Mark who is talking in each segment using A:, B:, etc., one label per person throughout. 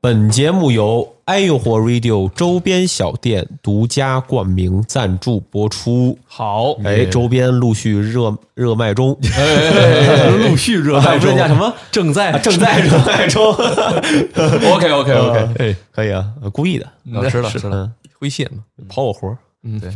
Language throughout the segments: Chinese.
A: 本节目由 iHo Radio 周边小店独家冠名赞助播出。
B: 好，
A: 哎，周边陆续热热卖中，
B: 陆续热
A: 啊不是叫什么
B: 正在
A: 啊 正在热卖中，
B: OK
C: 啊
B: OK OK，哎，
A: 可以啊，呃故意的，
B: 我知道
A: 是
B: 知道，诙谐嘛，
A: 跑我活儿。
B: 对，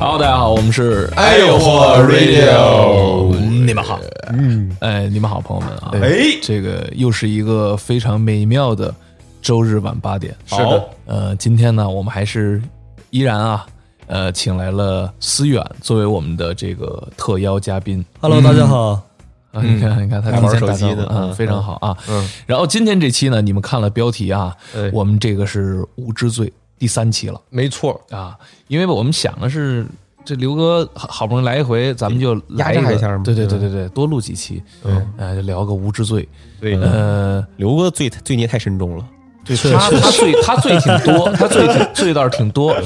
B: Hello，大家好，我们是哎
A: 哎呦嚯 Radio
B: 你们好，嗯，哎，你们好，朋友们啊，
A: 哎
B: 这个又是一个非常美妙的周日晚八点，
A: 是的
B: 好，呃，今天呢，我们还是依然啊，呃，请来了思远作为我们的这个特邀嘉宾，
A: 嗯
C: Hello，大家好。
B: 啊，你看，你看，他
A: 还玩手机呢
B: 啊
A: 嗯，
B: 非常好啊。然后今天这期呢，你们看了标题啊
A: 哎，
B: 我们这个是《无知罪》第三期了
C: 没错，
B: 啊，因为我们想的是，这刘哥好好不容易来一回，咱们就
A: 嗯压
B: 来
A: 榨
B: 个
A: 一下嘛嗯
B: 对对对对对，多录几期，嗯，呃，就聊个《无知罪》。
A: 对，
B: 呃，
A: 刘哥罪罪孽太深重了，
B: 对他他罪他罪挺多，他罪挺罪倒是挺多。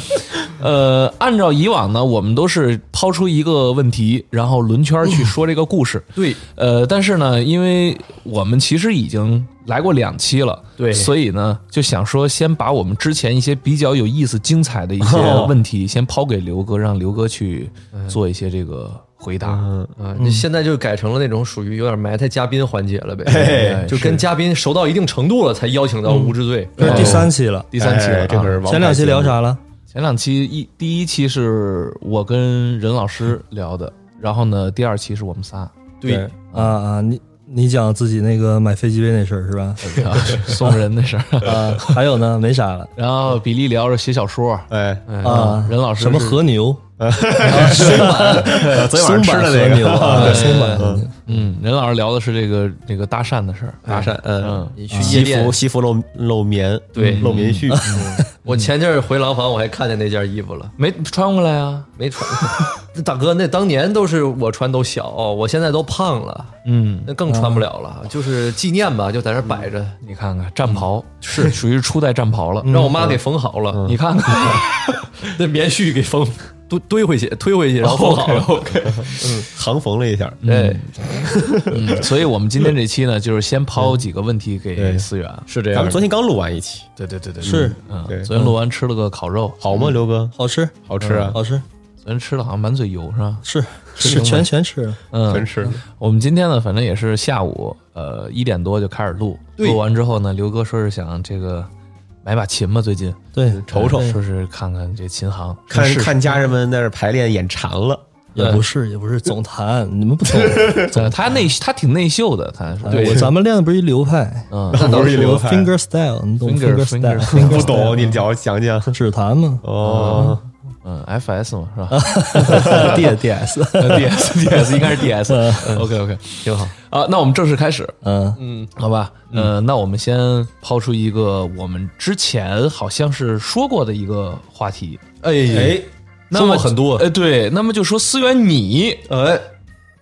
B: 呃，按照以往呢，我们都是抛出一个问题，然后轮圈去说这个故事。
A: 嗯
C: 对，
B: 呃，但是呢，因为我们其实已经来过两期了，
C: 对
B: 所以呢，就想说先把我们之前一些比较有意思、精彩的一些
A: 哦
B: 问题先抛给刘哥，让刘哥去做一些这个回答。
A: 嗯，
C: 啊，你现在就改成了那种属于有点埋汰嘉宾环节了
A: 哎
C: 呗，就跟嘉宾熟到一定程度了才邀请到无知啊罪。
B: 嗯
C: 对
B: 对
D: 这第三期了，
B: 第三期了啊、
A: 哎这可是王牌
D: 前两期聊啥了？
B: 前两期一第一期是我跟任老师聊 的，然后呢，第二期是我们仨，
A: 对
C: 对，
D: 啊啊，你你讲自己那个买飞机杯那事儿是吧？
B: 啊送人的事儿。
D: 啊，还有呢，没啥了
B: 然后比利聊着写小说，
A: 哎，
D: 啊。
B: 任老师
D: 什么
B: 是
D: 和牛？
A: 昨天晚上吃的
D: 和
A: 那
D: 牛
A: 个
D: 啊，
B: 对
D: 对松板和牛
B: 嗯，任老师聊的是这个这个搭讪的事儿。
A: 搭讪，嗯，
B: 嗯，
C: 你去夜
A: 西
C: 店
A: 服，西服露露棉，
C: 对
A: 露棉絮，嗯
C: 我前阵儿回廊坊，我还看见那件衣服了，
B: 没穿过来啊。
C: 没穿。 大哥，那当年都是我穿都小，我现在都胖了，
B: 嗯，
C: 那更穿不了了。就是纪念吧，就在那儿摆着，
B: 你看看战
D: 嗯
B: 袍是属于初代战袍了，
C: 让我妈给缝好了，
B: 你看 看，
C: 那棉絮给缝堆堆回去，推回去，然后缝好了。
A: 行缝了一下，
C: 对，
B: 嗯所以我们今天这期呢，就是先抛几个问题给思远。
C: 是这
A: 咱
C: 样
A: 们。昨天刚录完一期，
B: 对对对对，
D: 是
B: 嗯，
A: 对
B: 昨天录完吃了个烤肉，
A: 好吗，刘哥？
D: 好吃，嗯
A: 好吃啊，
D: 好吃，
B: 昨天吃的好像满嘴油是吧？
D: 是是全全吃了。
B: 嗯，
A: 全吃了，
B: 我们今天呢，反正也是下午，呃，一点多就开始录。录完之后呢，刘哥说是想这个买把琴嘛，最近
D: 对，
A: 瞅瞅，
B: 说是看看这琴行，
A: 看
B: 是
A: 看家人们在那儿排练演馋了，
D: 也不是也不是，总弹你们不懂。哎
B: 呃他内他挺内秀的，他是
D: 哎我咱们练的不是一流派，
B: 嗯，
A: 那不是一流
D: 我
A: 派，
D: finger style，你懂
B: Finger-
D: finger
B: finger-
D: style？
A: 不懂，你讲讲讲
D: 指弹嘛
A: 哦，
B: 嗯，FS 嘛是吧
C: 呃
D: ，D D S，
B: ？DS DS 应该是
C: 嗯
B: DS。OK OK，挺好啊。那我们正式开始，
D: 嗯，
B: 好吧？呃，那我们先抛出一个我们之前好像是说过的一个话题，
C: 哎，
A: 哎，
B: 那么
C: 说过很多
B: 呃，对，那么就说思源你
C: 哎，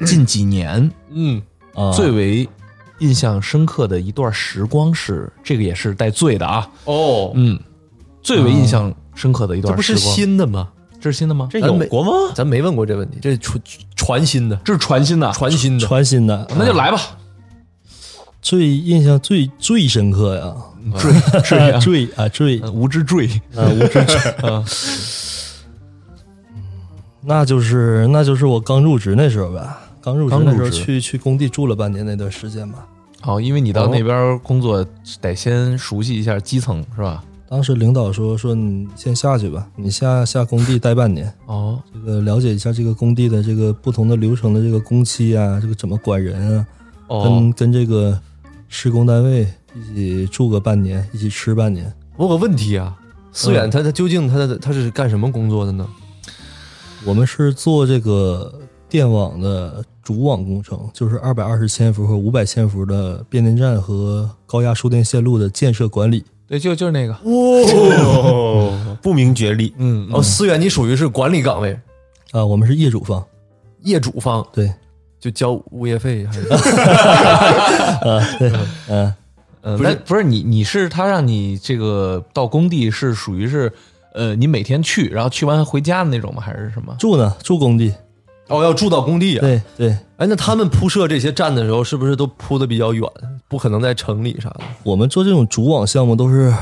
B: 近几年
C: 嗯，
D: 啊
B: 最为印象深刻的一段时光是，这个也是带罪的啊。
C: 哦，啊
B: 嗯，最为印象深刻的一
C: 这
B: 段
C: 不
B: 时
C: 是
B: 光，
C: 新的吗？
B: 这是新的吗？呃
A: 这有过吗？
C: 咱没问过这问题，这是传传新的，
B: 这是传新的，
C: 传新的，
D: 传新的，啊
B: 那就来吧。
D: 最印象最最深刻呀，
B: 坠坠 啊
D: 坠啊坠，
B: 嗯无知坠，
C: 哦
D: 啊，无知者。那就是那就是我刚入职那时候吧，刚入职
B: 刚入
D: 那时候
B: 职
D: 去去工地住了半年那段时间吧。
B: 好，哦因为
C: 哦
B: 你到那边工作得先熟悉一下基层，是吧？
D: 当时领导说说你先下去吧，你下下工地待半年，
B: 哦，
D: 这个了解一下这个工地的这个不同的流程的这个工期啊，这个怎么管人啊，
C: 哦，
D: 跟跟这个施工单位一起住个半年，一起吃半年。
C: 我有个问题啊，思远他他究竟他的他是干什么工作的呢？
D: 我们是做这个电网的主网工程，就是二百二十千伏和五百千伏的变电站和高压输电线路的建设管理。
B: 对，就就是那个，
A: 哦， 不明觉厉，
B: 嗯，
C: 哦，思远你属于是管理岗位，
D: 啊，我们是业主方，
C: 业主方
D: 对，
C: 就交物业费还是？
D: 嗯，
B: 呃，那不是你，你是他让你这个到工地是属于是，呃，你每天去，然后去完回家的那种吗？还是什么？
D: 住呢，住工地，
C: 哦，要住到工地啊？
D: 对对，
C: 哎，那他们铺设这些站的时候，是不是都铺的比较远？不可能在城里啥的。
D: 我们做这种主网项目都是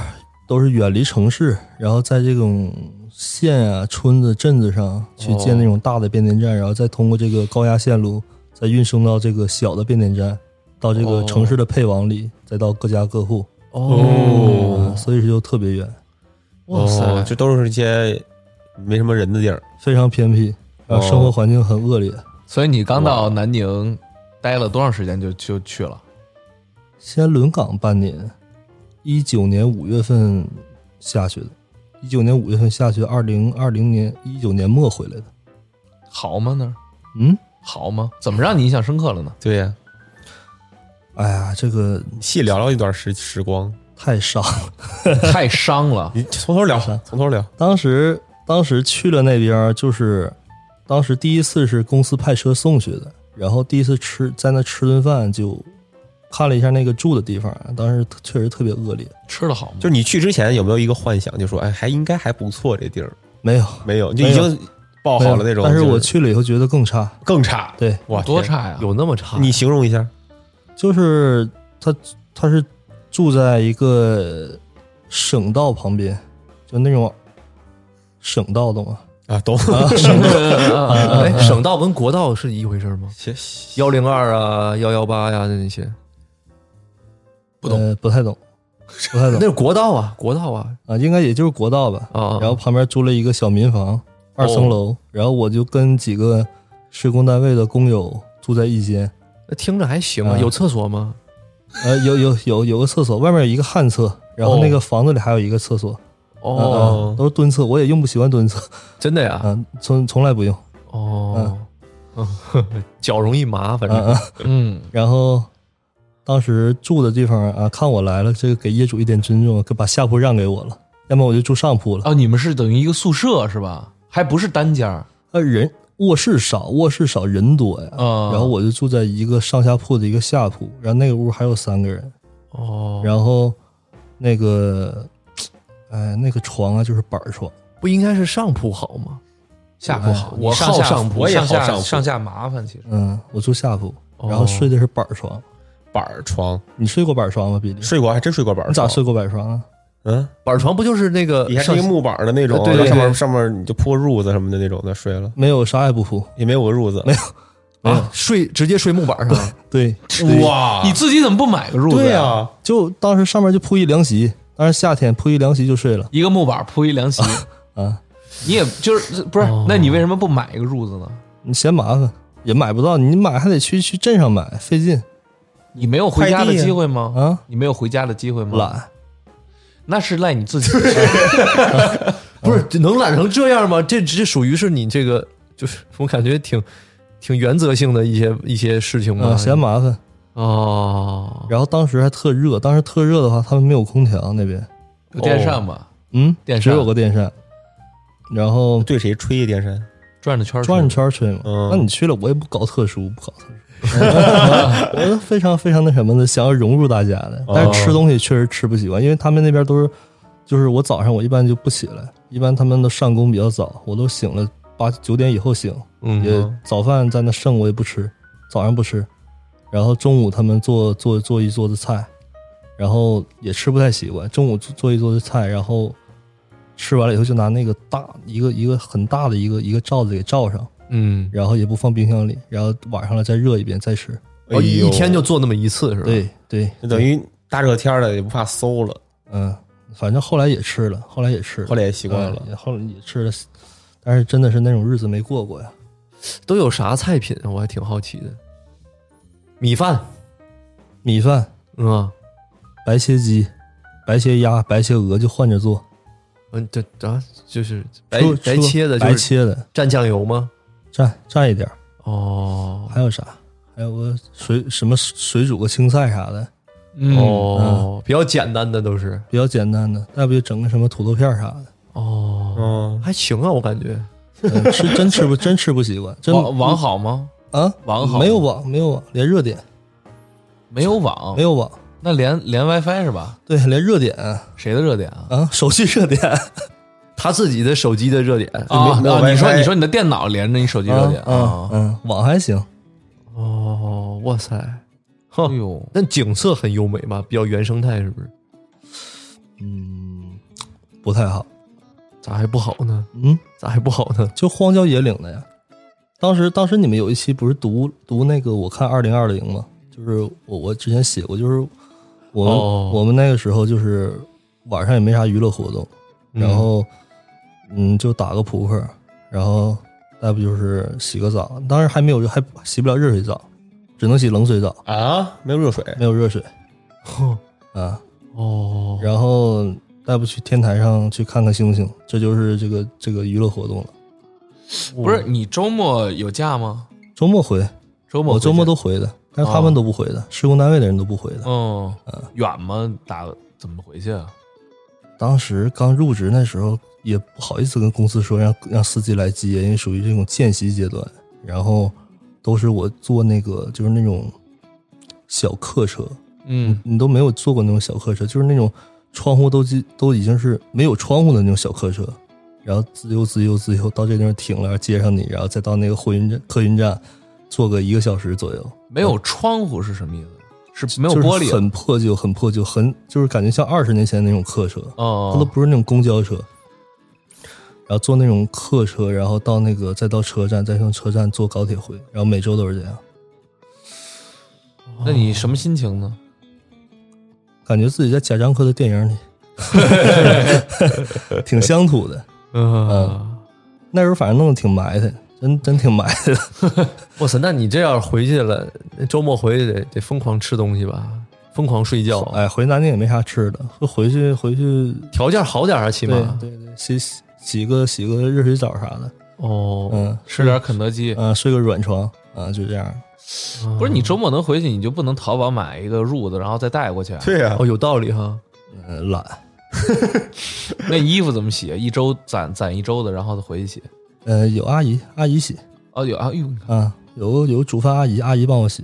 D: 都是远离城市，然后在这种县啊、村子、镇子上去建那种大的变电站，然后再通过这个高压线路再运送到这个小的变电站，到这个城市的配网里，再到各家各户。
A: 哦
D: 嗯，所以说就特别远，
A: 哇塞，哦这都是一些没什么人的地儿。
D: 非常偏僻，然后生活环境很恶劣。
B: 所以你刚到南宁待了多长时间就就去了？
D: 先轮岗半年，一九年五月份下去的，一九年五月份下去，二零二零年一九年末回来的。
B: 好吗？那儿
D: 嗯，
B: 好吗？怎么让你印象深刻了呢？
A: 对呀，
D: 哎呀，这个
A: 细聊聊一段时时光，
D: 太伤了。
B: 太伤了。
A: 你从头聊，从头聊。
D: 当时当时去了那边儿，就是当时第一次是公司派车送去的，然后第一次吃在那吃顿饭，就看了一下那个住的地方，当时确实特别恶劣。
B: 吃的好吗？
A: 就是你去之前有没有一个幻想，就说哎，还应该还不错这地儿？
D: 没有，
A: 没有，就
D: 没
A: 已
D: 有
A: 经报好了那种。
D: 但是
A: 就
D: 我去了以后觉得更差。
A: 更差，
D: 对，
A: 哇，
B: 多
A: 天！
B: 哎差呀！
C: 有那么差？啊
A: 你形容一下，
D: 就是他他是住在一个省道旁边，就那种省道懂吗？
A: 啊，懂。
C: 哎，省道跟国道是一回事吗？
A: 行，
C: 幺零二啊，幺幺八呀，那些
D: 不懂、呃不太懂，不太
C: 那
D: 懂
C: 是国道啊，国道啊。
D: 啊，应该也就是国道吧。
C: 啊啊啊
D: 然后旁边租了一个小民房，二层楼，然后我就跟几个施工单位的工友住在一间，
C: 那听着还行啊，
D: 嗯
C: 有厕所吗？
D: 呃，有有有有个厕所，外面有一个旱厕，然后那个房子里还有一个厕所，
C: 哦
D: 嗯嗯都是蹲厕，我也用不习惯蹲厕，
C: 真的呀？
D: 嗯、从从来不用，
C: 哦，嗯， 脚容易麻，反
D: 嗯、
C: 正
D: 嗯。
B: 嗯，
D: 然后当时住的地方啊，看我来了，这个给业主一点尊重，给把下铺让给我了，要么我就住上铺了。
B: 哦，你们是等于一个宿舍是吧？还不是单间儿
D: 啊，人卧室少，卧室少人多
C: 嗯
D: 呀。
B: 啊？
D: 然后我就住在一个上下铺的一个下铺，然后那个屋还有三个人，
B: 哦，
D: 然后那个，哎，那个床啊就是板儿床，
C: 不应该是上铺好吗？
B: 下铺好，
D: 哎
B: 你
C: 我
B: 上
C: 好
B: 下
C: 上铺
A: 我也
B: 上
A: 好
B: 下
A: 上铺
B: 上下麻烦，其实
D: 嗯，我住下铺，
B: 哦
D: 然后睡的是板儿床。
A: 板儿床
D: 你睡过板儿床吗，比利？
A: 睡过，还真睡过板儿。
D: 你咋？睡过板儿床啊？
A: 嗯，
C: 板床不就是那个
A: 底下是
C: 上
A: 一个木板儿的那种，
C: 对对
A: 然后上面
C: 对
A: 上面你就铺个褥子什么的那种的睡了，
D: 没有，啥也不铺。
A: 也没有个褥子。
C: 啊？睡直接睡木板上啊？
D: 对，
A: 哇
B: 你自己怎么不买个褥子？
A: 对呀、，啊，
D: 就当时上面就铺一凉席，当时夏天铺一凉席就睡了
B: 一个木板铺一凉席，
D: 啊。
B: 你也就是不是？那你为什么不买一个褥子呢？
D: 你嫌麻烦，也买不到，你买还得去去镇上买，费劲
B: 你没有回家的
A: 快递呀
B: 机会吗？
D: 啊，
B: 你没有回家的机会吗？，
D: 懒。
B: 那是赖你自己。
C: 不是 能懒成这样吗？这这属于是你这个，就是我感觉挺挺原则性的一些一些事情吧。
D: 啊，嫌麻烦。
C: 哦，
D: 然后当时还特热，当时特热的话，他们没有空调那边，
B: 有电扇吧，
D: 嗯，
B: 电
D: 只
B: 扇
D: 有个电扇，然后
A: 对谁吹一电扇？
B: 转着圈儿
D: 转
B: 出
D: 着
B: 去
D: 圈儿吹嘛。
A: 嗯
D: 那你去了，我也不搞特殊，不搞特殊。我就非常非常那什么的，想要融入大家的，但是吃东西确实吃不习惯，因为他们那边都是，就是我早上我一般就不起来，一般他们都上工比较早，我都醒了八九点以后醒，
C: 嗯，
D: 也早饭在那剩，我也不吃，早上不吃，然后中午他们做做做一桌子菜，然后也吃不太习惯，中午做做一桌子菜，然后吃完了以后就拿那个大一个一个很大的一个一个罩子给罩上，
C: 嗯，
D: 然后也不放冰箱里，然后晚上了再热一遍再吃。
C: 哦，一一天
A: 就
C: 就做那么一次是吧？，
D: 对对，
A: 哎等于大热天儿的也不怕馊了，
D: 嗯，反正后来也吃了，后来也吃了，
A: 后来也习惯了
D: 嗯。也后来也吃了，但是真的是那种日子没过过呀。
C: 都有啥菜品？我还挺好奇的。米饭，
D: 米饭、
C: 嗯啊
D: 白切鸡、白切鸭、白切鹅就换着做。
C: 嗯，这啊，就是白
D: 出
C: 白
D: 出
C: 切的，
D: 白
C: 就是
D: 切的，
C: 蘸酱油吗？
D: 蘸蘸一点儿。
C: 哦
D: 还有啥？还有个水什么水煮个青菜啥的，
B: 嗯，
C: 哦，比较简单的都是
D: 比较简单的。再不就整个什么土豆片儿啥的，
C: 哦，
A: 嗯，
C: 还行啊，我感觉
D: 嗯、吃真吃不真吃不习惯，真
B: 网网好吗？
D: 啊
B: 网好
D: 没有网没有网，连热点
B: 没有网，
D: 没有网，
B: 那连连 WiFi 是吧？
D: 对，连热点
B: 谁的热点啊？
D: 啊，手机热点
C: 他自己的手机的热点
B: 啊
A: 没有
B: 啊！你说
A: WiFi
B: 你说你的电脑连着你手机热点
D: 啊啊嗯，网还行，
C: 哦，哇塞，
B: 哎呦，
C: 但景色很优美吧？比较原生态是不是？
D: 嗯，不太好，
C: 咋还不好呢？
D: 嗯，
C: 咋还不好呢？
D: 就荒郊野岭的呀。当时当时你们有一期不是读读那个我看二零二零吗？就是我我之前写过，就是我们、
C: 哦
D: 我们那个时候就是晚上也没啥娱乐活动，然后嗯就打个扑克，然后再不就是洗个澡，当然还没有还洗不了热水澡，只能洗冷水澡，
A: 啊，没有热水，
D: 没有热水。啊，
C: 哦，
D: 然后再不去天台上去看看星星，这就是这个这个娱乐活动了。
B: 不是你周末有假吗？
D: 周末回，
B: 周末
D: 我周末
B: 回哦
D: 都回的，但是他们都不回的，施工单位的人都不回
B: 家
D: 的。
B: 嗯远吗？打怎么回去啊？
D: 当时刚入职那时候也不好意思跟公司说让让司机来接，因为属于这种见习阶段。然后都是我坐那个就是那种小客车，
B: 嗯
D: 你都没有坐过那种小客车，就是那种窗户都几都已经是没有窗户的那种小客车，然后滋悠滋悠滋悠到这地方停了，然后接上你，然后再到那个货运站客运站坐个一个小时左右。
B: 没有窗户是什么意思？是没有
D: 就是
B: 玻璃啊？
D: 很破旧，很破旧，很就是感觉像二十年前那种客车，它都
B: 哦，
D: 不是那种公交车。然后坐那种客车，然后到那个再到车站，再从车站坐高铁回，然后每周都是这样，
B: 那你什么心情呢？
D: 感觉自己在贾樟柯的电 影里，挺乡土的。
C: 嗯，
D: 那时候反正弄得挺埋汰，真真挺埋汰的。
C: 哇塞，那你这要是回去了，那周末回去得得疯狂吃东西吧，疯狂睡觉，
D: 哎，回南京也没啥吃的，说回去回去，
C: 条件好点儿啊，起
D: 对
C: 码
D: 对对，洗洗洗个洗个热水澡啥的，
C: 哦，
D: 嗯
B: 吃点肯德基。
D: 嗯、睡个软床，嗯，就这样。
B: 不是你周末能回去，你就不能淘宝买一个褥子，然后再带过去啊？
A: 对呀、
C: 哦，有道理哈，
D: 嗯，懒，
B: 那衣服怎么洗？一周攒攒一周的，然后再回去洗。
D: 呃，有阿姨，阿姨洗
B: 哦，有啊，哎呦，你看
D: 啊，有有煮饭阿姨，阿姨帮我洗，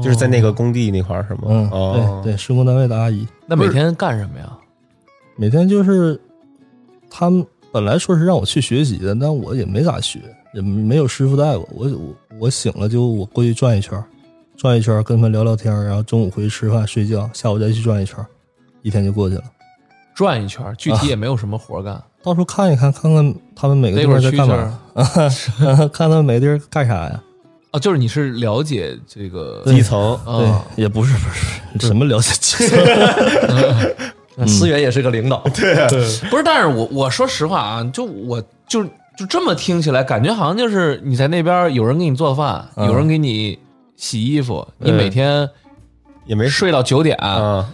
A: 就是在那个工地那块儿是吗？
D: 嗯，
A: 哦，
D: 对对，施工单位的阿姨，
B: 那每天干什么呀？
D: 每天就是他们本来说是让我去学习的，但我也没咋学，也没有师傅带我，我我我醒了就我过去转一圈儿，转一圈儿跟他们聊聊天儿，然后中午回去吃饭睡觉，下午再去转一圈儿，一天就过去了。
B: 转一圈，具体也没有什么活干。
D: 到处看一看，看看他们每个地
B: 待会儿
D: 方在
B: 去
D: 干
B: 一
D: 嘛
B: 下儿，
D: 看他们每个地儿干啥呀？
B: 哦，就是你是了解这个
A: 基层
B: 啊、
D: 对，也不是不 是什么了解基层，
C: 那
D: 嗯
C: 思源也是个领导，
B: 不是，但是我我说实话啊，就我就就这么听起来，感觉好像就是你在那边有人给你做饭，
D: 嗯
B: 有人给你洗衣服，你
A: 嗯
B: 每天
A: 也没
B: 睡到九点，
A: 啊，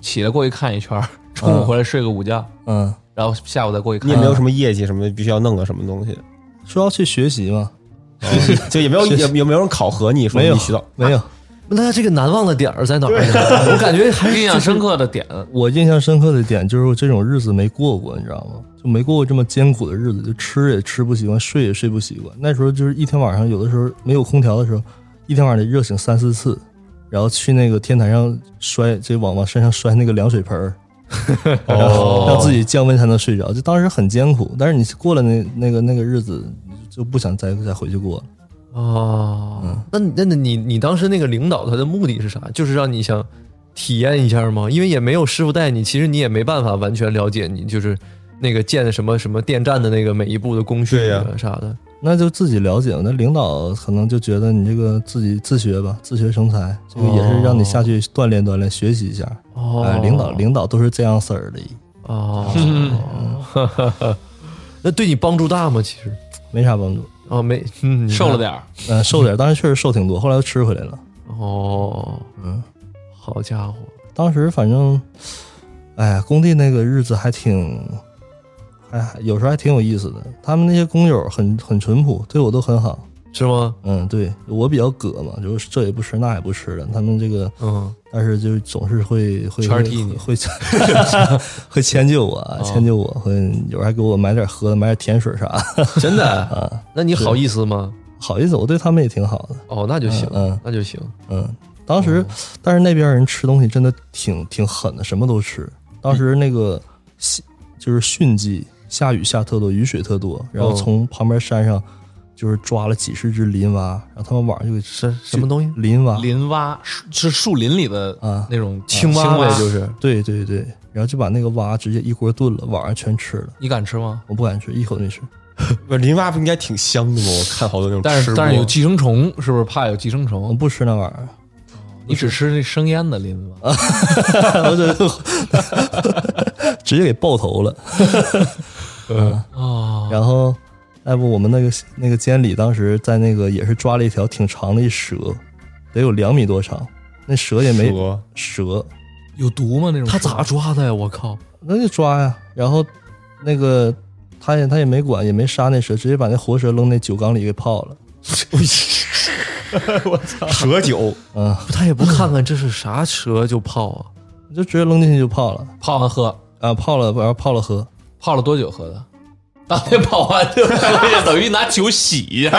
B: 起来过去看一圈儿，中午回来睡个午觉，
D: 嗯。
B: 然后下午再过去看。
A: 你也没有什么业绩什么，必须要弄个什么东西，啊
D: 说要去学习嘛，
A: 就也没有也也没有人考核你说
D: 没有
A: 你学到，
D: 没有。
C: 那这个难忘的点儿在哪儿呢？ 我感觉还
B: 印象深刻的点，
D: 我印象深刻的点就是我这种日子没过过，你知道吗？就没过过这么艰苦的日子，就吃也吃不习惯，睡也睡不习惯。那时候就是一天晚上，有的时候没有空调的时候，一天晚上得热醒三四次，然后去那个天台上摔，这往往身上摔那个凉水盆儿，然后让自己降温才能睡着。就当时很艰苦，但是你过了那那个那个日子，你就不想再再回去过了。
C: 哦，那
D: 嗯
C: 那那你你当时那个领导他的目的是啥？就是让你想体验一下吗？因为也没有师傅带你，其实你也没办法完全了解你就是那个建什么什么电站的那个每一步的工序
A: 对呀
C: 啊啥的。
D: 那就自己了解吧。那领导可能就觉得你这个自己自学吧，自学成才，这个也是让你下去锻炼锻炼，学习一下。
C: 哦
D: 哎，领导领导都是这样式儿的，
B: 嗯
C: 哦，那对你帮助大吗？其实
D: 没啥帮助。
C: 哦没，嗯，
B: 瘦了点儿。
D: 嗯、瘦点儿，当时确实瘦挺多，后来又吃回来了。
C: 哦，嗯，好家伙，
D: 当时反正，哎呀，工地那个日子还挺，哎，有时候还挺有意思的。他们那些工友很很淳朴，对我都很好。
C: 是吗？
D: 嗯，对我比较葛嘛，就是这也不吃那也不吃的。他们这个
C: 嗯，
D: 但是就是总是会会
B: 圈儿踢你哦
D: 会 会迁就我，迁就我，会有时候还给我买点喝的，买点甜水啥，
C: 真的啊？那你好意思吗？
D: 好意思，我对他们也挺好的，
C: 哦，那就行
D: 嗯嗯，
C: 那就行。
D: 嗯，当
B: 哦
D: 时，但是那边人吃东西真的挺挺狠的，什么都吃。当
B: 嗯
D: 时那个西就是汛季，下雨下特多，雨水特多，然后
C: 哦
D: 从旁边山上就是抓了几十只林蛙，然后他们晚上就给吃
C: 是什么东西？
D: 林蛙
B: 林蛙树是树林里的
D: 啊，
B: 那种
C: 青蛙啊
B: 蛙
C: 呗，就是
D: 对对对，然后就把那个蛙直接一锅炖了，晚上全吃了。
B: 你敢吃吗？
D: 我不敢吃，一口都没吃。
A: 不是林蛙不应该挺香的吗？我看好多那种
B: 但
A: 吃
B: 是但是
A: 过
B: 有寄生虫，是不是怕有寄生
D: 我
B: 虫？
D: 不吃那玩意儿，
B: 你只吃那生腌的林蛙，
D: 我就直接给爆头了。
B: 哦，
D: 然后，要不我们那个那个监理当时在那个也是抓了一条挺长的一蛇，得有两米多长，那蛇也没
A: 蛇
D: 蛇，
B: 有毒吗？那种
C: 他
B: 虫
C: 咋抓的呀？我靠！
D: 那就抓呀。然后那个他也他也没管，也没杀那蛇，直接把那活蛇扔那酒缸里给泡了。
A: 蛇酒，
D: 嗯，
C: 他也不看看这是啥蛇就泡啊！
D: 就直接扔进去就泡了
B: 泡完喝？
D: 啊，泡了然后泡了喝。
B: 泡了多久喝的？当天泡完就喝，也等于拿酒洗一下。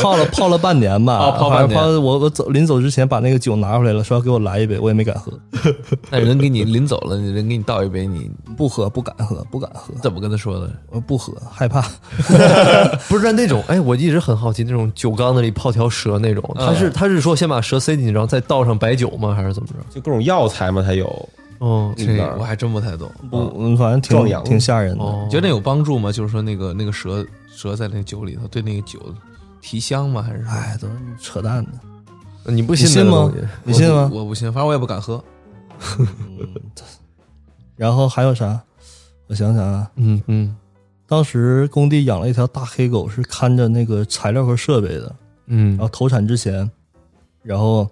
D: 泡了泡了半年吧，
B: 啊泡半年
D: 反正泡我我走临走之前把那个酒拿回来了，说要给我来一杯，我也没敢喝，
B: 那人给你临走了，人给你倒一杯，你
D: 不喝不敢喝不敢喝，
B: 怎么跟他说的？
D: 我不喝害怕。
C: 不是那种，哎，我一直很好奇那种酒缸子里泡条蛇那种，他是他是说先把蛇塞进去，然后再倒上白酒吗？还是怎么着？
A: 就各种药材嘛，它有。
C: 哦，
B: 这
A: 明白
B: 我还真不太懂。
D: 不，嗯，反正
A: 壮
D: 挺
A: 阳
D: 挺吓人的。
C: 哦
B: 你觉得那有帮助吗？就是说那个那个蛇蛇在那酒里头，对那个酒提香吗？还是
D: 哎，都是扯淡的，
C: 你不
D: 你
C: 信
D: 信
C: 那个
D: 吗
C: 东西？
D: 你信吗？
B: 我不信，反正我也不敢喝。
D: 然后还有啥？我想想啊，
C: 嗯嗯
D: 当时工地养了一条大黑狗，是看着那个材料和设备的。然
C: 嗯，
D: 后投产之前，然后，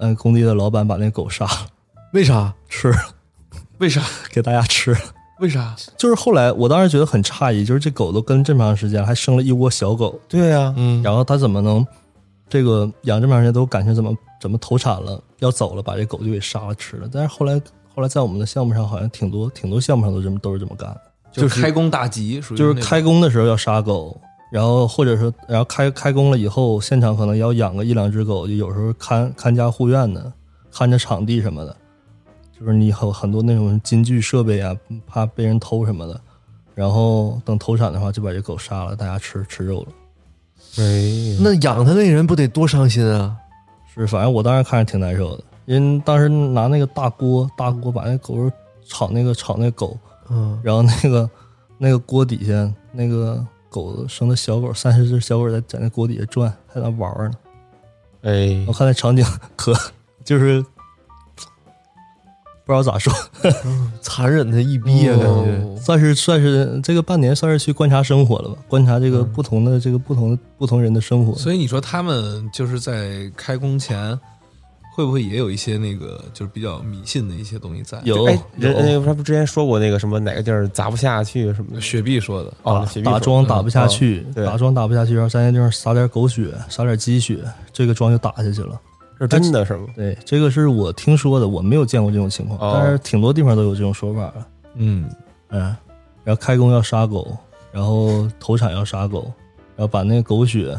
D: 嗯，工地的老板把那狗杀了，
C: 为啥？
D: 吃了
B: 为啥？
D: 给大家吃了。
B: 为啥？
D: 就是后来，我当时觉得很诧异，就是这狗都跟这么长时间了，还生了一窝小狗，
A: 对啊，
C: 嗯，
D: 然后它怎么能这个养这么长时间都感情怎么怎么投产了，要走了，把这狗就给杀了吃了。但是后来后来在我们的项目上，好像挺多挺多项目上都这么都是这么干的，
B: 就是开工大吉，属于
D: 就是
B: 那种
D: 开工的时候要杀狗，然后或者说然后开开工了以后，现场可能要养个一两只狗，就有时候看看家护院的，看着场地什么的，就是你很很多那种金具设备啊，怕被人偷什么的。然后等投产的话，就把这狗杀了，大家吃吃肉了。
A: 哎，
C: 那养它那人不得多伤心啊？
D: 是，反正我当时看着挺难受的。人当时拿那个大锅，大锅把那狗肉炒那个炒那狗，
C: 嗯，
D: 然后那个那个锅底下那个狗生的小狗，三十只小狗在在那锅底下转，还在那玩儿呢。
A: 哎
D: 我，看那场景可就是不知道咋说，
C: 残忍的一逼啊，感觉。
B: 哦
D: 算是算是这个半年算是去观察生活了吧，观察这个不同的、这个不同的不同人的生活。
B: 所以你说他们就是在开工前，会不会也有一些那个就是比较迷信的一些东西在？
D: 有
A: 哎，人那
D: 有
A: 个他不之前说过那个什么哪个地儿砸不下去什么的
B: 雪碧说的，
A: 哦，
D: 打
A: 雪碧
D: 打
A: 说
D: 桩打不下去，
A: 啊对
D: 打桩打不下去，然后在那地方撒点狗血，撒点鸡血，这个桩就打下去了。
A: 是真的是吗？
D: 对，这个是我听说的，我没有见过这种情况，
A: 哦
D: 但是挺多地方都有这种说法的。
B: 嗯，
D: 嗯，然后开工要杀狗，然后投产要杀狗，然后把那个狗血，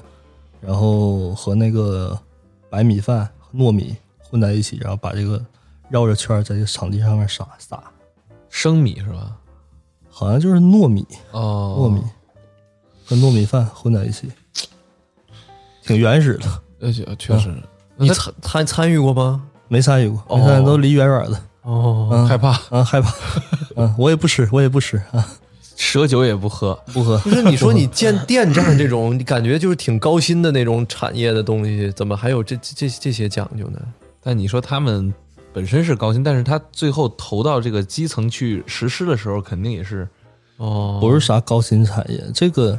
D: 然后和那个白米饭、糯米混在一起，然后把这个绕着圈儿在这个场地上面撒撒，
B: 生米是吧？
D: 好像就是糯米，
B: 哦，
D: 糯米和糯米饭混在一起，挺原始的，
B: 而且确实
C: 你参参参与过吗？
D: 没参与过，没参与都离远远的，
C: 哦，
D: 嗯，
B: 害怕，
D: 啊，害怕，嗯，我也不吃，我也不吃啊，
B: 蛇酒也不喝，
D: 不喝。
C: 不是你说你建电站这种，你感觉就是挺高薪的那种产业的东西，怎么还有这这这这些讲究呢？
B: 但你说他们本身是高薪，但是他最后投到这个基层去实施的时候，肯定也是
C: 哦，
D: 不是啥高新产业，这个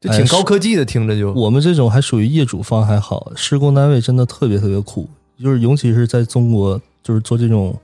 C: 就挺高科技的，听着就
D: 哎我们这种还属于业主方还好，施工单位真的特别特别苦，就是尤其是在中国，就是做这种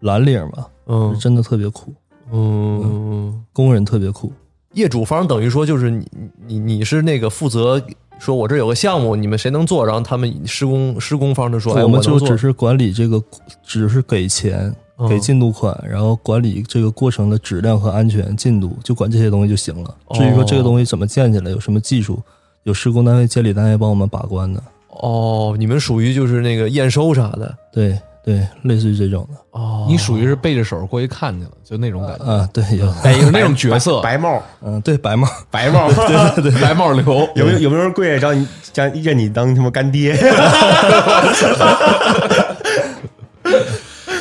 D: 蓝领嘛，
C: 嗯
D: 是真的特别苦，
C: 嗯，
D: 工人特别苦。
C: 业主方等于说就是你你你是那个负责说我这儿有个项目，你们谁能做，然后他们施工施工方就说，哎，
D: 我
C: 我
D: 们就
C: 能做
D: 只是管理这个，只是给钱、
C: 嗯
D: 给进度款，然后管理这个过程的质量和安全进度，就管这些东西就行了。至于说这个东西怎么建起来，有什么技术，有施工单位、监理单位帮我们把关的。
C: 哦，你们属于就是那个验收啥的
D: 对对，类似于这种的
C: 哦
B: 你属于是背着手过去看去了，就那种感觉，
D: 啊，对有，
A: 嗯
B: 也是那种角色，
A: 白帽，
D: 嗯，对白帽，
A: 白 帽，
B: 白帽流，
A: 有没有有没有人跪下找你，想认你当他妈干爹？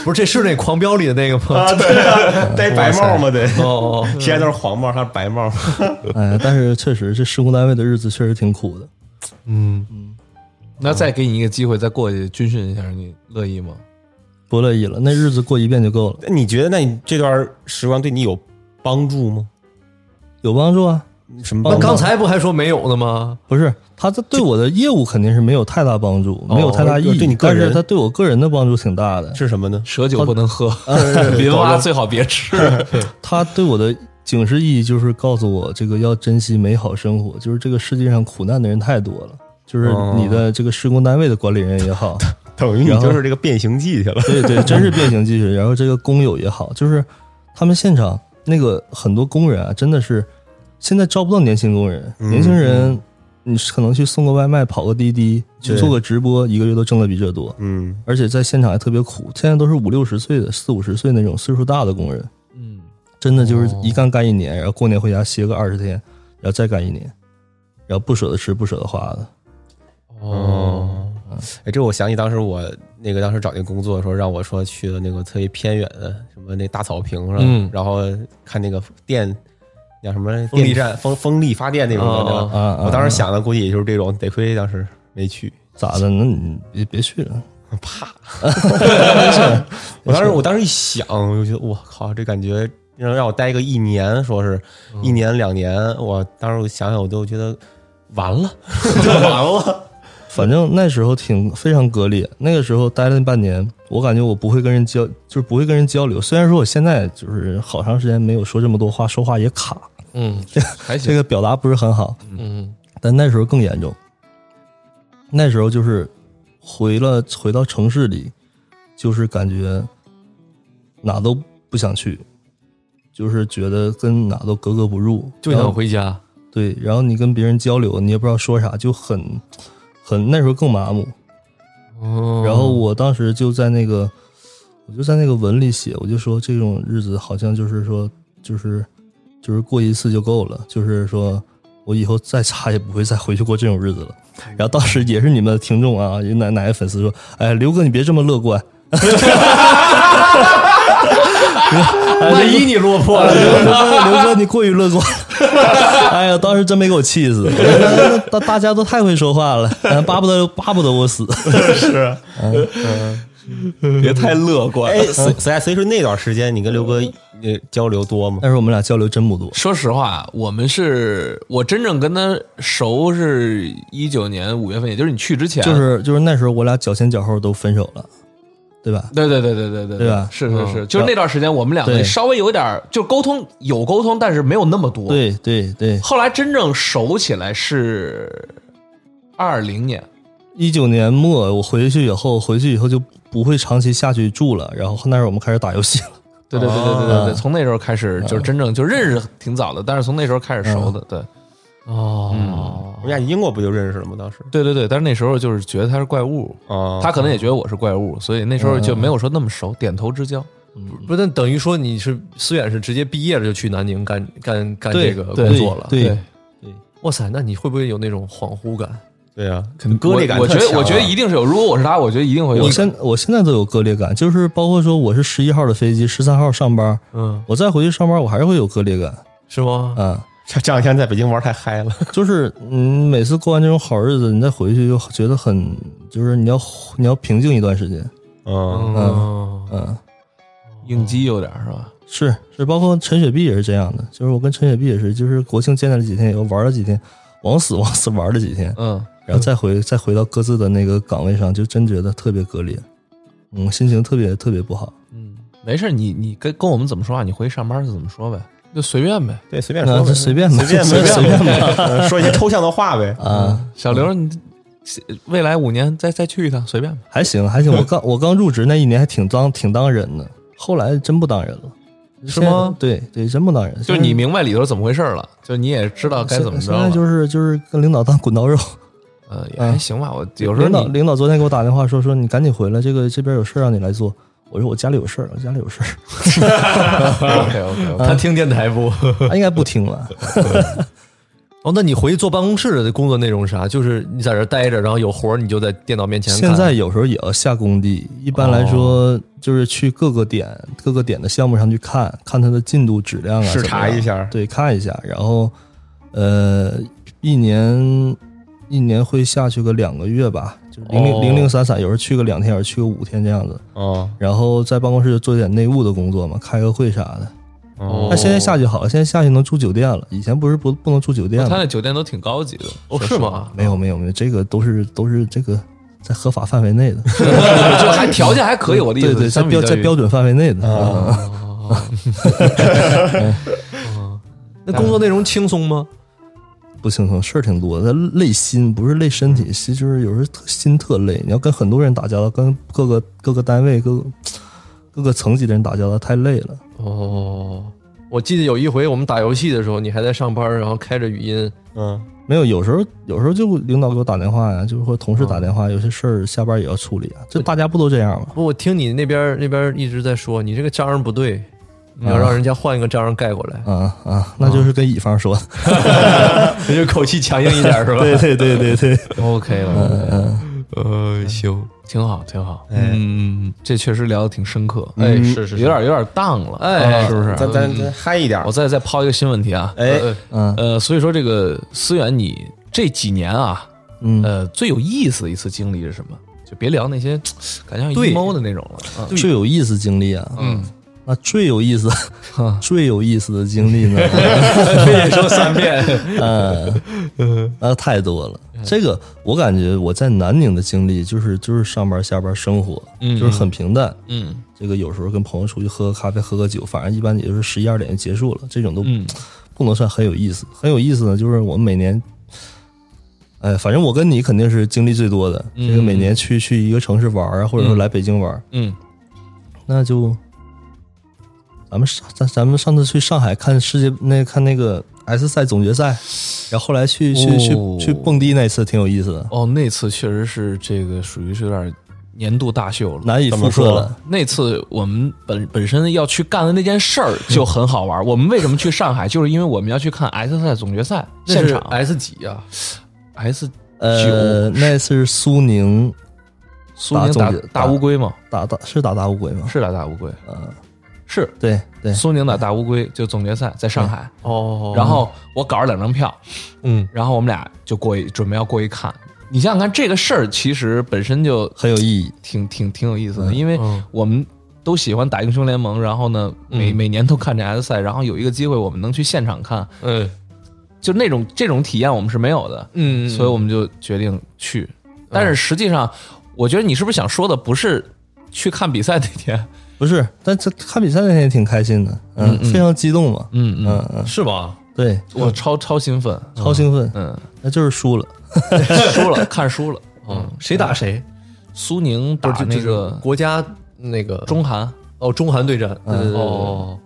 C: 不是这是那狂飙里的那个吗？
A: 啊，对啊，戴白帽嘛，得。
C: 哦，
A: 现在都是黄帽，他是白帽。
D: 哎，但是确实这施工单位的日子确实挺苦的，
C: 嗯，
B: 那再给你一个机会，再过去军训一下，你乐意吗？
D: 不乐意了，那日子过一遍就够了，
A: 那你觉得，那你这段时光对你有帮助吗？
D: 有帮助啊。
A: 什么
C: 那
A: 帮助？
C: 哦刚才不还说没有呢吗？
D: 不是，他这对我的业务肯定是没有太大帮助，没有太大意义。
A: 哦对你个
D: 但
A: 人
D: 是他对我个人的帮助挺大的。
A: 是什么呢？
B: 蛇
C: 哦
B: 酒不能喝，
C: 呃
B: 林蛙最好别吃。
D: 他对我的警示意义就是告诉我，这个要珍惜美好生活。就是这个世界上苦难的人太多了，就是你的这个施工单位的管理人也好，
A: 等于你
D: 然后
A: 就是这个变形记去了。
D: 对对，真是变形记去。然后这个工友也好，就是他们现场那个很多工人啊，真的是现在招不到年轻工人，年轻人。你可能去送个外卖，跑个滴滴，去
A: 对
D: 做个直播，一个月都挣的比这多。
A: 嗯，
D: 而且在现场还特别苦，现在都是五六十岁的、四五十岁那种岁数大的工人，
B: 嗯，
D: 真的
A: 哦
D: 就是一干干一年，然后过年回家歇个二十天，然后再干一年，然后不舍得吃、不舍得花的。
A: 哦，哎，这我想起当时我那个当时找那工作的时候，让我说去了那个特别偏远的什么那大草坪上，
C: 嗯
A: 然后看那个电叫什么
C: 力
A: 电力站风风力发电那种的。
C: 哦
D: 啊啊！
A: 我当时想的估计也就是这种，得亏当时没去。
D: 咋的？那你别别去了，
A: 我当时我当时一想，我就觉得我靠，这感觉让让我待个一年，说是
B: 嗯
A: 一年两年，我当时我想想，我都觉得完了，完了。
D: 反正那时候挺非常割裂。那个时候待了半年，我感觉我不会跟人交，就是不会跟人交流。虽然说我现在就是好长时间没有说这么多话，说话也卡，
C: 嗯
B: 还
D: 这
B: 行。
D: 个表达不是很好。
C: 嗯，
D: 但那时候更严重。那时候就是回了回到城市里，就是感觉哪都不想去，就是觉得跟哪都格格不入，
C: 就
D: 然
C: 想
D: 后
C: 回家。
D: 对。然后你跟别人交流，你也不知道说啥，就很很那时候更麻木。
C: 哦
D: 然后我当时就在那个，我就在那个文里写，我就说这种日子好像就是说，就是就是过一次就够了，就是说我以后再差也不会再回去过这种日子了。然后当时也是你们的听众啊，有哪哪个粉丝说，哎，刘哥你别这么 乐观，
C: 万一你落魄
D: 啊
C: 了，
D: 刘哥刘哥你过于乐观， 哎呀，当时真没给我气死， 大大家都太会说话了，哎巴不得巴不得我死。
B: 别太乐观
A: 哎，所所以所以说那段时间，你跟刘哥呃交流多吗？
D: 但是我们俩交流真不多，
B: 说实话，我们是我真正跟他熟是一九年五月份，也就是你去之前，
D: 就是就是那时候我俩脚前脚后都分手了，对吧？
B: 对对对对对对
D: 对吧
B: 是是是，
C: 嗯
B: 就是那段时间我们两个
D: 对
B: 稍微有点儿就沟通有沟通，但是没有那么多。，
D: 对对对，
B: 后来真正熟起来是二零年，
D: 一九年末我回去以后，回去以后就不会长期下去住了，然后那时候我们开始打游戏了。
B: 对对对对对对对，
D: 哦嗯
B: 从那时候开始就是真正就认识挺早的，但是从那时候开始熟的，对
C: 哦
D: 嗯
B: 哎
A: 我们俩英国不就认识了吗？当时
B: 对对对，但是那时候就是觉得他是怪物，
A: 啊，
B: 他可能也觉得我是怪物，所以那时候就没有说那么熟，点头之交。
C: 不是，但等于说你是思远是直接毕业了就去南宁干干干这
D: 对
C: 个
B: 对
C: 工作了。
D: 对
C: 哇塞，那你会不会有那种恍惚感？
A: 对啊，
B: 肯
A: 割裂感
B: 嗯我我觉
A: 特
B: 得
A: 强啊
B: 我觉得一定是有，如果我是他，我觉得一定会有
D: 我。现我现在都有割裂感，就是包括说我是十一号的飞机，十三号上班，
C: 嗯，
D: 我再回去上班，我还是会有割裂感
C: 是吗？
D: 啊、
A: 这这两天在北京玩太嗨 了，
D: 就是嗯，每次过完这种好日子，你再回去就觉得很，就是你要你要平静一段时间，
A: 嗯，
B: 哦
C: 嗯，
D: 嗯、
B: 应激有点是吧？
D: 是是，包括陈雪碧也是这样的，就是我跟陈雪碧也是，就是国庆见了几天以后玩了几天，往死 往死玩了几天，
B: 嗯，
D: 然后再回再回到各自的那个岗位上，就真觉得特别割裂，嗯，心情特别特别不好。
B: 没事，你你跟跟我们怎么说话，你回去上班就怎么说呗，就随便呗。
A: 对，随便
D: 那
A: 说
D: 就
A: 呗，
D: 随便吧，
A: 随便
D: 随
A: 随
D: 便吧。
A: 吧，嗯说一些抽象的话呗。
D: 啊，
B: 小刘，你未来五年再再去一趟，随便吧。
D: 还行还行，我刚我刚入职那一年还挺当挺当人的，后来真不当人了，
B: 是吗
D: 现在对对，真不当人。
B: 就是你明白里头是怎么回事了，就你也知道该怎么
D: 现
B: 着
D: 在
B: 了。
D: 就是就是跟领导当滚刀肉，
B: 呃，也还行吧。我有时候
D: 领导
B: 你
D: 领导昨天给我打电话说说你赶紧回来，这个这边有事儿让你来做。我说我家里有事儿，我家里有 事儿，
B: OK OK，
D: 啊
C: 他听电台不？
D: 他应该不听了。
C: 哦，那你回去做办公室的工作内容是啥？就是你在这儿待着，然后有活儿你就在电脑面前看。
D: 现在有时候也要下工地，一般来
A: 哦
D: 说就是去各个点、各个点的项目上去看看它的进度、质量啊，
A: 视察
D: 怎么样
A: 一下
D: 对，看一下。然后，呃，一年一年会下去个两个月吧，就是零零
A: 哦
D: 零零散散，有时候去个两天，有时候去个五天这样子。
A: 哦
D: 然后在办公室做点内务的工作嘛，开个会啥的。
A: 哦
D: 那现在下去好了，现在下去能住酒店了，以前不是不不能住酒店
B: 他
D: 吗？
B: 那酒店都挺高级的。
C: 哦，
B: 说
C: 是
B: 实话
C: 吗？
D: 没有没有没有，这个都是都是这个在合法范围内 的。
B: 就还条件还可以，我的意思。
D: 对对，在
B: 相比
D: 标
B: 较
D: 在
B: 于
D: 标准范围内的
A: 啊
D: 啊，
C: 那工
B: 哎
C: 作内容轻松吗？
D: 不轻松，事儿挺多的，累心不是累身体，其实就是有时候特心特累。你要跟很多人打交道，跟各个各个单位、各个各个层级的人打交道，太累了。
C: 哦，我记得有一回我们打游戏的时候，你还在上班，然后开着语音。
A: 嗯
D: 没有，有时候有时候就领导给我打电话呀，就是或者同事打电
B: 啊
D: 话，有些事儿下班也要处理啊。这大家不都这样吗？
C: 不，我听你那边那边一直在说，你这个章儿不对，
B: 啊
C: 你要让人家换一个章儿盖过来，
D: 啊啊，那就是跟乙方说，
C: 你这口气强硬一点 是吧？
D: 对对对对对，
B: OK
C: 嗯
B: 了，
C: 呃，行，
B: 嗯挺好，挺好。嗯，这确实聊的挺深刻，
C: 哎，是是，
B: 有点有点荡了，啊
C: 哎
B: 是不是？
A: 咱咱咱嗨一点
B: 我，再再抛一个新问题啊，
A: 哎
C: 呃
D: 嗯
B: 呃，所以说这个思源，你这几年啊，
D: 嗯，
B: 呃，最有意思的一次经历是什么？就别聊那些感觉像
C: 对
B: emo 的那种了啊。
D: 最有意思经历啊，
B: 嗯，
D: 那最 有意思最有意思的经历呢？
B: 非得说三遍，
D: 嗯，那太多了。
B: 嗯
D: 这个我感觉我在南宁的经历就是就是上班下班生活，就是很平淡。
B: 嗯
D: 这个有时候跟朋友出去喝个咖啡、喝个酒，反正一般也就是十一二点就结束了，这种都
B: 嗯
D: 不能算很有意思。很有意思呢，就是我们每年，哎，反正我跟你肯定是经历最多的。
B: 嗯
D: 这个每年去去一个城市玩啊，或者说
B: 嗯
D: 来北京玩，
B: 嗯，
D: 那就咱们上咱咱们上次去上海看世界那看那个 S 赛总决赛，然后后来去去去
B: 哦
D: 去蹦迪那次挺有意思的，
B: 哦，那次确实是这个属于是有点年度大秀了。
D: 难以
A: 怎
D: 复
A: 么
D: 刻
A: 说
D: 了。
B: 那次我们本本身要去干的那件事儿就很好玩。我们为什么去上海？ 就是因为我们要去看 S 赛总决赛现
C: 现场
B: 场
C: S 几
A: 啊
C: 呀？
B: S
D: 呃，那次是苏宁
B: 苏宁打
D: 总决
B: 大乌龟嘛，
D: 打打是打大乌龟吗？
B: 是打大乌龟，
D: 呃，
B: 是
D: 对对，
B: 苏宁打大乌龟就总决赛在上海。
D: 嗯
C: 哦
B: 然后我搞了两张票，
C: 嗯，
B: 然后我们俩就过去准备要过去看。你想想看，这个事儿其实本身就
D: 很有意义。
B: 挺挺挺有意思的，因为
C: 嗯
B: 我们都喜欢打英雄联盟，然后呢，每每年都看这 S 赛，然后有一个机会我们能去现场看，
C: 嗯
B: 就那种这种体验我们是没有的，
C: 嗯，
B: 所以我们就决定去。但是实际上，我觉得你是不是想说的不是去看比赛那天？
D: 不是，但这看比赛那天也挺开心的，嗯，非常激动嘛，
B: 嗯嗯，
D: 嗯嗯，
C: 是吧？
D: 对，
B: 我超超兴奋，
D: 超兴奋，
B: 嗯，
D: 那就是输了，
B: 输了看输了，
C: 嗯，谁打谁？
B: 苏宁打
C: 不是就嗯
B: 那
C: 就是
B: 个
C: 国家那个
B: 中韩，
C: 哦中韩对战，对对对对
B: 啊哦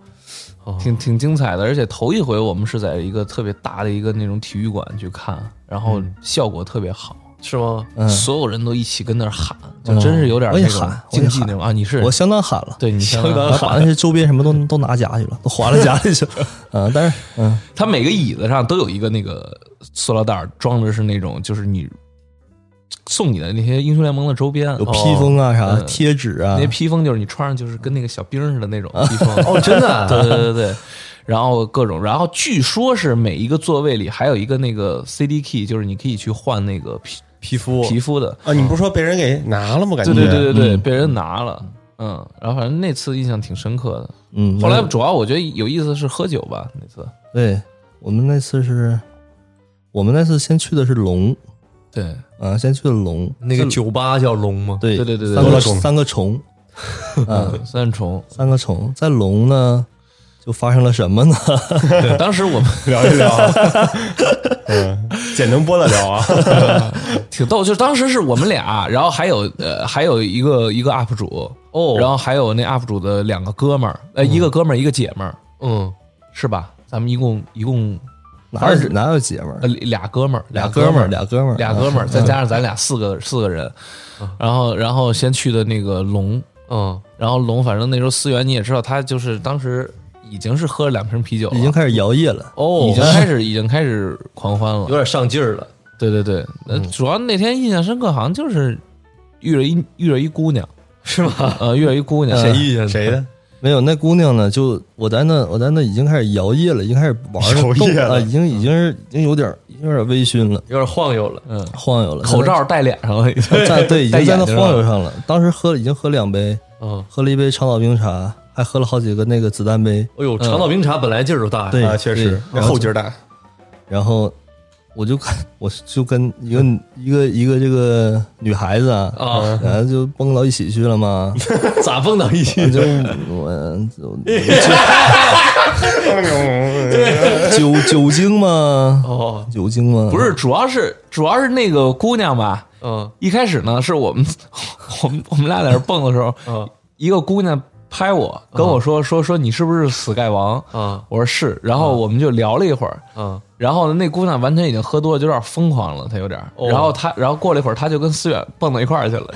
C: 哦
B: 挺挺精彩的，而且头一回我们是在一个特别大的一个那种体育馆去看，然后效果特别好，
C: 嗯是吗？
D: 嗯，
B: 所有人都一起跟那儿喊，就真是有点
D: 我也
B: 那种
D: 喊我也
B: 竞技
D: 喊
B: 那种啊！你是
D: 我相当喊了。
B: 对你相
D: 然后把那些周边什么都都拿家去了，都划了家里去了。 嗯，但是嗯，
B: 他每个椅子上都有一个那个塑料袋儿，装的是那种就是你送你的那些英雄联盟的周边，
D: 有
B: 哦
D: 披风啊啥、
B: 嗯
D: 贴纸啊
B: 那，些披风就是你穿上就是跟那个小兵似的那种披风，
C: 哦，真的啊，
B: 对对对对，然后各种，然后据说是每一个座位里还有一个那个 CD key，就是你可以去换那个皮
C: 皮肤
B: 皮肤的。
A: 啊，你不是说被人给拿了吗？感觉
B: 对对对对对，被人拿了。嗯，然后反正那次印象挺深刻的。
D: 嗯，
B: 后来主要我觉得有意思是喝酒吧，那次。
D: 对我们那次是，我们那次先去的是龙
B: 对，
D: 啊，先去的龙，
C: 那个酒吧叫龙吗？
D: 对
B: 对对对对
D: 三
A: 多
D: 个
A: 了虫
D: 三个虫，啊，
B: 嗯三重。
D: 三个虫，在龙呢就发生了 什么呢？
B: 对，当时我们
A: 聊一 聊，嗯，简能播得了啊，
B: 挺逗，就是当时是我们俩，然后还有呃，还有一个一个 UP 主
C: 哦
B: 然后还有那 UP 主的
D: 嗯
B: 两个哥们儿，呃，一个哥们儿，一个姐们儿，
C: 嗯，
B: 是吧？咱们一共一共
D: 哪有哪有姐们儿
B: 呃，，俩哥们儿，
D: 俩
B: 哥
D: 哥
B: 们
D: 们
B: 儿，
D: 儿，俩哥们儿，嗯
B: 俩
D: 啊
B: 哥们儿，再加上咱俩四个四个人，然后然后先去的那个龙，
C: 嗯，
B: 然后龙反正那时候思源你也知道，他就是当时已经是喝了两瓶啤酒了，
D: 已经开始摇曳了。
B: 哦，已经开始已经开始狂欢了
C: 有，点上劲儿了。
B: 对对对，呃，
C: 嗯
B: 主要那天印象深刻，好像就是遇了一遇了一姑娘，
C: 是吗？嗯
B: 呃，遇了一姑娘，
D: 谁
C: 遇见
A: 谁的？
D: 没有，那姑娘呢？就我在那，我在那已经开始摇曳了，已经开始玩儿
A: 摇
D: 动
A: 曳了
D: 啊，已经已经是已经有点儿已经有点微醺了，
C: 有点晃悠了。
B: 嗯，
D: 晃悠了。
B: 口罩戴脸上了，已经
D: 在在对，已
B: 戴
D: 经在
B: 眼
D: 那
B: 睛
D: 晃悠上了。当时喝了已经喝两杯，
C: 嗯，
D: 喝了一杯长岛冰茶，还喝了好几个那个子弹杯。
C: 哎
B: 嗯
C: 呦，长岛冰茶本来劲儿就大呀。
D: 对
A: 啊，确
D: 对
A: 实，那
D: 然后
A: 后劲儿大。
D: 然后我就看，我就跟一个一个一个这个女孩子啊，
C: 啊
D: 然后就蹦到一起去了嘛。
C: 咋蹦到一
D: 我
C: 起？
D: 就我 我酒酒精嘛，
C: 哦，
D: 酒精嘛，
B: 不是，主要是主要是那个姑娘吧，
C: 嗯
B: 一开始呢是我们 我们我们俩在那蹦的时候，
C: 嗯
B: 一个姑娘拍我跟我说说说你是不是 Sky 王？
C: 啊
B: 我说是，然后我们就聊了一会儿，
C: 啊
B: 然后那姑娘完全已经喝多了，就有点疯狂了，她有点儿。
C: 哦
B: 然后她，然后过了一会儿，她就跟思远蹦到一块儿去了。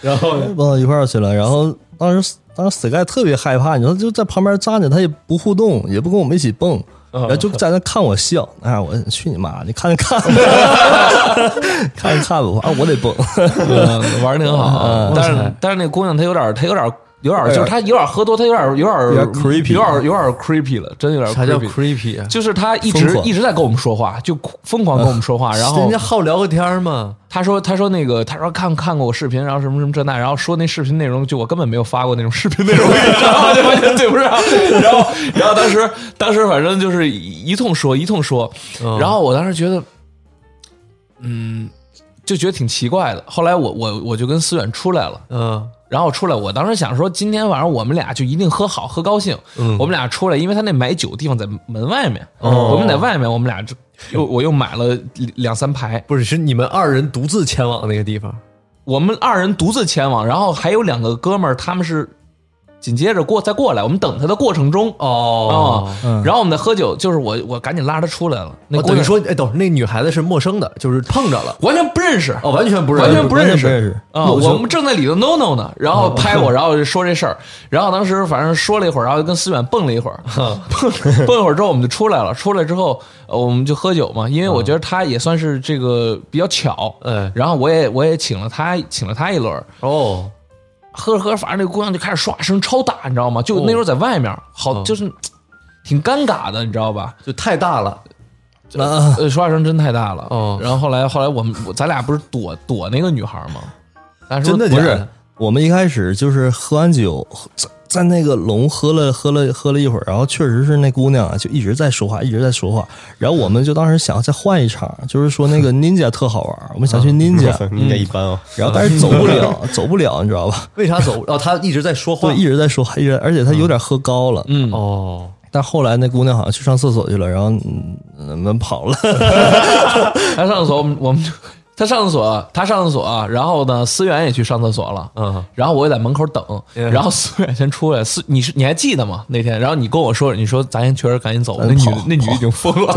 C: 然后
D: 蹦到一块儿去了。然后当时当时 Sky 特别害怕，你说就在旁边站着，他也不互动，也不跟我们一起蹦，然后就在那看我笑。哎呀，我去你妈！你看看， 看看吧，啊，我得蹦。
B: 嗯玩儿挺好，但是但是那姑娘她有点儿，她有点儿，有点儿，就是她有点儿喝多，她有点儿，有点儿，
D: 有点 creepy
B: 有点儿有点儿 creepy 了，真有点儿
C: 啥叫
B: creepy。
C: creepy 啊？
B: 就是她一直
D: 疯狂
B: 一直在跟我们说话，就疯狂跟我们说话，然后
C: 人家好聊个天儿嘛。
B: 他说：“他说那个，他说看看过我视频，然后什么什么这那，然后说那视频内容，就我根本没有发过那种视频内容，然后就完全对不上。然后，然后当时，当时反正就是一通说一通说，然后我当时觉得，嗯，就觉得挺奇怪的。后来我我我就跟思远出来了，
C: 嗯
B: 然后出来，我当时想说，今天晚上我们俩就一定喝好，喝高兴。我们俩出来，因为他那买酒的地方在门外面，我们在外面，我们俩就又我又买了两三排。”
C: 不是，是你们二人独自前往那个地方。
B: 我们二人独自前往，然后还有两个哥们儿，他们是紧接着过再过来，我们等他的过程中
C: 哦
B: 啊，然后我们在喝酒，就是我我赶紧拉他出来了，那
C: 我
B: 姑
C: 等于
B: 娘
C: 说，哎，等会儿那女孩子是陌生的，就是碰着了，
B: 完全不认识
C: 哦，完全不认
B: 完
C: 识，
B: 全不认识，
D: 完全不认识
B: 啊！我们正在里头 no no 呢，然后拍我，然后就说这事儿，然后当时反正说了一会儿，然后就跟思远蹦了一会儿，蹦蹦一会儿之后我们就出来了，出来之后呃我们就喝酒嘛，因为我觉得他也算是这个比较巧，呃
C: 哎
B: 然后我也我也请了他请了他一轮儿，
C: 哦，
B: 喝着喝着，反正那姑娘就开始唰声超大，你知道吗？就那时候在外面，好就是挺尴尬的，你知道吧？
C: 就太大了，
D: 啊，
B: 呃，说话声真太大了。
C: 哦
B: 然后后来后来我们我咱俩不是躲躲那个女孩吗？咱说
C: 真的
D: 不
C: 假
D: 是
C: 的？，
D: 我们一开始就是喝完酒，在在那个龙喝了喝了喝了一会儿，然后确实是那姑娘啊，就一直在说话，一直在说话。然后我们就当时想再换一场，就是说那个 Ninja 特好玩，我们想去 Ninja，、
A: 你这一般啊，
D: 然后但是走不了，走不了，你知道吧？
C: 为啥走？哦，他一直在说话
D: 对，。一直在说话，一直，而且她有点喝高了。
B: 嗯，
C: 哦，
D: 但后来那姑娘好像去上厕所去了，然后嗯我们跑了。
B: 她上厕所，我们我们就她上厕所，她上厕所，啊然后呢，思源也去上厕所了。
C: 嗯，
B: 然后我也在门口等，
C: 嗯
B: 然后思远先出来，思你是你还记得吗？那天，然后你跟我说，你说咱先确实赶紧走，那女的那女的已经疯 了，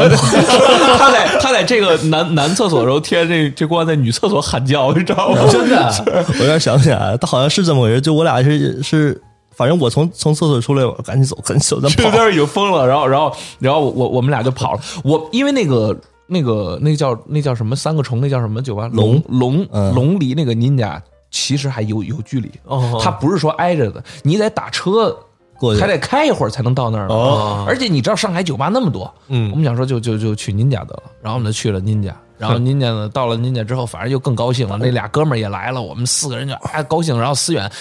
B: 她在她在这个男男厕所的时候，贴着这这光在女厕所喊叫，你知道吗？
C: 真的，
D: 我有点想不起来，她好像是这么回事。就我俩是是，反正我从从厕所出来，我赶紧走，赶紧走，咱
B: 就
D: 跑
B: 在。那儿已经疯了，然后然后然后我我们俩就跑了，我因为那个。那个那叫那叫什么三个虫那叫什么酒吧龙龙
D: 嗯
B: 龙离那个您家其实还有有距离，
C: 哦
B: 它不是说挨着的，你得打车
D: 过去
B: 还得开一会儿才能到那儿呢。
A: 哦
B: 而且你知道上海酒吧那么多，嗯，我们想说就就就去您家得了，然后我们就去了您家，然后您家呢到了您家之后，反正就更高兴了，那俩哥们儿也来了，我们四个人就哎高兴，然后思远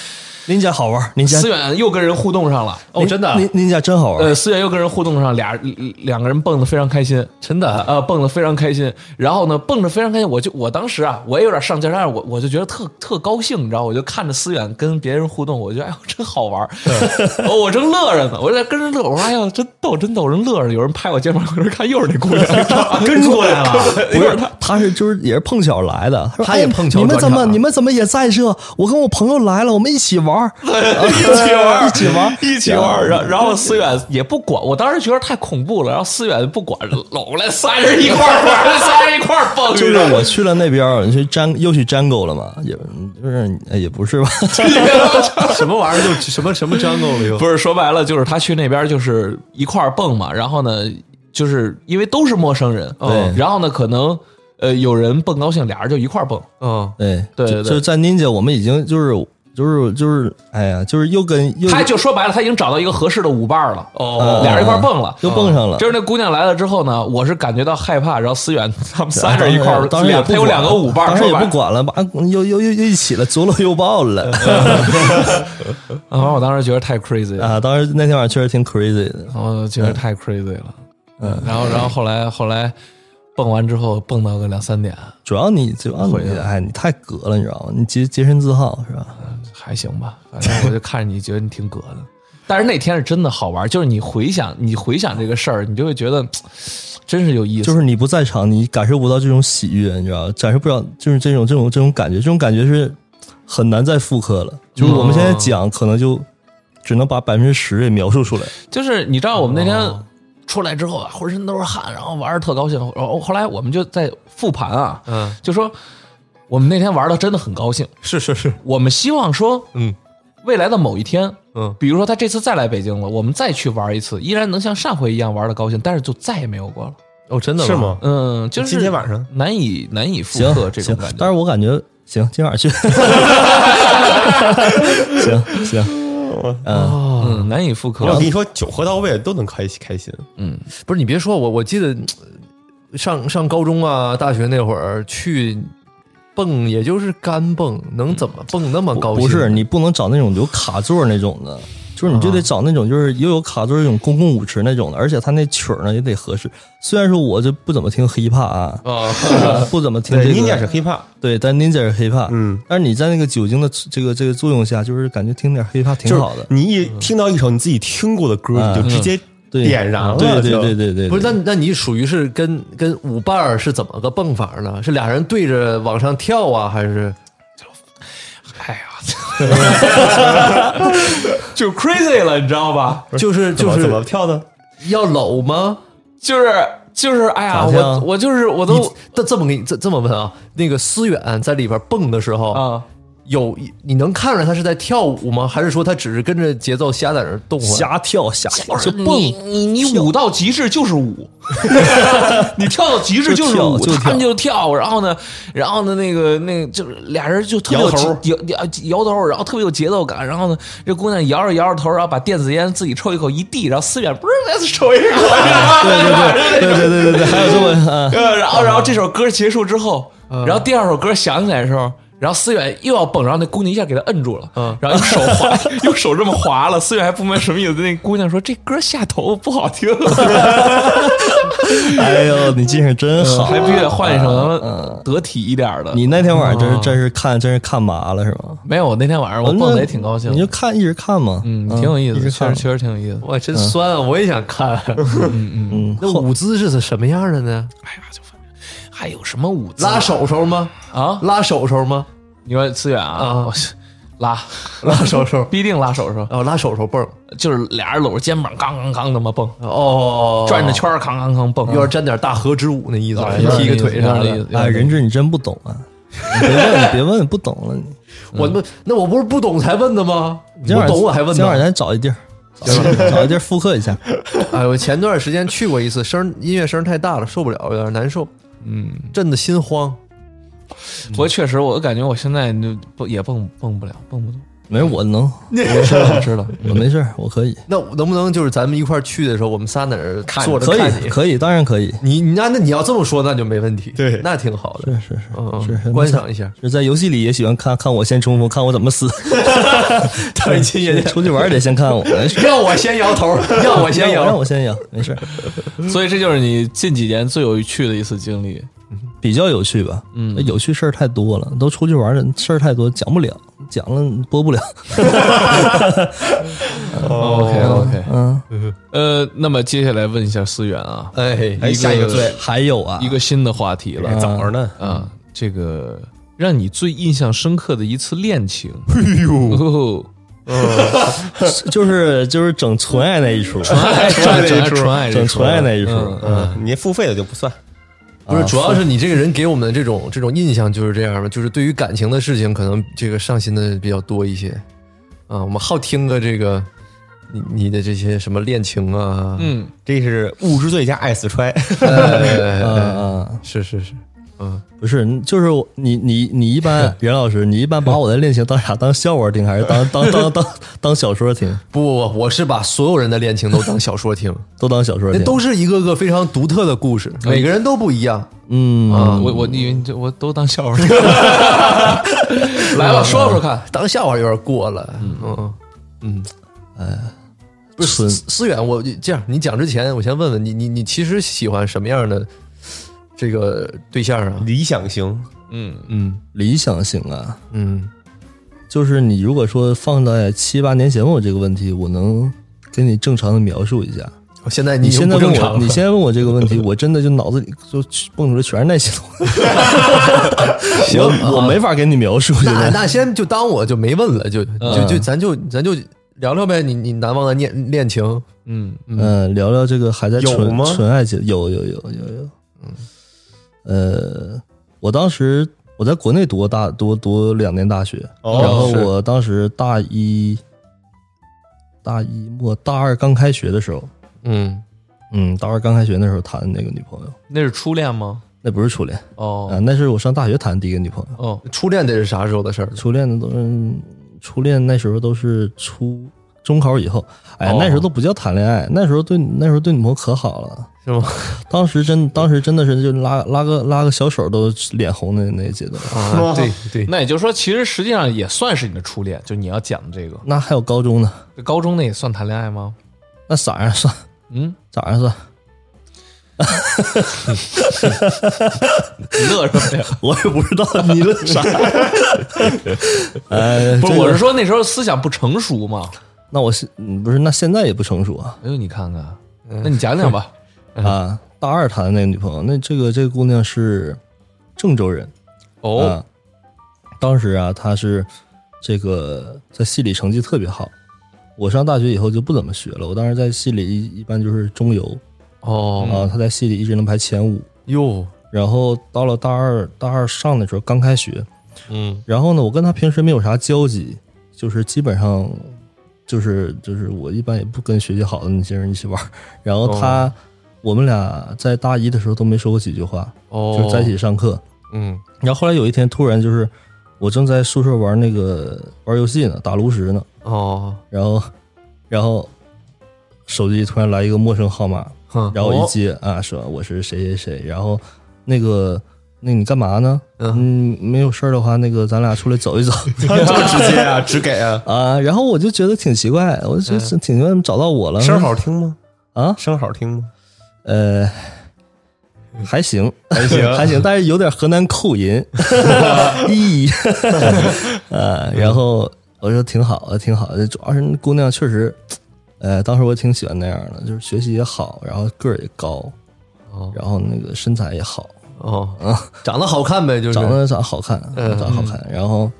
D: 您家好玩，您家
B: 思远又跟人互动上了，
C: 哦，真的，
D: 您您家真好玩。
B: 呃，思远又跟人互动上，俩两个人蹦的非常开心。
C: 真的，
B: 呃，蹦的非常开心，然后呢，蹦着非常开心，我就我当时啊，我也有点上劲儿，但是我我就觉得特特高兴，你知道，我就看着思远跟别人互动，我觉得哎呦真好玩儿， 哦我正乐着呢，我在跟人乐，我说哎呦真逗真逗，人乐着，有人拍我肩膀，有人看又是那姑娘，
C: 跟过来了，
D: 不是，他是就是也是碰巧来的，说
C: 他也
D: 哎
C: 碰巧
D: 你们
C: 转
D: 怎
C: 场
D: 么
C: 了
D: 你们怎么也在这？我跟我朋友来了，我们一起玩玩儿，
B: 一起玩儿，
D: 一起玩儿
B: 一起玩儿。然然后思远也不管，我当时觉得太恐怖了。然后思远不管，搂过来仨人一块儿 玩，仨人一块儿蹦。
D: 就是我去了那边儿，你去粘又去粘狗了嘛？也就是哎也不是吧？
C: 什么 玩意儿就什么什么 jungle 了又
B: 不是说白了，就是他去那边就是一块儿蹦嘛。然后呢，就是因为都是陌生人，
D: 对
B: 然后呢，可能呃有人蹦高兴，俩人就一块儿蹦。
C: 嗯，
D: 对
B: 对对
D: 就就是在 Ninja，我们已经就是就是就是哎呀，就是又跟又呃
B: 他就说白了，他已经找到一个合适的舞伴了，
C: 哦
B: 俩人一块儿蹦了。嗯
D: 又蹦上了，
B: 就是那姑娘来了之后呢，我是感觉到害怕，然后思远他们仨人一块儿，
D: 当时也
B: 俩
D: 不
B: 他有
D: 管
B: 两个舞伴儿，
D: 当时
B: 说
D: 也
B: 白
D: 不
B: 了
D: 管了，吧，又又又又一起了，左搂右抱了
B: 啊，我当时觉得太 crazy 了，
D: 啊！当时那天晚上确实挺 crazy 的，
B: 我觉得太 crazy 了。
D: 嗯，
B: 然后然后后来后来蹦完之后蹦到个两三点，
D: 主要你主要
B: 回去
D: 你
B: 了
D: 哎，你太格了，你知道吗？你洁洁身自好是吧？
B: 还行吧，反正我就看着你觉得你挺葛的。 但是那天是真的好玩，就是你回想你回想这个事儿，你就会觉得真是有意思。
D: 就是你不在场，你感受不到这种喜悦，你知道吗？感受不了，就是这种这种这种感觉，这种感觉是很难再复刻了。就是我们现在
B: 哦
D: 讲，可能就只能把百分之十给描述出来。
B: 就是你知道我们那天出来之后啊，浑身都是汗，然后玩的特高兴。然后后来我们就在复盘啊，
C: 嗯，
B: 就说我们那天玩的真的很高兴。
C: 是是是，
B: 我们希望说，
C: 嗯，
B: 未来的某一天，
C: 嗯
B: 比如说他这次再来北京了，我们再去玩一次，依然能像上回一样玩的高兴，但是就再也没有过了。
C: 哦，真的
A: 是？吗？
B: 嗯，就是
A: 今天晚上
B: 难以难以复
D: 行
B: 刻这种
D: 行
B: 感，觉。
D: 但是我感觉行，今晚去。行行，
B: 嗯，难以复刻
A: 我。跟你说，酒喝到位都能开心开心。
C: 不是，你别说我，我记得呃上上高中啊、大学那会儿去蹦，也就是干蹦，能怎么蹦那么高兴？
D: 不是你不能找那种有卡座那种的。就是你就得找那种就是又有卡座那种公共舞池那种的，而且他那曲儿呢也得合适。虽然说我就不怎么听 hiphop 啊，
C: 啊，
D: 不怎么听这
A: 对，
D: 个，
A: 你也是 hiphop，
D: 对，但 Ninja 是 hiphop，
A: 嗯，
D: 但是你在那个酒精的这个这个作用下，就是感觉听点 hiphop 挺好的，
A: 你一听到一首你自己听过的歌，
D: 嗯
A: 你就直接
D: 对，
A: 点燃了。
D: 对对
A: 就
D: 对对对，
C: 不是，
D: 对
C: 那那你属于是跟跟舞伴儿是怎么个蹦法呢？是俩人对着往上跳啊，还是
B: 哎呀， 就 crazy 了，你知道吧？
C: 就是
A: 怎
C: 就
A: 么
C: 是
A: 怎么跳的？
C: 要搂吗？
B: 就是就是，哎呀，
D: 咋的呀
B: 我我就是我
C: 你
B: 都
C: 哦这这么给你这这么问啊？那个思远在里边蹦的时候，
B: 啊，
C: 有你能看出来他是在跳舞吗？还是说他只是跟着节奏瞎在那儿动啊？
D: 瞎跳瞎跳就蹦，
B: 你你你舞到极致就是舞， 你跳到极致是舞，
D: 就跳就跳
B: 他们就跳，然后呢，然后呢，那个那个就是俩人就特别
A: 摇
B: 有
A: 头
B: 节摇摇摇头，然后特别有节奏感，然后呢，这姑娘摇着摇着头，然后把电子烟自己抽一口一递，然后思远不是再抽一口，
D: 啊 对对对对对，还有这么啊，
B: 呃，然后然后这首歌结束之后，然后第二首歌响起来的时候。然后思远又要蹦，然后那姑娘一下给他摁住了，然后用手滑， 用手这么滑了。思远还不明白什么意思，那姑娘说：“这歌下头不好听。”
D: 哎呦，你精神真好
B: 还，必须得换一首什么得体一点的。
D: 你那天晚
C: 哦
D: 上真是真是看真是看麻了是吗？
B: 没有，我那天晚上我蹦的也挺高兴
D: 嗯你就
B: 的，
D: 看一直看嘛，
B: 嗯，挺有意思
D: 一
B: 的，
D: 直
B: 确
D: 看
B: 实确实挺有意思的。
C: 哇，真酸啊！我也想看。
D: 嗯，
C: 那舞姿是什么样的呢？
B: 哎呀，就反正还有什么舞姿
C: 拉手手吗？
B: 啊？
C: 拉手手吗？
B: 你说思远啊，
C: 啊
B: 我拉
C: 拉手手
B: 必定拉手手，
C: 哦，拉手手蹦
B: 就是俩人搂着肩膀，刚刚刚那么蹦，
C: 哦，
B: 转着圈儿，扛扛扛蹦，
C: 有点沾点大河之舞那意思
B: 啊，
C: 踢一个腿啥
B: 有点意
C: 的
B: 思。
D: 哎，人质你真不懂 啊，你别问你别问不懂了，你
C: 我那那我不是不懂才问的吗？
D: 嗯今晚
C: 我懂我还问
D: 今晚
C: 呢。
D: 咱找一 地儿。找一地儿找一地儿复刻一下，
C: 哎，我前段时间去过一次，声音乐声太大了，受不了，有点难受，
B: 嗯，
C: 震得心慌。
B: 不过确实，我感觉我现在就不也蹦蹦不了，蹦不动。
D: 没事，我能，
B: 我知道，我知道，
D: 我没事儿，我可以，
C: 那我能不能就是咱们一块儿去的时候，我们仨在那儿坐着
D: 可
C: 看
D: 以，
C: 你？
D: 可以，当然可以，
C: 你你那那你要这么说，那就没问题。
A: 对
C: 那挺好的。
D: 是是是，
C: 嗯
D: 是是
C: 嗯，观赏一下。
D: 是在游戏里也喜欢看看我先冲锋，看我怎 么死。
C: 对，亲也得
D: 出去玩儿得先看我，没事。
C: 让我先摇头， 让 我先
D: 让让
C: 摇。
D: 我先赢，没事。
B: 所以这就是你近几年最有趣的一次经历。
D: 比较有趣吧，嗯，有趣事儿太多了，都出去玩儿的事儿太多，讲不了，讲了播不了。
B: OK OK，
D: 嗯，
B: 呃，那么接下来问一下思源啊，
C: 哎，
A: 哎，下一个最
D: 还有啊，
B: 一个新的话题了
A: 还早着呢。
B: 啊，这个让你最印象深刻的一次恋情，哎呦，
D: 就是就是整纯爱那一出，
B: 爱
C: 纯爱这一出
B: 哎纯爱这一
D: 整
B: 出
D: 纯爱那一出，
B: 嗯
A: 嗯，你付费的就不算。
C: 不是，主要
D: 是
C: 是你这个人给我们的这种这种印象就是这样的，就是对于感情的事情，可能这个上心的比较多一些。啊，我们好听个这个你你的这些什么恋情啊，
B: 嗯，
A: 这是物之最佳爱死揣，
C: 哎， 哎
D: 嗯
C: 哎
D: 嗯，
C: 是是是，嗯，
D: 不是，就是我你你你一般袁老师，你一般把我的恋情当啥？当笑话听还是当当当当当小说听？
C: 不不不，我是把所有人的恋情都当小说听，
D: 都当小说
C: 那
D: 听？
C: 都是一个个非常独特的故事，每个人都不一样。
D: 嗯
B: 啊，我我以为你这我都当笑话听。 来吧，说说看。
C: 当笑话有点过了，嗯嗯嗯，哎，不是
D: 纯
C: 思思远，我这样，你讲之前，我先问问你，你你其实喜欢什么样的这个对象啊？
A: 理想型，
B: 嗯，
C: 嗯
D: 理想型啊，
C: 嗯
D: 就是你如果说放在七八年前问我这个问题，我能给你正常的描述一下。
C: 现在
D: 你
C: 已经
D: 现在
C: 不
D: 问
C: 正常
D: 我，
C: 了
D: 你现在问我这个问题，我真的就脑子里就蹦出来全是那些东西，
C: 行啊
D: 我我没法给你描述。现
C: 那
D: 在
C: 那先就当我就没问了，就就就咱就咱就聊聊呗，你你难忘的恋恋情，
B: 嗯，
D: 嗯，聊聊这个还在
A: 有
D: 纯
A: 吗
D: 纯爱情，有有有有有，嗯，呃，我当时我在国内读过大读读两年大学，
A: 哦
D: 然后
A: 是
D: 我当时大一大一末大二刚开学的时候，
C: 嗯
D: 嗯，大二刚开学那时候谈的那个女朋友，
B: 那是初恋吗？
D: 那不是初恋啊、
B: 哦
D: 那是我上大学谈的第一个女朋友。
B: 哦，
C: 初恋得是啥时候的事儿呢？
D: 初恋的都是初恋，那时候都是初中考以后，哎，
B: 哦
D: 那时候都不叫谈恋爱，那时候对那时候对女朋友可好了，
C: 是吗？
D: 当时真当时真的是就拉拉个拉个小手都脸红的那阶段。
C: 啊，对对，
B: 那也就是说，其实实际上也算是你的初恋，就你要讲的这个。
D: 那还有高中呢，
B: 高中那也算谈恋爱吗？
D: 那咋样算？
B: 嗯，
D: 咋样算？
B: 你乐什么呀？
D: 我也不知道你乐啥。 呃，
B: 不是，
D: 这个
B: 我是说那时候思想不成熟嘛。
D: 那我是嗯不是那现在也不成熟啊
B: 哎呦，你看看，那你讲讲吧。
D: 啊！大二谈的那个女朋友，那这个这个姑娘是郑州人，
B: 哦，
D: 啊，当时啊，他是这个在系里成绩特别好。我上大学以后就不怎么学了，我当时在系里一一般就是中游
C: 哦
D: 啊，他在系里一直能排前五。
C: 哟，
D: 然后到了大二，大二上的时候刚开学，
C: 嗯
D: 然后呢，我跟他平时没有啥交集，就是基本上就是就是我一般也不跟学习好的那些人一起玩儿。然后他、
C: 哦
D: 我们俩在大一的时候都没说过几句话，
C: 哦，
D: 就是在一起上课。
C: 嗯
D: 然后后来有一天突然就是，我正在宿舍玩那个玩游戏呢，打炉石呢，
C: 哦，
D: 然后然后手机突然来一个陌生号码，
C: 哼
D: 然后
A: 哦
D: 我一 接、啊，说我是谁谁谁，然后那个那你干嘛呢？嗯，没有事儿的话，那个咱俩出来走 一走
A: 这么直接啊，只给啊，
D: 啊。然后我就觉得挺奇怪，我就觉得挺奇怪，怎么找到我了
A: 声嗯好听吗？
D: 嗯啊？
A: 声好听吗？
D: 呃，还行，
A: 还行
D: 还行，但是有点河南口 音， 咦，呃，然后我说挺好啊的，挺好的，主要是那姑娘确实，呃，当时我挺喜欢那样的，就是学习也好，然后个儿也高，
C: 哦
D: 然后那个身材也好，
C: 哦，长得好看呗，就是
D: 长得长得好看，
C: 嗯
D: 长得好看，然后，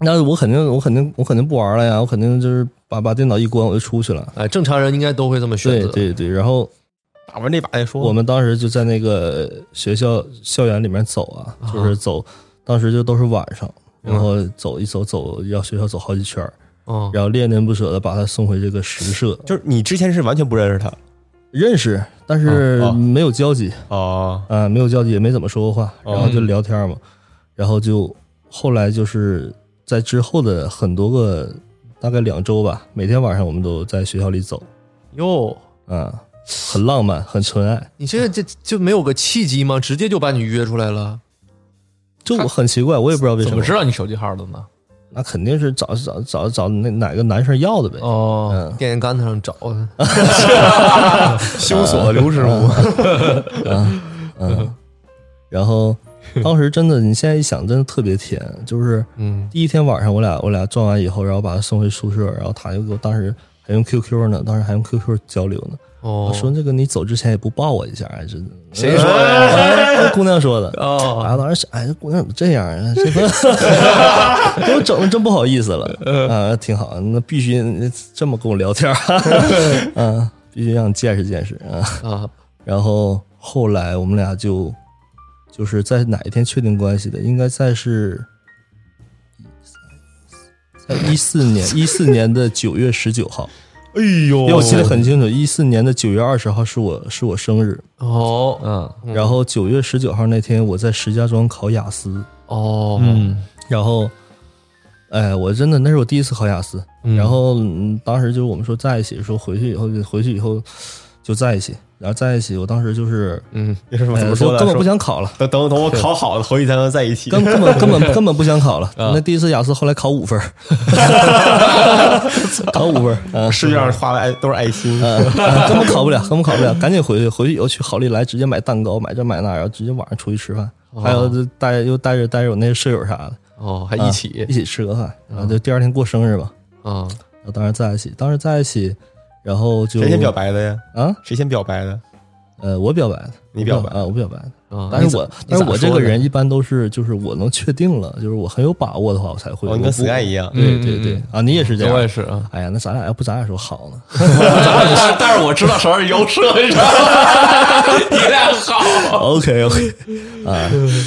D: 那我肯定，我肯定，我肯定不玩了呀，我肯定就是把把电脑一关，我就出去了。
C: 哎，正常人应该都会这么选
D: 对
C: 择。
D: 对对，然后
A: 打完这把再说。
D: 我们当时就在那个学校校园里面走啊，就是走，当时就都是晚上，
C: 嗯
D: 然后走一走走，绕学校走好几圈儿，
C: 哦，
D: 然后恋恋不舍的把他送回这个实社，
A: 就是你之前是完全不认识他
D: 认识，但
C: 嗯
D: 是
A: 哦哦
D: 没有交集
A: 哦，
D: 啊、没有交集，也没怎么说过话，
A: 哦
D: 然后就聊天嘛，然后就后来就是在之后的很多个大概两周吧，每天晚上我们都在学校里走，
C: 哟，
D: 啊、很浪漫，很纯爱，
C: 你这这就没有个契机吗？直接就把你约出来了。
D: 就我很奇怪，我也不知道为什
B: 怎么
D: 么
B: 知。道你手机号的呢？
D: 那肯定是找找找找那哪个男生要的呗。
B: 嗯
C: 哦，电线杆子上找 嗯的。
A: 修锁刘师傅，
D: 嗯，然后当时真的，你现在一想，真的特别甜。就是
C: 嗯
D: 第一天晚上，我俩我俩撞完以后，然后把他送回宿舍，然后他就给我当时还用 QQ 呢，当时还用 QQ 交流呢。
C: 哦
D: 我说这个你走之前也不抱我一下，哎，真的。
C: 谁说的？
D: 哎姑娘说的。
C: 哦，
D: 啊，当时想，哎，这姑娘怎么这样 啊？这个 给我整的真不好意思 了。啊，挺好，那必须这么跟我聊天 儿， 啊，必须让你见识见识啊。
C: 啊，
D: 然后后来我们俩就就是在哪一天确定关系的？应该在是，在一四年一四年的九月十九号，
A: 哎
D: 因
A: 呦
D: 为我记得很清楚，一四年的九月二十号是我是我生日，
C: 哦，
B: 嗯
D: 然后九月十九号那天我在石家庄考雅思，
C: 哦，
B: 嗯
D: 然后。哎，我真的那是我第一次考雅思，然后、嗯当时就我们说在一起，说回去以后就回去以后就在一起，然后在一起，我当时就是
C: 嗯，
A: 你 是怎
D: 哎
A: 么
D: 说
A: 说的？
D: 根本不
A: 说
D: 想考了，
A: 等等等我考好了，回去才能在一起。
D: 根根本 根本根本不想考了。
C: 啊
D: 那第一次雅思后来考五分儿， 考五分儿，啊
A: 世界上画的爱都是嗯爱心，
D: 啊根本考不了，根本考不了，赶紧回去，回去以后去好利来直接买蛋糕，买这买那，然后直接晚上出去吃饭，还有就带又带着带着我那些舍友啥的，
C: 哦，还
D: 啊
C: 一起
D: 一起吃个饭，然后
C: 嗯
D: 就第二天过生日嘛，
C: 啊，
D: 然后当时在一起，当时在一起，然后就
A: 谁先表白的呀？
D: 啊，
A: 谁先表白的？
D: 呃，我表白的，
A: 你表白
D: 啊，我表白的。
C: 啊
D: 但是我，
C: 你
D: 但
C: 咋
D: 是我这个
C: 说的
D: 人一般都是，就是我能确定了，就是我很有把握的话，我才会。
A: 哦，
D: 我
A: 你跟
D: 不
A: Sky 一样，
D: 对对
C: 嗯
D: 对，啊，你也是这
B: 我也
D: 样。
B: 是啊，
D: 哎呀，那咱俩要不咱俩说 好呢？
B: 但是但是我知道啥是摇车，你知道 吗？你俩好，
D: OK OK，啊啊，
C: 嗯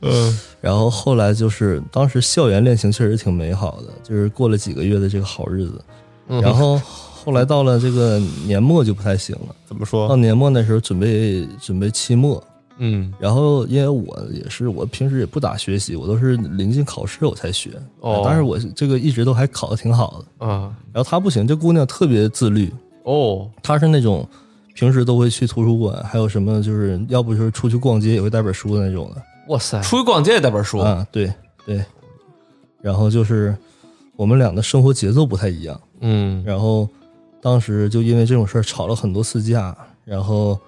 D: 嗯然后后来就是当时校园恋情确实挺美好的，就是过了几个月的这个好日子，
C: 嗯
D: 然后后来到了这个年末就不太行了，
A: 怎么
C: 哦
D: 到
A: 说？
D: 年末那时候准备准备期末，
C: 嗯，
D: 然后因为我也是我平时也不咋学习，我都是临近考试我才学，
C: 哦
D: 但是我这个一直都还考得挺好的，
C: 啊，
D: 然后她不行，这姑娘特别自律，
C: 哦，
D: 她是那种平时都会去图书馆，还有什么就是要不就是出去逛街也会带本书的那种的。
C: 哇塞，
B: 出去逛街也带本
C: 哦
B: 书，
D: 啊，对对。然后就是我们俩的生活节奏不太一样，
C: 嗯，
D: 然后当时就因为这种事儿吵了很多次架，然后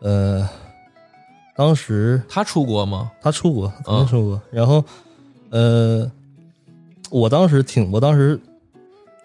D: 呃，当时
B: 他出国吗？
D: 他出国，肯定出国，
C: 嗯
D: 然后呃，我当时挺，我当时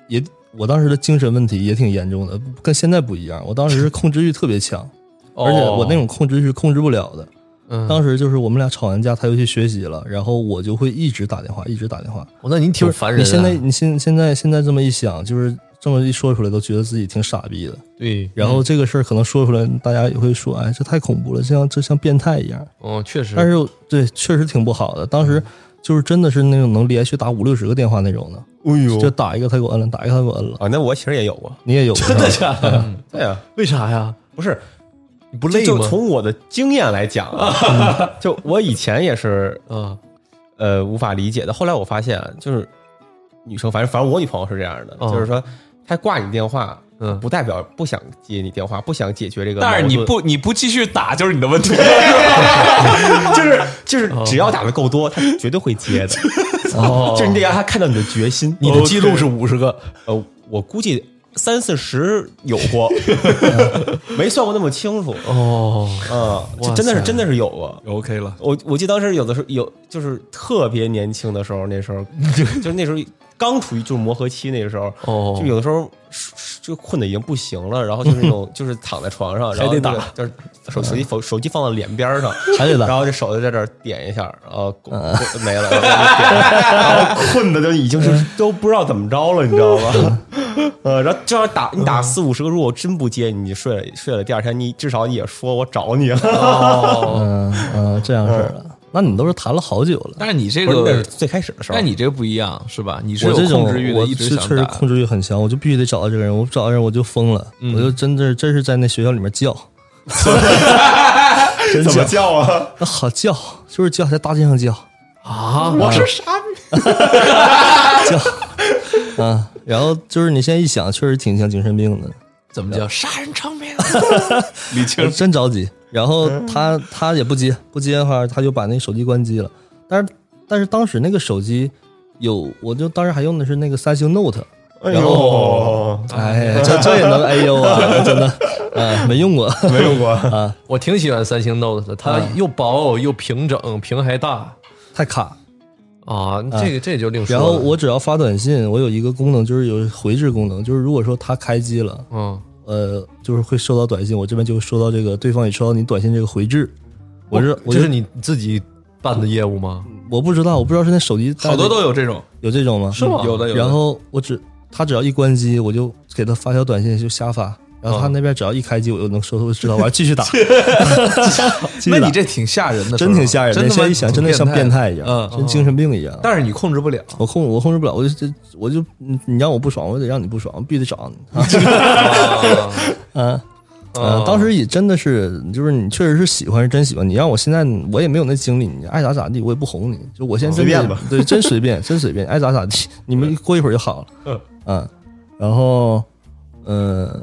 D: 也。我当时的精神问题也挺严重的，跟现在不一样。我当时是控制欲特 别强，而且
B: 哦
D: 我那种控制欲是控制不了的。
C: 哦嗯
D: 当时就是我们俩吵完架，他又去学习了，然后我就会一直打电话，一直打电话。
C: 哦那你挺
D: 就是
C: 烦人啊，
D: 你现在你现现在现在这么一想，就是这么一说出来，都觉得自己挺傻逼的。
C: 对，
D: 然
B: 嗯
D: 后这个事儿可能说出来，大家也会说，哎，这太恐怖了，这像这像变态一样。
C: 哦，确实，
D: 但是对，确实挺不好的。当时
B: 嗯
D: 就是真的是那种能连续打五六十个电话那种的，
A: 哎呦
D: 就打一个他给我摁了，打一个他给我摁了。
A: 啊，那我其实也有过。
D: 你也有真的假？
A: 对啊，
C: 为啥呀？
A: 不是，
C: 你不
A: 这
C: 累
A: 就
C: 吗？
A: 从我的经验来讲啊， 就我以前也是
C: 啊，
A: 呃无法理解的。后来我发现啊，就是女生，反正反正我女朋友是这样的，
C: 嗯
A: 就是说她挂你电话，
C: 嗯
A: 不代表不想接你电话，不想解决这个矛
B: 但
A: 盾。
B: 是你不你不继续打就是你的问题，
A: 就是就是只要打的够多，她绝对会接的。
C: 哦
A: 就是你得让她看到你的决心。
C: 你的记录是五十个，
A: 呃，我估计三四十有过， 没算过那么清楚。
C: 哦，
A: 嗯，
C: 哇
A: 就真的是
C: 塞
A: 真的是有过。
B: OK 了，
A: 我我记得当时有的时候有，就是特别年轻的时候，那时候就是那时候刚处于就是磨合期，那个时候
C: 哦
A: 就有的时候就困的已经不行了，然后就是那种就是躺在床上，然后
C: 还得
A: 那
C: 打
A: 个就是手手机手手机放到脸边上，
D: 还得打
A: 然后这手就在这儿点一下，然后咕咕没了，然后就点然后困的就已经是都不知道怎么着了，你知道吗？ 呃，然后就要打你打四五十个，如果真不接你，睡了睡了，第二天你至少你也说我找你了。
D: 嗯嗯，这样式儿的。那你们都是谈了好久了。
B: 但是你这
A: 不是那是
B: 个，
A: 最开始的时候，
B: 但你这个不一样是吧？你是
D: 我
B: 有
D: 这种
B: 控制欲的，
D: 我
B: 一直
D: 是
B: 想
D: 确实
B: 打。
D: 控制欲很强，我就必须得找到这个人，我不找到人我就疯了，
B: 嗯
D: 我就真的真是在那学校里面叫，真
A: 怎么
D: 叫，
A: 叫啊？
D: 那好叫，就是叫，在大街上叫
C: 啊，
A: 我是傻逼。
D: 叫，啊，然后就是你现在一想，确实挺像精神病的，
B: 怎么
C: 嗯
B: 叫杀人偿命？
A: 李
D: 我真着急。然后他他也不接，不接的话他就把那手机关机了。但是但是当时那个手机有，我就当时还用的是那个三星 Note，
A: 哎
D: 然
A: 呦，
D: 哎呀，这这也能哎呦啊，真的，啊，没用过。
A: 没用过。
C: 我嗯挺喜欢三星 Note 的，它又薄又平整，屏还大，
D: 太卡，
C: 啊，这个这就另说
D: 然
C: 了。
D: 后我只要发短信，我有一个功能就是有回执功能，就是如果说他开机了，
C: 嗯，
D: 呃，就是会收到短信，我这边就会收到这个对方也收到你短信这个回执。我是、我
C: 这哦是
D: 就
C: 你自己办的业务吗？
D: 我不知道，我不知道是那手机
B: 好多都有这种，
D: 有这种吗？
B: 是吗嗯有的有的
D: 然后我只他只要一关机，我就给他发条短信就瞎发，然
B: 嗯
D: 后他那边只要一开机，我就能收到，我就知道，我要继 续打。继
B: 那
D: 续打
B: 你这挺吓人的，
D: 真挺吓人
B: 真
D: 的，
B: 他妈
D: 现在一想真的像变态一样，
B: 嗯，
D: 真精神病一样。
B: 但是你控制不了，
D: 我控我控制不了，我就这我就你你让我不爽，我得让你不爽，我必须得找你。啊嗯嗯，当时也真的是，就是你确实是喜欢，是真喜欢。你让我现在我也没有那精力，你爱咋咋地，我也不哄你。就我现在真
A: 随
D: 的
A: 便吧，
D: 对，真随便，真随便，爱咋咋地。你们过一会儿就好了。嗯然后呃，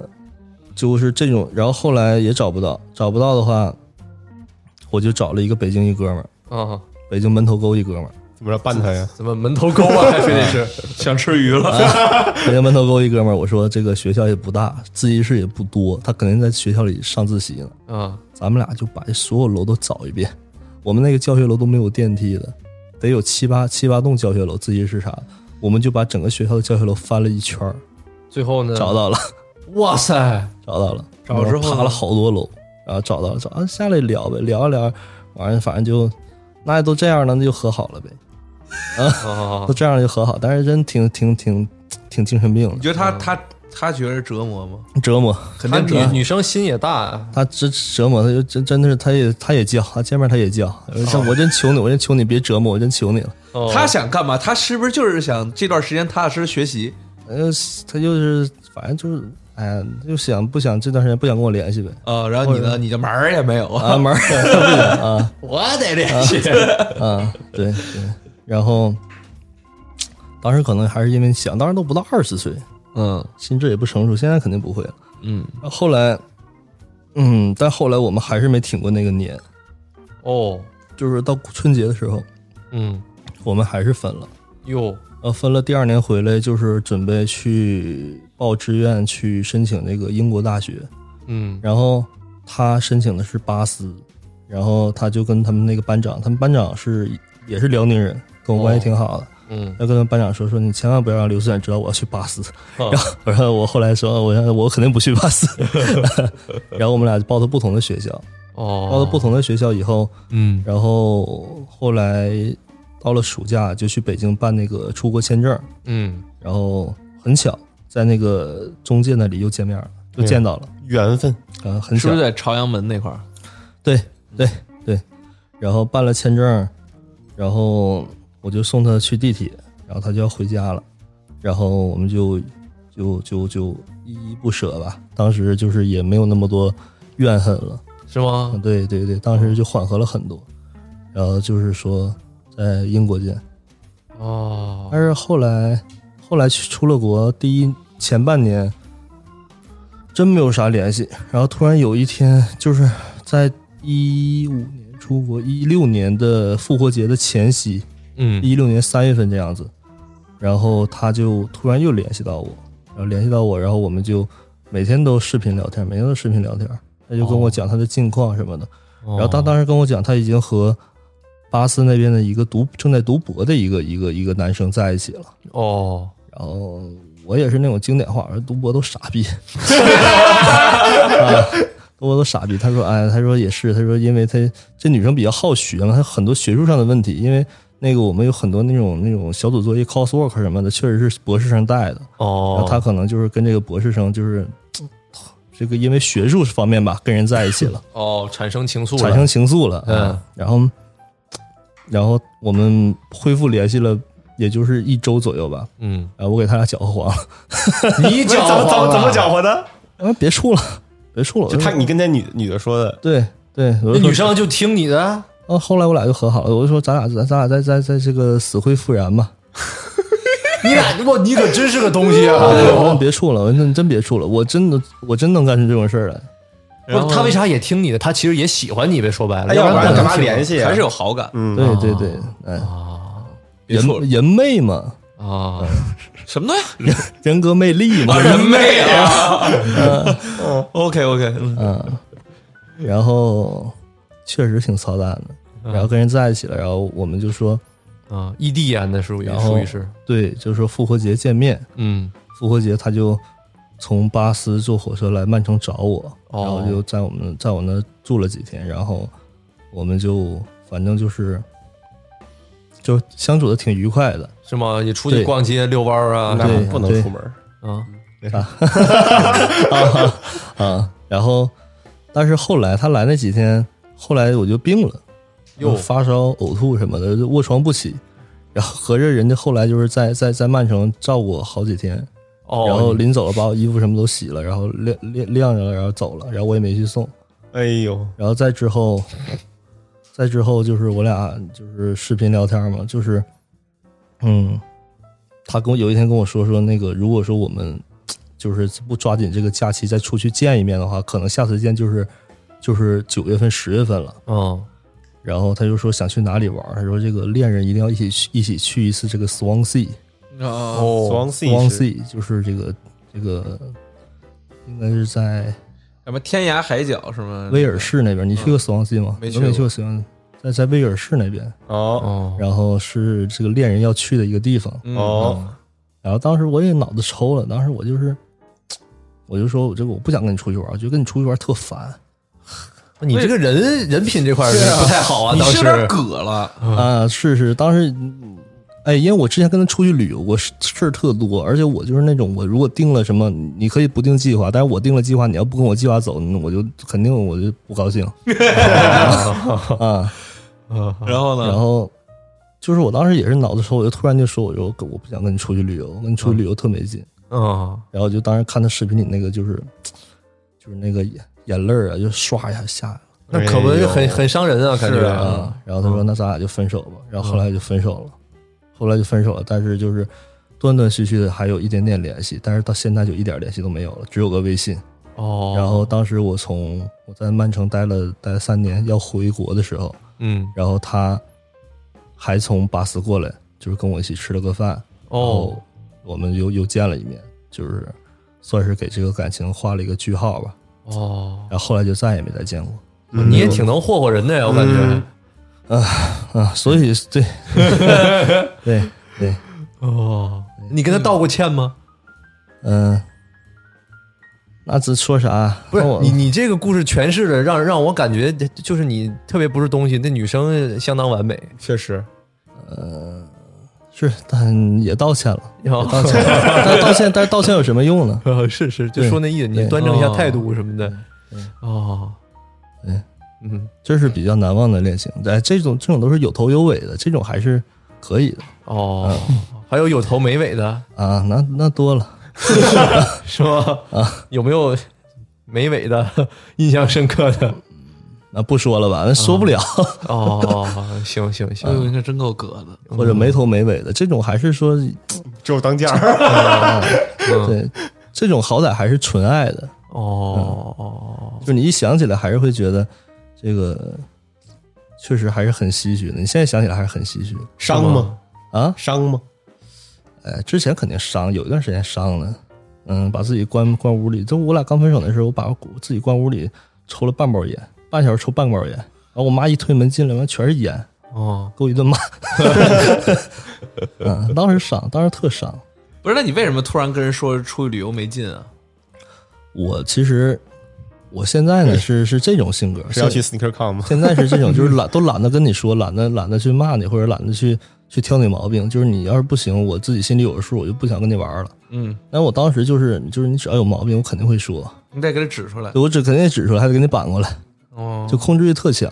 D: 就是这种，然后后来也找不到，找不到的话，我就找了一个北京一哥们儿，
C: 啊，
D: 北京门头沟一哥们儿。
A: 怎么着办他呀？
C: 怎么门头沟啊，还非得是
B: 想吃鱼了，
D: 北京门头沟一哥们儿，我说这个学校也不大，自习室也不多，他肯定在学校里上自习呢。
C: 啊
B: 嗯
D: 咱们俩就把这所有楼都找一遍，我们那个教学楼都没有电梯的，得有七八七八栋教学楼，自习室啥的，我们就把整个学校的教学楼翻了一圈儿，
C: 最后呢？
D: 找到了，
C: 哇塞，
D: 找到了，
C: 嗯找之后呢
D: 然爬了好多楼，然后找到了，找啊下来聊呗，聊一聊，完了反正就那都这样了，那就和好了 呗，
C: 啊
D: 都这样就和好，但是真挺挺挺挺精神病
B: 你觉得他
C: 嗯
B: 他他觉得是折磨吗？
D: 的，折磨。
B: 肯
C: 她
B: 定折
C: 女
B: 磨。
C: 女生心也大啊，
D: 他真折磨，他就真真的是，他也他也叫，他见面他也叫，这我真求你，我真求你别折磨我，真求你了。
C: 哦
B: 他想干嘛？他是不是就是想这段时间踏踏实实学习？
D: 呃，他就是反正就是，哎呀，就想不想这段时间不想跟我联系呗。
B: 啊，然后你呢？你的门儿也没有啊
D: 啊，门儿不 想啊
B: 我得联系。
D: 啊，对对。然后当时可能还是因为想，当时都不到二十岁，
B: 嗯
D: 心智也不成熟，现在肯定不会了。
B: 嗯，
D: 后来，嗯，但后来我们还是没挺过那个年，
C: 哦，
D: 就是到春节的时候，
C: 嗯
D: 我们还是分了。
C: 哟，
D: 呃，分了第二年回来，就是准备去报志愿去申请那个英国大学，
C: 嗯
D: 然后他申请的是巴斯，然后他就跟他们那个班长，他们班长是也是辽宁人，跟我关系挺好的，
C: 嗯
D: 要跟他们班长说说你千万不要让刘思远知道我要去巴斯，
C: 哦
D: 然后然后我后来说我要我肯定不去巴 斯，然后我们俩就报的不同的学校，报
C: 哦
D: 的不同的学校以后，
C: 嗯
D: 然后后来到了暑假就去北京办那个出国签证。
C: 嗯
D: 然后很巧，在那个中介那里又见面了，
C: 哎
D: 又见到了，
A: 缘分，
D: 嗯、很
B: 是
D: 巧
B: 不是，在朝阳门那块儿？
D: 对对对，然后办了签证，然后我就送他去地铁，然后他就要回家了，然后我们就就就就依依不舍吧，当时就是也没有那么多怨恨了，
C: 是吗？
D: 对对对，当时就缓和了很多，然后就是说在英国见，
C: 哦
D: 但是后来，后来去出了国，第一前半年真没有啥联系，然后突然有一天，就是在一五年出国，一六年的复活节的前夕，
C: 嗯
D: 一六年三月份这样子，然后他就突然又联系到我，然后联系到我，然后我们就每天都视频聊天，每天都视频聊天，他就跟我讲他的近况什么的，然后他当时跟我讲他已经和巴斯那边的一个读正在读博的一个一个一个男生在一起了。
C: 哦
D: 然后我也是那种经典话，我说读博都傻 逼，啊、读博都傻逼。他说，哎，他说也是，他说因为他这女生比较好学嘛，她有很多学术上的问题，因为那个我们有很多那种那种小组作业、coursework 什么的，确实是博士生带的，然
C: 哦
D: 后，他可能就是跟这个博士生就是。这个因为学术方面吧，跟人在一起了，
C: 哦产生情愫了，
D: 产生情愫了。啊
C: 嗯，
D: 然后，然后我们恢复联系了，也就是一周左右吧。
C: 嗯，
D: 啊，我给他俩搅和黄了。
C: 你
A: 怎
C: 搅
A: 么怎
C: 和
A: 么
C: 了
A: 怎么搅和的？嗯
D: 啊，别处了，别处了。
A: 哦就他，你跟那女女的说的，
D: 对对，我
C: 那
D: 就说
C: 女生就听你的，
D: 啊，后来我俩就和好了。我就说咱俩咱咱俩再再再这个死灰复燃吧。
C: 你俩我你可真是个东西啊！
D: 我说别处了，我真真别处了，我真的我真能干出这种事儿来。
C: 不是他为啥也听你的？他其实也喜欢你呗，说白了，
A: 哎，要
C: 不
A: 不然
C: 他
A: 干嘛联系啊？
B: 还是有好感？
A: 嗯，
D: 对对对，哎，
C: 哦
B: 别
D: 人
B: 说了
D: 人魅嘛，
C: 啊？
B: 什么东 西？
D: 人格魅力嘛，
B: 人魅啊。OK OK，
D: 嗯。
C: 嗯
D: 然后确实挺操蛋的，然后跟人在一起了，然后我们就说，
C: 啊，异地烟的属于
D: 然后
C: 属于是，
D: 对，就是说复活节见面，
C: 嗯，
D: 复活节他就从巴斯坐火车来曼城找我，
C: 哦
D: 然后就在我们在我那住了几天，然后我们就反正就是就相处的挺愉快的，
C: 是吗？也出去
D: 对
C: 逛街遛弯儿啊，
A: 那
D: 对
A: 不能
D: 对
A: 出门。
C: 啊，
D: 啊啊，然后但是后来他来那几天，后来我就病了，
C: 哟
D: 又发烧、呕吐什么的，就卧床不起。然后合着人家后来就是在在在曼城照顾我好几天，
C: 哦，
D: 然后临走了把我衣服什么都洗了，然后晾晾晾着了，然后走了，然后我也没去送。
A: 哎呦，
D: 然后再之后，再之后就是我俩就是视频聊天嘛，就是，嗯，他跟我有一天跟我说说那个，如果说我们就是不抓紧这个假期再出去见一面的话，可能下次见就是就是九月份、十月份了。
C: 嗯，
D: 然后他就说想去哪里玩儿，他说这个恋人一定要一起去一起去一次这个 Swansea，
B: 哦，
C: 哦，
A: 双 C
D: Swansea 就是这个这个应该是在
B: 什么天涯海角什么
D: 威尔士那边，你去过 Swansea 吗？
B: 嗯没去
D: 都没
B: 过
D: 去过 Swansea，在在威尔士那边。
A: 哦
C: 哦，
D: 然后是这个恋人要去的一个地方。
B: 嗯
A: 哦，
D: 然后当时我也脑子抽了，当时我就是，我就说我这个我不想跟你出去玩，我觉得跟你出去玩特烦
C: 你这个人人品这块儿不太好啊，
B: 你
C: 当
B: 是有
C: 时
B: 点葛了，
D: 啊。是是，当时，嗯哎，因为我之前跟他出去旅游过，事事儿特多，而且我就是那种我如果定了什么，你可以不定计划，但是我定了计划，你要不跟我计划走，我就肯定我就不高 兴 啊。
C: 哦
B: 然后
D: 然
B: 呢？
D: 后就是我当时也是脑子抽，我就突然就说，我说我不想跟你出去旅游，跟你出去旅游特没劲。
C: 嗯，
D: 然后就当时看他视频里那个就是，就是那个眼眼泪儿啊，就唰一下下来了
C: 那可不
A: 哎呦
C: 很很伤人啊，感
A: 是
C: 觉
A: 啊
D: 啊。然后他说：“那咱俩就分手吧。”然后后来就分手了，后来就分手了。但是就是断断续续的还有一点点联系，但是到现在就一点联系都没有了，只有个微信。
C: 哦，
D: 然后当时我从我在曼城待了待了三年，要回国的时候，
C: 嗯，
D: 然后他还从巴斯过来，就是跟我一起吃了个饭。然
C: 哦
D: 后，我们又又见了一面，就是算是给这个感情画了一个句号吧。
C: 哦，
D: 然后后来就再也没再见过
C: 你也挺能霍霍人的呀，我感觉。
D: 啊，所以 对，对对，
C: 哦，你跟他道过歉吗？
D: 嗯、那这说啥？
C: 不是
D: 那我
C: 你，你这个故事诠释的让让我感觉就是你特别不是东西，那女生相当完美。
A: 确实，
D: 是，但也道歉了，
C: 哦
D: 也道歉了，但道歉，但是道歉有什么用呢？
C: 呃， 是是，就
D: 对
C: 说那意思，你
D: 对
C: 端正一下
B: 哦
C: 态度什么的。哦，
D: 对，
C: 嗯，
D: 这是比较难忘的恋情，哎，这种这种都是有头有尾的，这种还是可以的
C: 哦，
B: 嗯
C: 还有有头没尾的，
D: 啊，那那多了。
C: 是吗？啊，有没有没尾的印象深刻的？
D: 那不说了吧，那说不了，
C: 哦，行行
B: 哎呦，
C: 行，
B: 你可真够葛的，
D: 或者没头没尾的，这种还是说
C: 嗯
A: 只有当家儿。
D: 对，这种好歹还是纯爱的，
C: 哦哦
D: 就是你一想起来还是会觉得这个确实还是很唏嘘的。你现在想起来还是很唏嘘
A: 伤吗？
D: 啊！
A: 伤吗？
D: 哎，之前肯定伤，有一段时间伤了，嗯，把自己关关屋里。就我俩刚分手的时候，我把我自己关屋里抽了半包烟，半小时抽半包烟，然后我妈一推门进来，完全是烟，
C: 哦，
D: 给我 一顿骂。 嗯，当时伤，当时特伤。
B: 不是？那你为什么突然跟人说出去旅游没劲啊？
D: 我其实我现在呢是是这种性格，
A: 是要去 SneakerCon 吗？
D: 现在是这种，就是 懒都懒得跟你说，懒得懒得去骂你，或者懒得去去挑你毛病。就是你要是不行，我自己心里有数，我就不想跟你玩了。
B: 嗯，
D: 但我当时就是就是你只要有毛病，我肯定会说，
B: 你得给他指出来
D: 对。我只肯定指出来，还得给你扳过来，
B: 哦，
D: 就控制欲特强。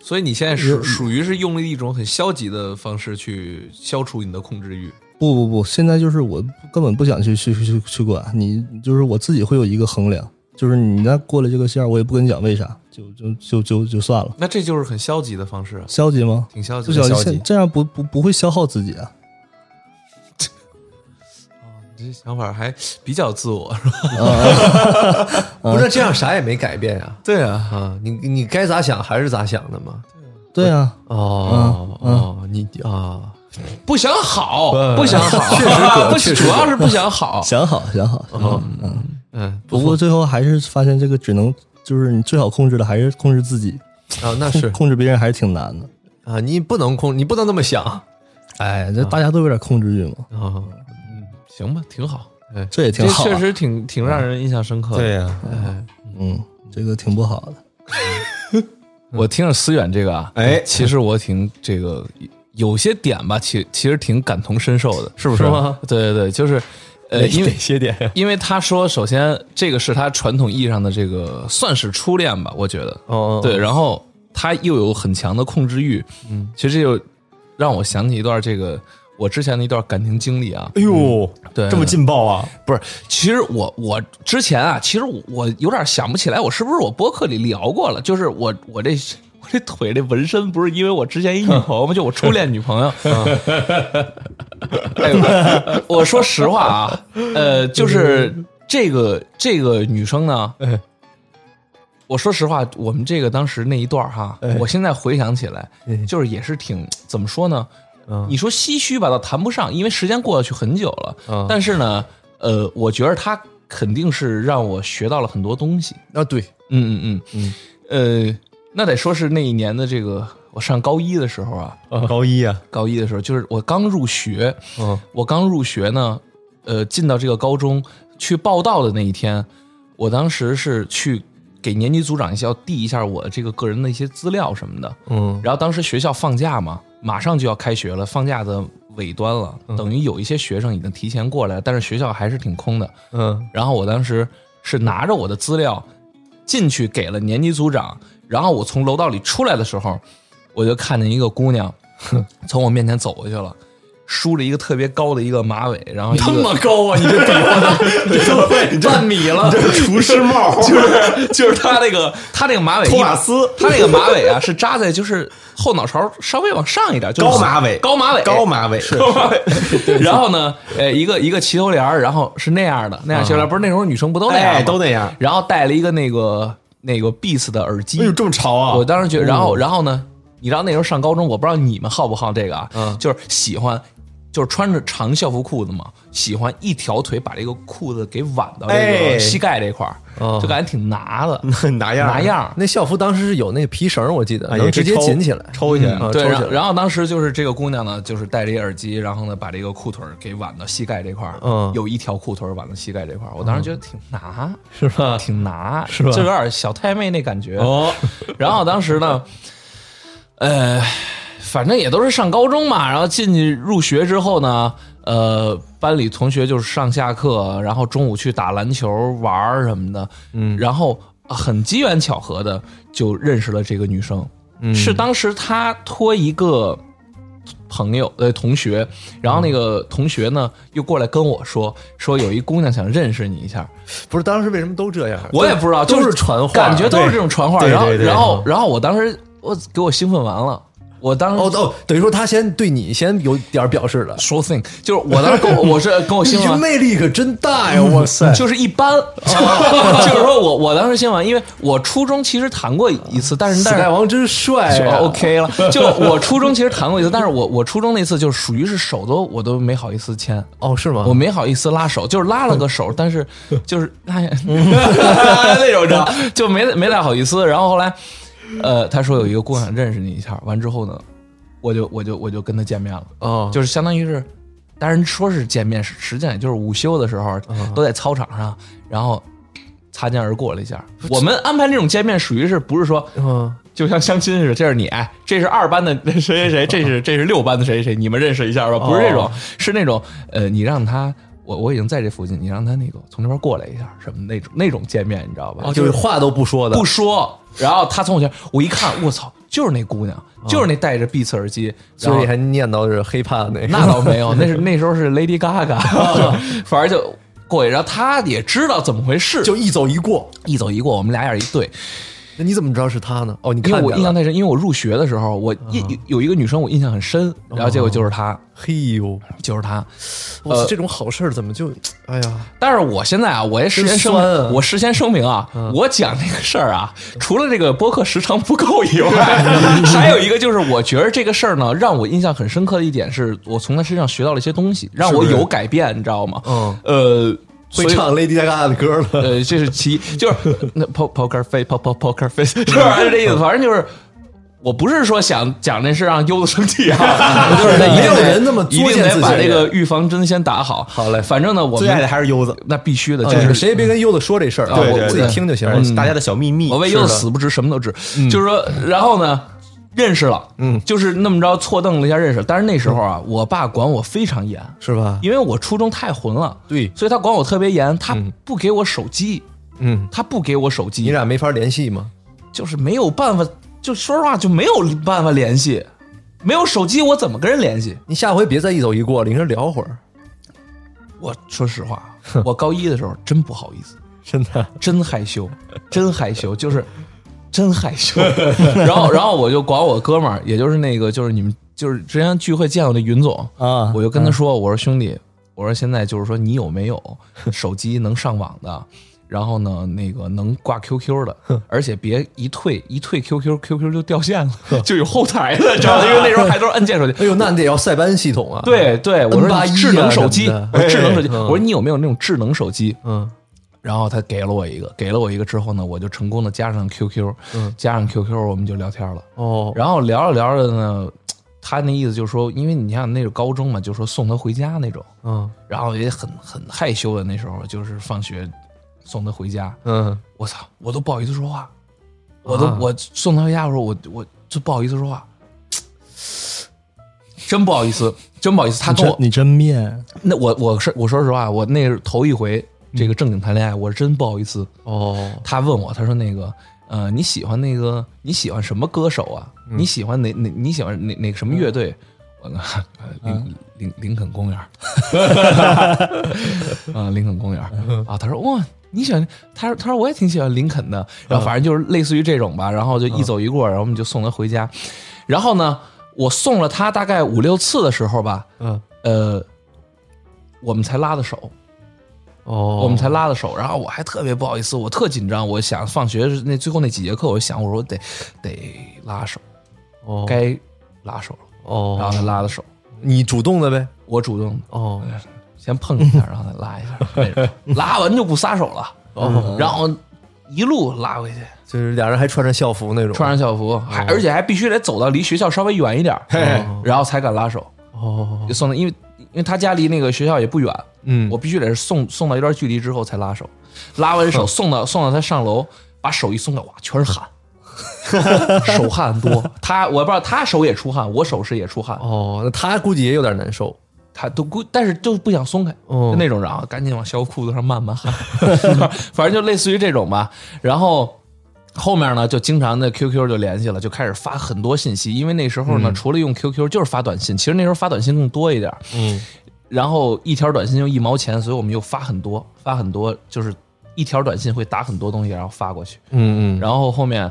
B: 所以你现在属属于是用了一种很消极的方式去消除你的控制欲。
D: 不不不，现在就是我根本不想去去去去管你，就是我自己会有一个衡量，就是你那过了这个线儿，我也不跟你讲为啥，就就就就就算了。
B: 那这就是很消极的方式啊，
D: 消极吗？
B: 挺消
D: 不
B: 极的。
D: 消
A: 消极
D: 极，这样不不不会消耗自己啊。
B: 你这想法还比较自我， 是吧？
C: 不是这样，啥也没改变呀。
B: 对啊，
C: 啊，你你该咋想还是咋想的嘛。
D: 对啊，
C: 哦哦，你啊，
B: 不想好，不想好，
C: 确实葛
B: 不
C: 确实
B: 主要是不想好。
D: 想好想好，想好
C: 哦嗯
D: 不过最后还是发现这个只能就是你最好控制的还是控制自己，
C: 啊，那
D: 控
C: 是
D: 控制别人还是挺难的。
C: 啊，你不能控，你不能那么想啊、
D: 哎，这大家都有点控制欲嘛，
B: 行吧，挺好，哎，
D: 这也挺
B: 这
D: 好啊。
B: 确实挺挺让人印象深刻的。
A: 对呀、
D: 嗯，这个挺不好的。
C: 嗯
B: 我听着思远这个啊，
A: 哎
B: 其实我挺这个有些点吧，其其实挺感同身受的，是不是？对对对，就是呃，因为
C: 些点
B: 因为他说，首先这个是他传统意义上的这个算是初恋吧，我觉得，
C: 哦，
B: 对，然后他又有很强的控制欲，嗯，其实这就让我想起一段这个我之前的一段感情经历啊，
A: 哎呦，
B: 对
A: 这么劲爆啊！
B: 不是，其实我我之前啊，其实我有点想不起来，我是不是我播客里聊过了？就是我我这 我这腿这纹身，不是因为我之前一女朋友吗？就我初恋女朋友。哎呦，我说实话啊，呃，就是这个这个女生呢，我说实话，我们这个当时那一段儿哈，我现在回想起来，就是也是挺怎么说呢？你说唏嘘吧，倒谈不上，因为时间过去很久了。但是呢，呃，我觉得她肯定是让我学到了很多东西。
C: 啊，对，
B: 嗯嗯嗯嗯，呃，那得说是那一年的这个，我上高一的时候啊，
A: 高一啊，
B: 高一的时候，就是我刚入学，
C: 嗯，
B: 我刚入学呢，呃，进到这个高中去报到的那一天，我当时是去给年级组长要递一下我这个个人的一些资料什么的，
C: 嗯
B: 然后当时学校放假嘛，马上就要开学了，放假的尾端了，等于有一些学生已经提前过来了，但是学校还是挺空的，
C: 嗯
B: 然后我当时是拿着我的资料进去给了年级组长，然后我从楼道里出来的时候，我就看见一个姑娘 从我面前走过去了。梳了一个特别高的一个马尾，然后那么高啊！你这比 划的，你这半米了，
A: 厨师帽，
B: 就是就是他那个他那个马尾一，
A: 托马斯
B: 他那个马尾啊是扎在就是后脑勺稍微往上一点，就是
A: 高马尾
B: 高马尾，
A: 高马尾，
B: 高马尾。然后呢，呃，一个一个齐头帘儿，然后是那样的，那样齐头帘儿，不是那时候女生不都那样
A: 啊
B: 吗
A: 哎，都那样。
B: 然后戴了一个那个那个 Beats 的耳机
A: 哎，呦，这么潮
B: 我
A: 啊！
B: 当时觉得，然后然后呢，你知道那时候上高中，我不知道你们好不好这个啊，
A: 嗯
B: 就是喜欢。就是穿着长校服裤子嘛，喜欢一条腿把这个裤子给挽到这
A: 哎嗯
B: 个膝盖这块儿，
C: 哦
B: 就感觉挺拿的，
A: 拿样儿
B: 拿样儿。哎
C: 那校服当时是有那个皮绳儿，我记得
A: 啊，也
C: 能
A: 可以
C: 直接
A: 抽
C: 紧起来，
A: 抽起来。
C: 啊
B: 嗯对，
C: 抽
B: 然
C: 起
B: 后
C: 来
B: 然后当时就是这个姑娘呢，就是戴着一耳机，然后呢把这个裤腿儿给挽到膝盖这块儿，
C: 嗯
B: 有一条裤腿儿挽到膝盖这块儿，我当时觉得挺拿，
C: 是吧？
B: 挺拿，
C: 是吧
B: 就有点小太妹那感觉。
C: 哦，
B: 然后当时呢，呃，反正也都是上高中嘛，然后进去入学之后呢，呃，班里同学就是上下课，然后中午去打篮球玩儿什么的，嗯，然后很机缘巧合的就认识了这个女生，嗯、是当时她托一个。朋友呃同学，然后那个同学呢又过来跟我说，说有一姑娘想认识你一下，
C: 不是当时为什么都这样？
B: 我也不知道，
C: 都
B: 就是
C: 传话
B: 感觉都是这种传话。
A: 对
B: 然后，
A: 对对
B: 然后，然后我当时我给我兴奋完了，我当时
C: 哦哦，等于说他先对你先有点儿表示了，
B: 说 thing，就是我当时跟我我是跟我兴奋
C: 你
B: 完。
C: 魅力可真大 呀！哇塞，
B: 就是一般， 就是说我我当时兴奋完，因为我初中其实谈过一次，但是
C: 死
B: 但是
C: 大王真帅啊
B: 就
C: 哎呀
B: OK 了。 就我初中其实谈过一次，但是我我初中那次就属于是手都我都没好意思牵，
C: 哦，是吗？
B: 我没好意思拉手，就是拉了个手，但是就是拉下那种的， 就没没太好意思。然后后来，呃，他说有一个姑娘认识你一下，完之后呢，我就我就我就跟他见面了，
C: 哦，
B: 就是相当于是，当然说是见面，实实际上也就是午休的时候
C: 哦
B: 都在操场上，然后擦肩而过了一下。我们安排那种见面，属于是不是说
C: 嗯，
B: 就像相亲似的，这是你，哎，这是二班的 谁谁谁，这 是这是六班的谁谁，你们认识一下吧？不是这种，是那种呃，你让他，我我已经在这附近，你让他那个从那边过来一下，什么那种那种见面，你知道吧？
C: 就是话都不说的，
B: 不说，然后他从我前，我一看，我操，就是那姑娘，就是那戴着 Beats 耳机，然后
C: 嘴里还念叨着黑怕那个。
B: 那倒没有，那是那时候是 Lady Gaga，反正 就过去，然后他也知道怎么回事，
C: 就一走一过，
B: 一走一过，我们俩眼儿一对，
C: 那你怎么知道是他呢？哦，你
B: 因为
C: 看
B: 我
C: 见
B: 印象
C: 了，嗯
B: 太深，因为我入学的时候，我印有有一个女生我印象很深，然后结果就是
C: 哦
B: 她，
C: 嘿呦，
B: 就是她。
C: 我操这种好事儿怎么就，哎呀，
B: 但是我现在啊，我也事先声
C: 真酸啊嗯
B: 明，我事先声明啊，我讲这个事儿 啊，除了这个播客时长不够以外，还有一个就是，我觉得这个事儿呢，让我印象很深刻的一点是，我从他身上学到了一些东西，让我有改变，你知道吗？
C: 嗯，
B: 呃，所
C: 会
B: 以
C: 唱啊 Lady Gaga 的歌 了，
B: 呃，这是其一，就是那 po- poker face，po po poker face，是吧？是这意思，反正就是。我不是说想讲这事让悠子生气啊， 就是
C: 没有
B: 一定得
C: 人那么作
B: 一定
C: 践自己
B: 得把这个预防针先打好。好嘞，反正呢，我
A: 最爱的
B: 们
A: 还是优子，
B: 那必须的，就
C: 就是
B: 是
C: 啊哦谁也别跟悠子说这事儿啊，
A: 对对
C: 我自己
A: 对
C: 听就行了
A: 而。且大家的小秘密。
B: 我为
A: 是的
B: 又死不值，什么都值。
C: 嗯
B: 就是说，然后呢，认识了，嗯，就是那么着错瞪了一下认识了。但是那时候啊，我爸管我非常严，
C: 嗯是吧？
B: 因为我初中太混了，
C: 对
B: 所以他管我特别严，他不给我手机，
C: 嗯，
B: 他不给我手
C: 你
B: 机，
C: 俩没法联系嘛？
B: 就是没有办法，就说实话就没有办法联系，没有手机我怎么跟人联系？
C: 你下回别再一走一过了，你跟人聊会儿，
B: 我说实话，啊我高一的时候真不好意思，
C: 真的。
B: 真害羞，真害羞， 就是真害羞。然后，然后我就管我哥们儿，也就是那个，就是你们，就是之前聚会见过的云总
D: 啊
B: 我就
C: 嗯
B: 跟他说，我说兄弟，我说现在就是说你有 没有手机能上网的？然后呢，那个能挂 QQ 的，而且别一退一退 QQ，QQ 就掉线了，就有后台的，知 道吗？因为那时候还都是按键手机，
C: 哎呦，那你得要塞班系统啊。，
B: 对对，我说
C: 81
B: 你智能
C: 啊
B: 手机
C: 什么，
B: 我说智能手机，
C: 哎嗯
B: 我说你有没有那种智能手机？
C: 嗯，
B: 然后他给了我一个，给了我一个之后呢，我就成功的加上 QQ，加上 QQ 我们就聊天了。
C: 嗯哦，
B: 然后聊着聊着呢，他那意思就是说，因为你像那个高中嘛，就说送他回家那种，
C: 嗯
B: 然后也很很害羞的那时候，就是放学送他回家，
C: 嗯，
B: 我操，我都不好意思说话，我都、
C: 啊
B: 我送他回家的时候，我我就不好意思说话，真不好意思，真不好意思，他
D: 你
B: 跟我
D: 真你真面，
B: 那我我是我说实话，我那是头一回这个正经谈恋爱，我真不好意思。
C: 嗯哦，
B: 他问我，他说那个呃，你喜欢那个你喜欢什么歌手啊？你
C: 嗯
B: 喜欢哪哪你喜欢哪哪个什么乐队？我呢，呃
C: 嗯
B: 林林林肯公园儿 啊，林肯公园儿
C: 嗯
B: 啊。他说哇。你喜欢？他说他说我也挺喜欢林肯的，然
C: 嗯
B: 后反正就是类似于这种吧，然后就一走一过，然后我们就送他回家，然后呢，我送了他大概五六次的时候吧，
C: 嗯
B: 呃，我们才拉的手，
C: 哦，
B: 我们才拉的手。然后我还特别不好意思，我特紧张，我想放学那最后那几节课，我就想我说得得拉手，
C: 哦
B: 该拉手了。然后
C: 哦，
B: 他拉的手，
C: 你主动的呗。
B: 我主动
C: 哦，
B: 先碰一下，然后再拉一 下那种，拉完就不撒手了。
C: 哦
B: 然后一路拉回去，
C: 就是俩人还穿着校服那种，哦
B: 穿上校服，还而且还必须得走到离学校稍微远一点儿，然后才敢拉手。
C: 哦，
B: 就送到，因为因为他家离那个学校也不远，
C: 嗯
B: 我必须得是送送到一段距离之后才拉手，拉完
C: 嗯
B: 手送到送到他上楼，把手一松开，哇，全 是汗，手汗多，他我不知道他手也出汗，我手是也出汗，
C: 哦，那他估计也有点难受。
B: 他都估，但是就不想松开，
C: 哦
B: 就那种，然后赶紧往小裤子上慢慢汗， 反正就类似于这种吧。然后后面呢，就经常的 QQ 就联系了，就开始发很多信息，因为那时候呢，除了用 QQ 就是发短信，其实那时候发短信更多一点，
C: 嗯，
B: 然后一条短信就一毛钱，所以我们又发很多，发很多就是一条短信会打很多东西，然后发过去，
C: 嗯嗯，
B: 然后后面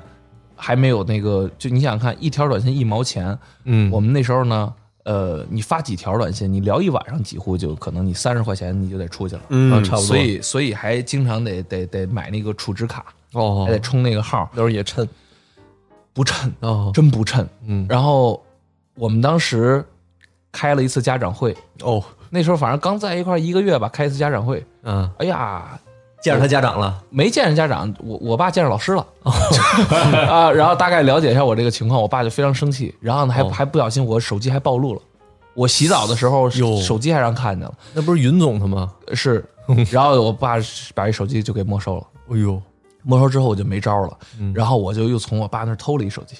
B: 还没有那个，就你想想看，一条短信一毛钱，
C: 嗯
B: 我们那时候呢，呃，你发几条短信，你聊一晚上，几乎就可能你三十块钱你就得出去了，
C: 啊
A: 嗯，
C: 差不多。
B: 所以所以还经常得得得买那个储值卡，
C: 哦
B: 还，得充那个号，
C: 都是也趁
B: 不趁，
C: 哦，
B: 真不趁。
C: 嗯
B: 然后我们当时开了一次家长会，
C: 哦，
B: 那时候反正刚在一块儿一个月吧，开一次家长会，
C: 嗯，
B: 哎呀，
C: 见着他家长了，
B: 没见着家长，我我爸见着老师了 啊，然后大概了解一下我这个情况，我爸就非常生气，然后呢还、
C: 哦
B: 还不小心我手机还暴露了，我洗澡的时候
C: 哟
B: 手机还让看见了，
C: 那不是云总他吗？
B: 是， 然后我爸把这手机就给没收了。
C: 哎呦，嗯
B: 没收之后我就没招了，然后我就又从我爸那儿偷了一手 机，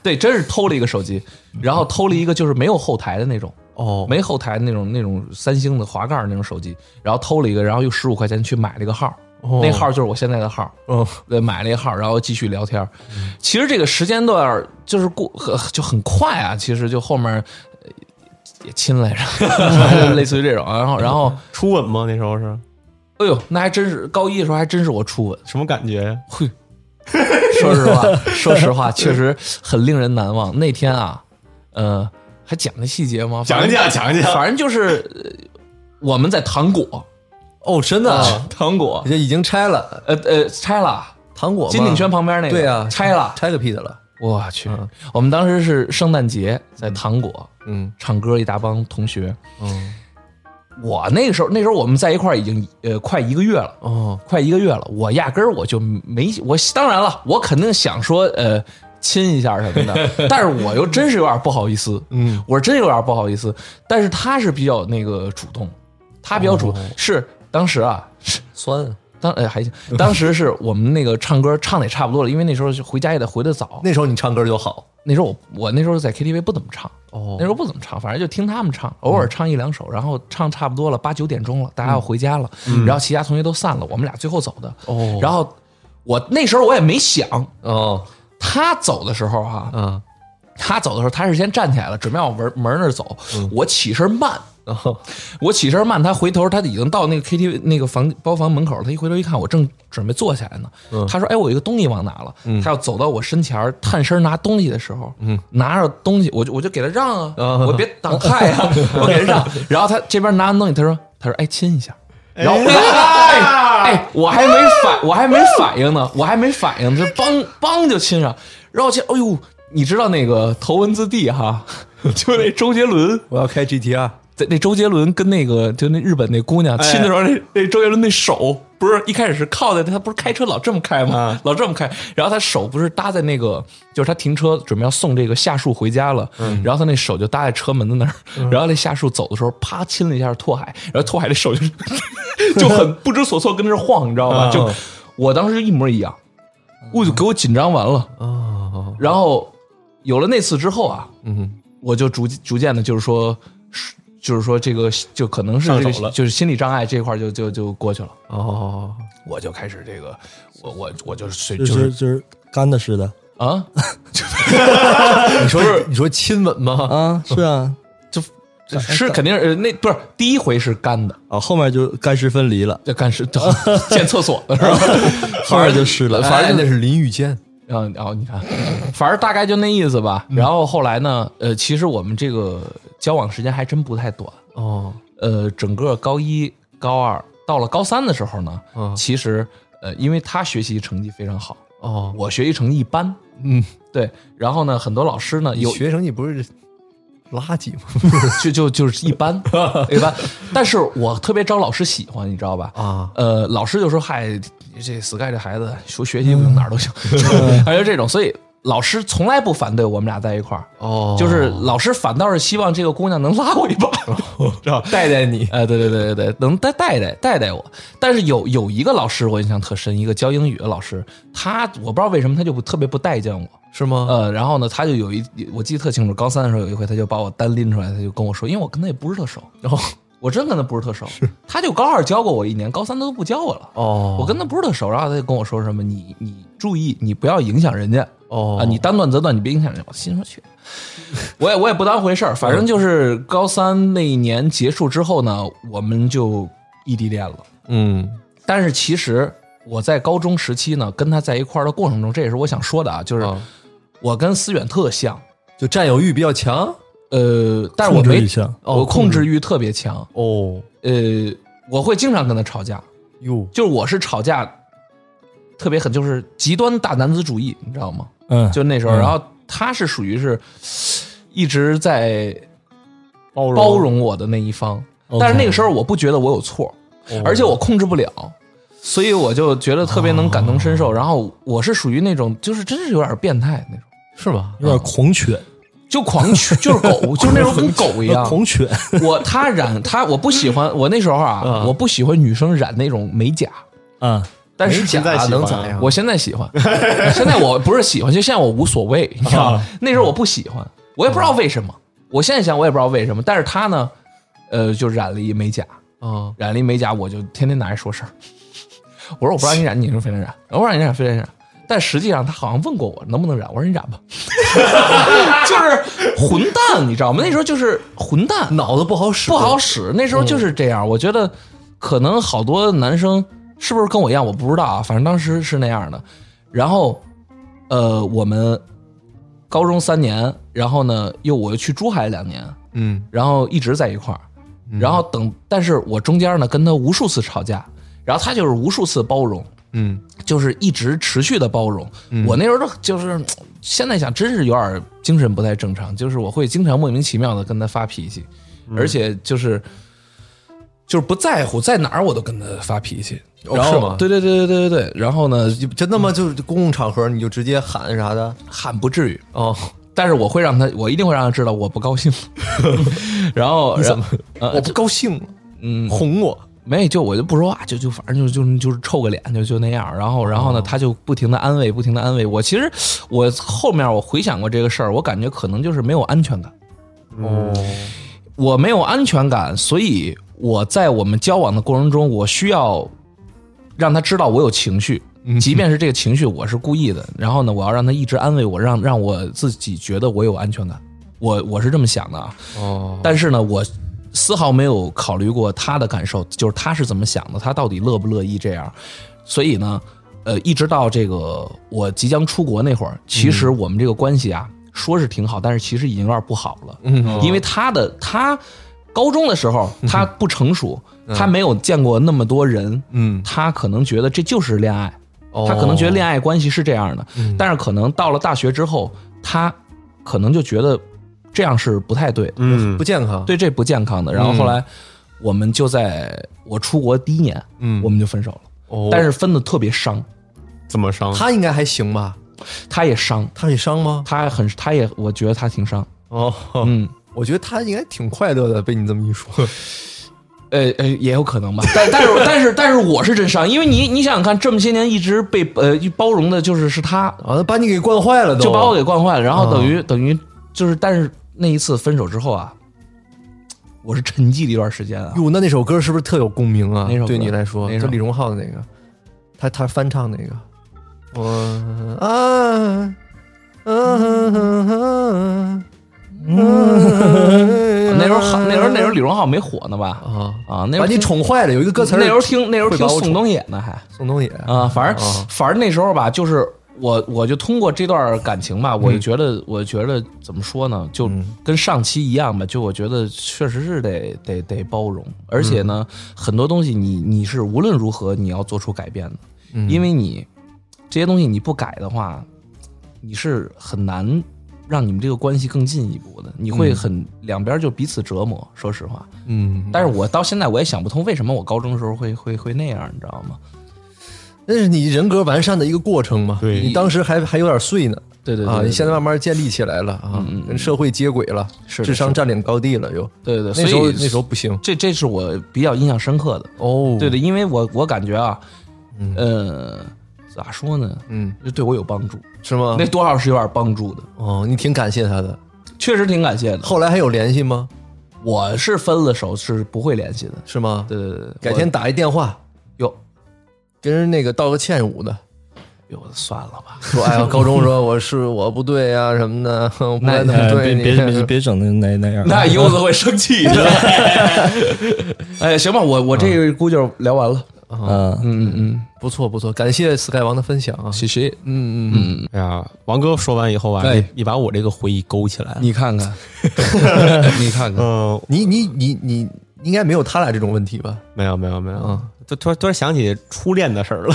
B: 对，真是偷了一个手机，然后偷了一个就是没有后台的那种，
C: 哦，
B: 没后台那种那种三星的滑盖儿那种手机，然后偷了一个，然后用十五块钱去买了一个号，
C: 哦
B: 那号就是我现在的号，
C: 嗯，
B: 对，买了一号，然后继续聊天儿。其实这个时间段儿就是过很就很快啊，其实就后面呃也亲来 着， 类似于这种，然后然后
A: 初吻吗？那时候是
B: 哎呦，那还真是高一的时候还真是我初吻，
A: 什么感觉？
B: 嘿， 说实 话，说实话，确实很令人难忘。那天啊，呃，还讲那细节吗？
A: 讲
B: 反正
A: 讲讲讲，
B: 反正就是呃我们在糖果，
C: 哦，真的啊，
B: 糖果，
C: 这已经拆了
B: 呃呃，拆了，
C: 糖果嘛，
B: 金鼎轩旁边那个，
C: 对啊
B: 拆了。
C: 拆个屁的了，
B: 我去，我们当时是圣诞节在糖果
C: 嗯
B: 唱歌，一大帮同学。
C: 嗯，
B: 我那个时候，那时候我们在一块儿已经呃快一个月了，
C: 哦
B: 快一个月了，我压根儿我就没我当然了，我肯定想说呃亲一下什么 的。但是我又真是有点不好意思，
C: 嗯，
B: 我真有点不好意思。但是他是比较那个主动，他比较
C: 哦
B: 主、是当时啊，
C: 酸。
B: 当哎还行，当时是我们那个唱歌唱的也差不多了，因为那时候就回家也得回得早。
C: 那时候你唱歌就好，
B: 那时候我我那时候在 KTV 不怎么唱，
C: 哦嗯
B: 那时候不怎么唱，反正就听他们唱，偶尔唱一两首，然后唱差不多了，八九点钟了，大家要回家了，然后其他同学都散了，我们俩最后走的。
C: 嗯哦
B: 然后我那时候我也没想，
C: 哦，
B: 他走的时候啊哈、
C: 嗯，
B: 他走的时候，他是先站起来了，准备往门门那儿走。我起身慢，我起身慢，他回头，他已经到那个 KTV 那个房包房门口了。他一回头一看，我正准备坐下来呢。他说：“哎，我有一个东西忘拿了。他要走到我身前儿，探身拿东西的时候，拿着东西，我就我就给他让啊，我别挡害呀、我给他让。然后他这边拿完东西，他说：“他说哎，亲一下。”然后我哎哎，我还没反，我还没反应呢，我还没反应，就梆梆就亲上，然后我去，哎呦，你知道那个头文字 D 哈， 就那周杰伦，
C: 我要开 GTR，
B: 在那周杰伦跟那个就那日本那姑娘亲的时候，那那周杰伦那手不是一开始是靠在他不是开车老这么开吗？老这么开，然后他手不是搭在那个，就是他停车准备要送这个夏树回家了，然后他那手就搭在车门的那儿，然后那夏树走的时候啪亲了一下拓海，然后拓海这手就 就很不知所措，跟那儿晃，你知道吧？就我当时就一模一样，我就给我紧张完了，
C: 哦，
B: 然后有了那次之后啊，
C: 嗯，
B: 我就逐逐渐的，就是说，是就是说这个就可能是这
A: 上手
B: 个
A: 了
B: 就是心理障碍这块儿就就就过去了，
C: 哦，
B: 我就开始这个，我我我就是随
D: 就
B: 就是是
D: 就是干的似的
B: 啊，
C: 你说你说亲吻 吗？
D: 啊，是啊，
B: 是肯定是呃那不是第一回是干的，
D: 啊，后面就干湿分离了，
B: 这干 是建厕所的是吧？
D: 后面就湿了，
C: 反正
B: 哎
C: 那是林雨健，
B: 然后然后你看，反正大概就那意思吧。然后后来呢，呃，其实我们这个交往时间还真不太短，
C: 哦，
B: 呃，整个高一、高二到了高三的时候呢，
C: 嗯
B: 其实呃，因为他学习成绩非常好，
C: 哦，
B: 我学习成绩一般，
C: 嗯，
B: 对。然后呢，很多老师呢
C: 你
B: 有
C: 学生你不是垃圾吗？
B: 就就就是 一般一般，但是我特别招老师喜欢，你知道吧？
C: 啊，
B: 呃，老师就说：“嗨，这 Sky 这孩子说学习不行，哪儿都行。”
C: 嗯
B: 还有这种，所以老师从来不反对我们俩在一块儿。
C: 哦，
B: 就是老师反倒是希望这个姑娘能拉我一 把，知道吧？
C: 带带你，
B: 哎，对对对对对，能带带带带带我。但是有有一个老师我印象特深，一个教英语的老师，他我不知道为什么他就不特别不待见我。
C: 是吗？
B: 呃，然后呢，他就有一，我记得特清楚，高三的时候有一回，他就把我单拎出来，他就跟我说，因为我跟他也不是特熟，
C: 哦
B: 然后我真跟他不是特熟，他就高二教过我一年，高三他都不教我了。
C: 哦，
B: 我跟他不是特熟，然后他就跟我说什么，你你注意，你不要影响人家
C: 哦
B: 啊，你单断则断，你别影响人家。我心说去，我也我也不当回事儿，反正就是高三那一年结束之后呢，我们就异地恋了。
C: 嗯，
B: 但是其实我在高中时期呢，跟他在一块儿的过程中，这也是我想说的啊，就是
C: 啊
B: 我跟思远特像，
C: 就占有欲比较强，
B: 呃，但是我
D: 控制
B: 没
D: 欲强
C: 哦
B: 我控
C: 控制
B: 制欲特别强，
C: 哦，
B: 呃，我会经常跟他吵架，
C: 哟，
B: 就是我是吵架特别狠，就是极端大男子主义，你知道吗？
D: 嗯，
B: 就那时候，然后他是属于是一直在
A: 包容
B: 包容我的那一方，但是那个时候我不觉得我有错，而且我控制不了，所以我就觉得特别能感同身受。然后我是属于那种，就是真是有点变态那种，
C: 是吗？
D: 有点狂犬，
B: 就狂犬，就是狗，就是那种跟狗一样。
D: 狂犬，
B: 我他染他，我不喜欢我那时候啊，
C: 嗯
B: 我不喜欢女生染那种美甲。
D: 啊，
B: 但是
A: 美
B: 假
A: 甲
B: 的
A: 能咋样
B: 我现在喜欢， 现在我不是喜欢，就现在我无所 谓，你知道吗？那时候我不喜欢，我也不知道为什么。我现在想，我也不知道为什么。但是他呢，呃，就染了一美甲，
A: 嗯
C: 啊，
B: 染了一美甲，我就天天拿来说事儿。我说我不让你染，你说非得染，我不让你染非得染。但实际上他好像问过我能不能染，我说你染吧， 就是混 蛋，你知道吗？那时候就是混蛋，
C: 脑子不好使，
B: 不好使。那时候就是这样，我觉得可能好多男生是不是跟我一样，我不知道啊，反正当时是那样的。然后，呃，我们高中三年，然后呢，又我又去珠海两年，
C: 嗯，
B: 然后一直在一块儿，然后等，但是我中间呢跟他无数次吵架，然后他就是无数次包容，
C: 嗯
B: 就是一直持续的包容。我那时候都就是现在想，真是有点精神不太正常，就是我会经常莫名其妙的跟他发脾气，而且就是就是不在乎在哪儿我都跟他发脾气。
C: 哦
B: 然后、
C: 是吗
B: 对对对对对对对，然后呢就
C: 真的吗？就是公共场合你就直接喊啥的？
B: 喊不至于，
C: 哦，
B: 但是我会让他，我一定会让他知道我不高 兴。然后然后呃
C: 我不高兴了，
B: 嗯
C: 哄我。
B: 没就我就不说话，就就反正就就就是臭个脸，就就那样。然后然后呢，他就不停的安慰，不停的安慰我。其实我后面我回想过这个事儿，我感觉可能就是没有安全感。
C: 哦，
B: 我没有安全感，所以我在我们交往的过程中，我需要让他知道我有情绪，即便是这个情绪我是故意的。然后呢，我要让他一直安慰我，让让我自己觉得我有安全感。我我是这么想的啊。
C: 哦，
B: 但是呢，我丝毫没有考虑过他的感受，就是他是怎么想的，他到底乐不乐意这样。所以呢，呃，一直到这个我即将出国那会儿，其实我们这个关系啊，说是挺好，但是其实已经有点不好了。
C: 嗯，
B: 因为他的他高中的时候他不成熟，他没有见过那么多人，
C: 嗯，
B: 他可能觉得这就是恋爱，
C: 哦
B: 他可能觉得恋爱关系是这样的，
C: 嗯
B: 但是可能到了大学之后，他可能就觉得这样是不太对的，
A: 嗯
C: 不健康。，
B: 对这不健
C: 嗯
B: 康的。然后后来我们就在我出国第一年，
C: 嗯
B: 我们就分手了，
C: 哦
B: 但是分的特别伤，
A: 怎么伤？
C: 他应该还行吧？
B: 他也伤，
C: 他很伤吗？
B: 他很他也我觉得他挺伤，
C: 哦，
B: 嗯。
C: 我觉得他应该挺快乐的，被你这么一说，
B: 呃呃，也有可能吧，但但是 但是但是我是真伤，因为你你想想看，这么些年一直被呃包容的，就是是他，
C: 啊，把你给惯坏了都，
B: 就把我给惯坏了，然
C: 嗯
B: 后等于、等于就是，但是那一次分手之后啊，我是沉寂了一段时间啊，
C: 哟，那那首歌是不是特有共鸣啊？
B: 哪首歌
C: 对你来说，
B: 哪首
C: 就李荣浩的那个，他他翻唱那个，我啊。 嗯，
B: 那
C: 那
B: 时候好，那时候那时候李荣浩没火呢吧？
C: 嗯啊
B: 啊，那
C: 把
B: 时候
C: 你
B: 听
C: 宠坏了，有一个歌词儿
B: 那时候听那时候
C: 会把
B: 听
C: 我
B: 宋
C: 宠
B: 冬野呢还
C: 宋冬野
B: 啊，反正、
C: 啊
B: 反正那时候吧，就是我我就通过这段感情吧，我就觉得、我觉得怎么说呢，就跟上期一样吧，就我觉得确实是得得得包容，而且呢，很多东西你你是无论如何你要做出改变的，因为你这些东西你不改的话，你是很难。让你们这个关系更进一步的，你会很、两边就彼此折磨。说实话，
C: 嗯，
B: 但是我到现在我也想不通，为什么我高中的时候会会会那样，你知道吗？
C: 那是你人格完善的一个过程嘛。
A: 对
C: 你当时还还有点碎呢，
B: 对对对
C: 啊，
B: 对嗯
C: 你现在慢慢建立起来了啊，跟社会接轨了，
B: 是的
C: 智商占领高地了又。
B: 对对，
C: 那时候
B: 所以
C: 那时候不行
B: 这这是我比较印象深刻的。
C: 哦
B: 对，对，因为我我感觉啊，呃，咋说呢，
C: 嗯，
B: 就对我有帮助，
C: 是吗
B: 那？多少是有点帮助的，
C: 哦，你挺感谢他的。
B: 确实挺感谢的。
C: 后来还有联系吗？
B: 我是分了手是不会联系的，
C: 是吗？
B: 对对对对，
C: 改天打一电话，
B: 有
C: 跟人那个道个歉什么的，
B: 有算了吧，
C: 说 哎呀，高中说我是我不对啊什么的，我不该那么
D: 哎
C: 对
D: 别
C: 你。
D: 别别别整那那那样。
B: 那柚子会生气的。 哎，行吧，我我这个估计就聊完了。
D: 啊，
B: 嗯嗯嗯，
C: 不错不错，感谢 Sky 王的分享啊。
B: 谢谢。
C: 嗯嗯嗯，
A: 哎呀，王哥说完以后啊，
B: 哎
A: 你你把我这个回忆勾起来了。
B: 你 看看，你看看，
A: 嗯，
C: 你你你你应该没有他俩这种问题吧？
A: 没有没有没有
C: 嗯，
A: 就突然突然想起初恋的事儿了。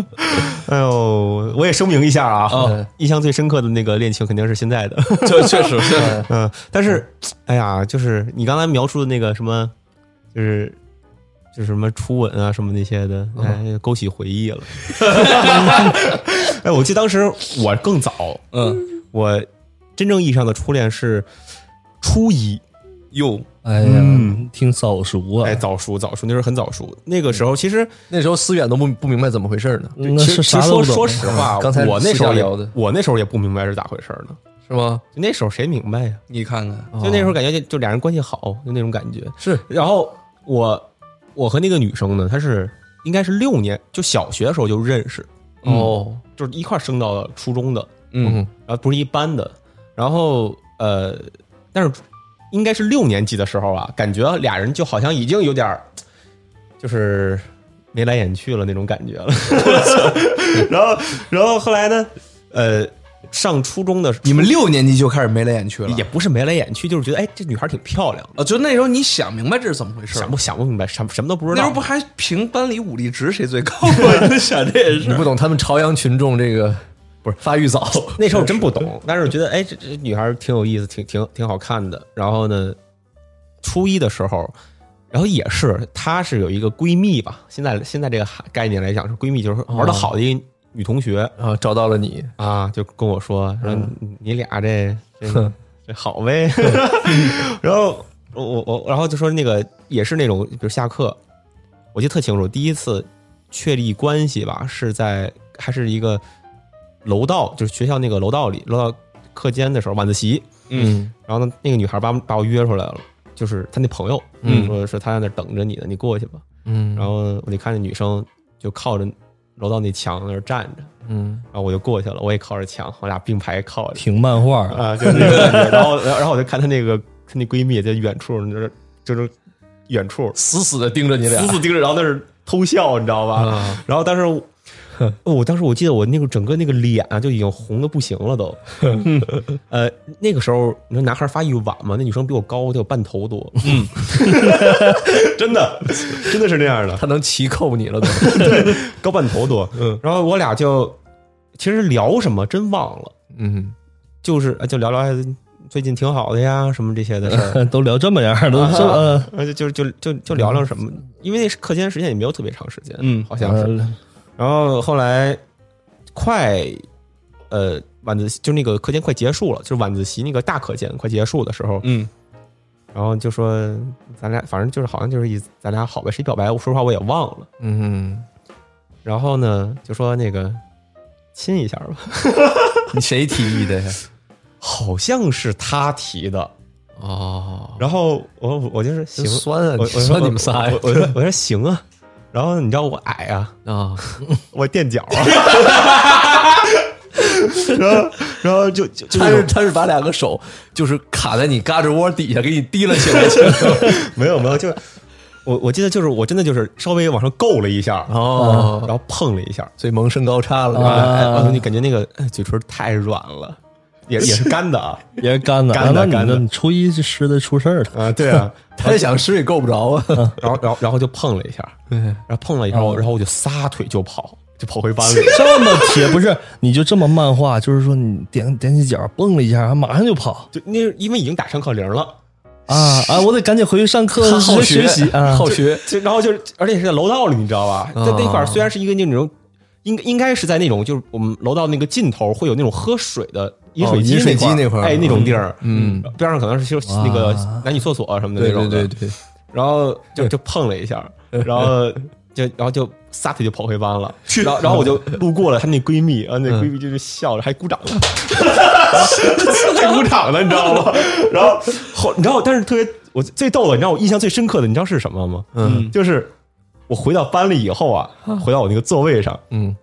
A: 哎呦，我也声明一下啊
C: 哦，
A: 印象最深刻的那个恋情肯定是现在的。
B: 这确实是
A: 嗯，但是，哎呀，就是你刚才描述的那个什么，就是就是什么初吻啊，什么那些的，哎，勾起回忆了。哎，我记得当时我更早，
B: 嗯，
A: 我真正意义上的初恋是初一，哟，
D: 哎呀，听早熟啊
A: 哎，，早熟早熟，那时候很早熟。那个时候其实
C: 那时候思远都不不明白怎么回事呢，
D: 那
A: 其实
D: 是啥
A: 其实说
D: 都不懂
A: 说实话，
C: 刚才
A: 我那时候也
C: 私下聊的
A: 我那时候也不明白是咋回事儿呢。
C: 是吗？
A: 就那时候谁明白呀？
B: 你看看，
A: 就那时候感觉就就俩人关系好，就那种感觉。
C: 哦是，
A: 然后我我和那个女生呢，她是应该是六年，就小学的时候就认识，嗯
C: 哦，
A: 就是一块儿升到了初中的，
B: 嗯，
A: 然后不是一班的。然后呃，但是应该是六年级的时候啊，感觉俩人就好像已经有点儿就是眉来眼去了那种感觉了。 然后然后后来呢，呃，上初中的
B: 你们六年级就开始眉来眼去了，
A: 也不是眉来眼去，就是觉得哎，这女孩儿挺漂亮的。
B: 啊，就那时候你想明白这是怎么回事儿
A: 想不想不明白，什么什么都不知
B: 那时
A: 道。
B: 候不还评班里武力值谁最高 吗？你想这也
C: 你不
B: 是，
C: 懂他们朝阳群众这个不是发育早，
A: 那时候真不懂，但是我觉得哎，这这女孩儿挺有意思，挺挺挺好看的。然后呢，初一的时候，然后也是，她是有一个闺蜜吧，现在现在这个概念来讲是闺蜜，就是玩
B: 哦
A: 的好的一个女同学
C: 啊，找到了你，
A: 啊，就跟我说说你俩这这这好呗，然后我我然后就说那个也是那种，比如下课，我记得特清楚，第一次确立关系吧，是在还是一个楼道，就是学校那个楼道里，楼道课间的时候晚自习，
B: 嗯
A: 然后呢，那个女孩把把我约出来了，就是她那朋友，
B: 嗯
A: 说说她在那儿等着你呢，你过去吧。
C: 嗯
A: 然后我就看那女生就靠着楼道那墙那儿站着，
C: 嗯，
A: 然后我就过去了，我也靠着墙，我俩并排靠着
D: 挺漫画啊，
A: 啊，就是那个感觉。然后然后我就看她那个她那闺蜜在远处，就是就是远处
C: 死死的盯着你俩
A: 死，死盯着，然后那是偷笑，你知道吧？
C: 啊
A: 然后当时我。哦我当时我记得我那个整个那个脸啊就已经红的不行了都，呃，那个时候你说男孩发育晚嘛，那女生比我高得有半头多，嗯， 真的真的是这样的，
C: 他能骑扣你了都，
A: 高半头多，嗯，然后我俩就其实聊什么真忘了，
C: 嗯，
A: 就是呃就聊聊哎最近挺好的呀什么这些的事儿，
D: 都聊这么样儿，都
C: 啊
D: 这么
A: 呃就就就就聊聊什么，因为那课间时间也没有特别长时间，
B: 嗯
A: 好像是，
D: 呃
A: 然后后来快呃晚自习就那个课间快结束了，就是晚自习那个大课间快结束的时候，
B: 嗯，
A: 然后就说咱俩反正就是好像就是以咱俩好呗，谁表白？我说实话我也忘了。
C: 嗯，
A: 然后呢就说那个亲一下吧，
C: 你谁提议的呀？
A: 好像是他提的。
C: 哦，
A: 然后我我就是行
C: 真，酸啊！
A: 我我
C: 你
A: 我
C: 酸你们仨呀
A: 我我说我说行啊。然后你知道我矮啊，
C: 啊！
A: 我垫脚啊。然后然后就就就
C: 他
A: 那种
C: 是他是把两个手就是卡在你胳肢窝底下，给你提了起来， 起来
A: 没有没有，就是我我记得就是我真的就是稍微往上够了一下，
C: 哦
A: 然后碰了一下，
C: 所以萌身高差了。是
A: 哎
C: 吧
A: 哎我说你感觉那个哎嘴唇太软了，也也是干的啊
D: 也是干的，
A: 干的
D: 啊那
A: 干
D: 你
A: 的
D: 这你初一是湿的出事儿 了，。
A: 啊对啊，
C: 哎他想吃也够不着啊。
A: 然后然后然后就碰了一下，然后碰了一下，我然后我就撒腿就跑，就跑回班 里
D: 这么铁不是？你就这么漫画，就是说你踮踮起脚蹦了一下，马上就跑
A: 就那因为已经打上课铃了，
D: 啊啊！我得赶紧回去上课
C: 他 好
D: 学学习啊！
C: 好学，啊
A: 就然后就是而且是在楼道里，你知道吧？在那块儿虽然是一个那种。应应该是在那种，就是我们楼道那个尽头会有那种喝水的饮
C: 哦
A: 水机
C: 饮水机
A: 那
C: 那块儿
A: 哎，那种地儿，
C: 嗯，
A: 边上可能是就是那个男女厕所啊什么的
C: 对
A: 那种
C: 对
A: 的，
C: 对对，
A: 然后就就碰了一下，然后就然后就撒腿就跑回班了，然后然后我就路过了她那闺蜜，然后那闺蜜就是笑着还鼓掌了，还鼓掌呢，你知道吗？ 然后后你知道，但是特别我最逗的，你知道我印象最深刻的，你知道是什么吗？
B: 嗯
A: 就是我回到班里以后啊，回到我那个座位上，
C: 嗯，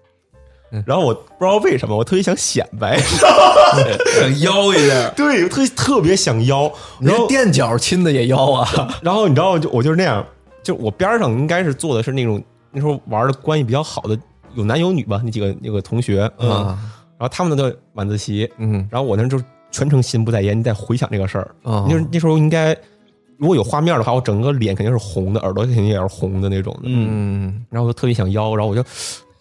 A: 然后我不知道为什么，我特别想显摆，
B: 想邀一下，
A: 对，我特别特别想邀，
C: 你
A: 然
C: 是
A: 后
C: 垫脚亲的也腰啊？
A: 然后你知道，就我就是那样，就我边上应该是坐的是那种那时候玩的关系比较好的，有男有女吧，那几个那个同学，嗯，
C: 啊
A: 然后他们的晚自习，
C: 嗯
A: 然后我那就是全程心不在焉，你在回想这个事儿。
C: 哦
A: 那时候那时候应该如果有画面的话，我整个脸肯定是红的，耳朵肯定也是红的那种的。
B: 嗯，
C: 嗯，
A: 然后我就特别想邀，然后我就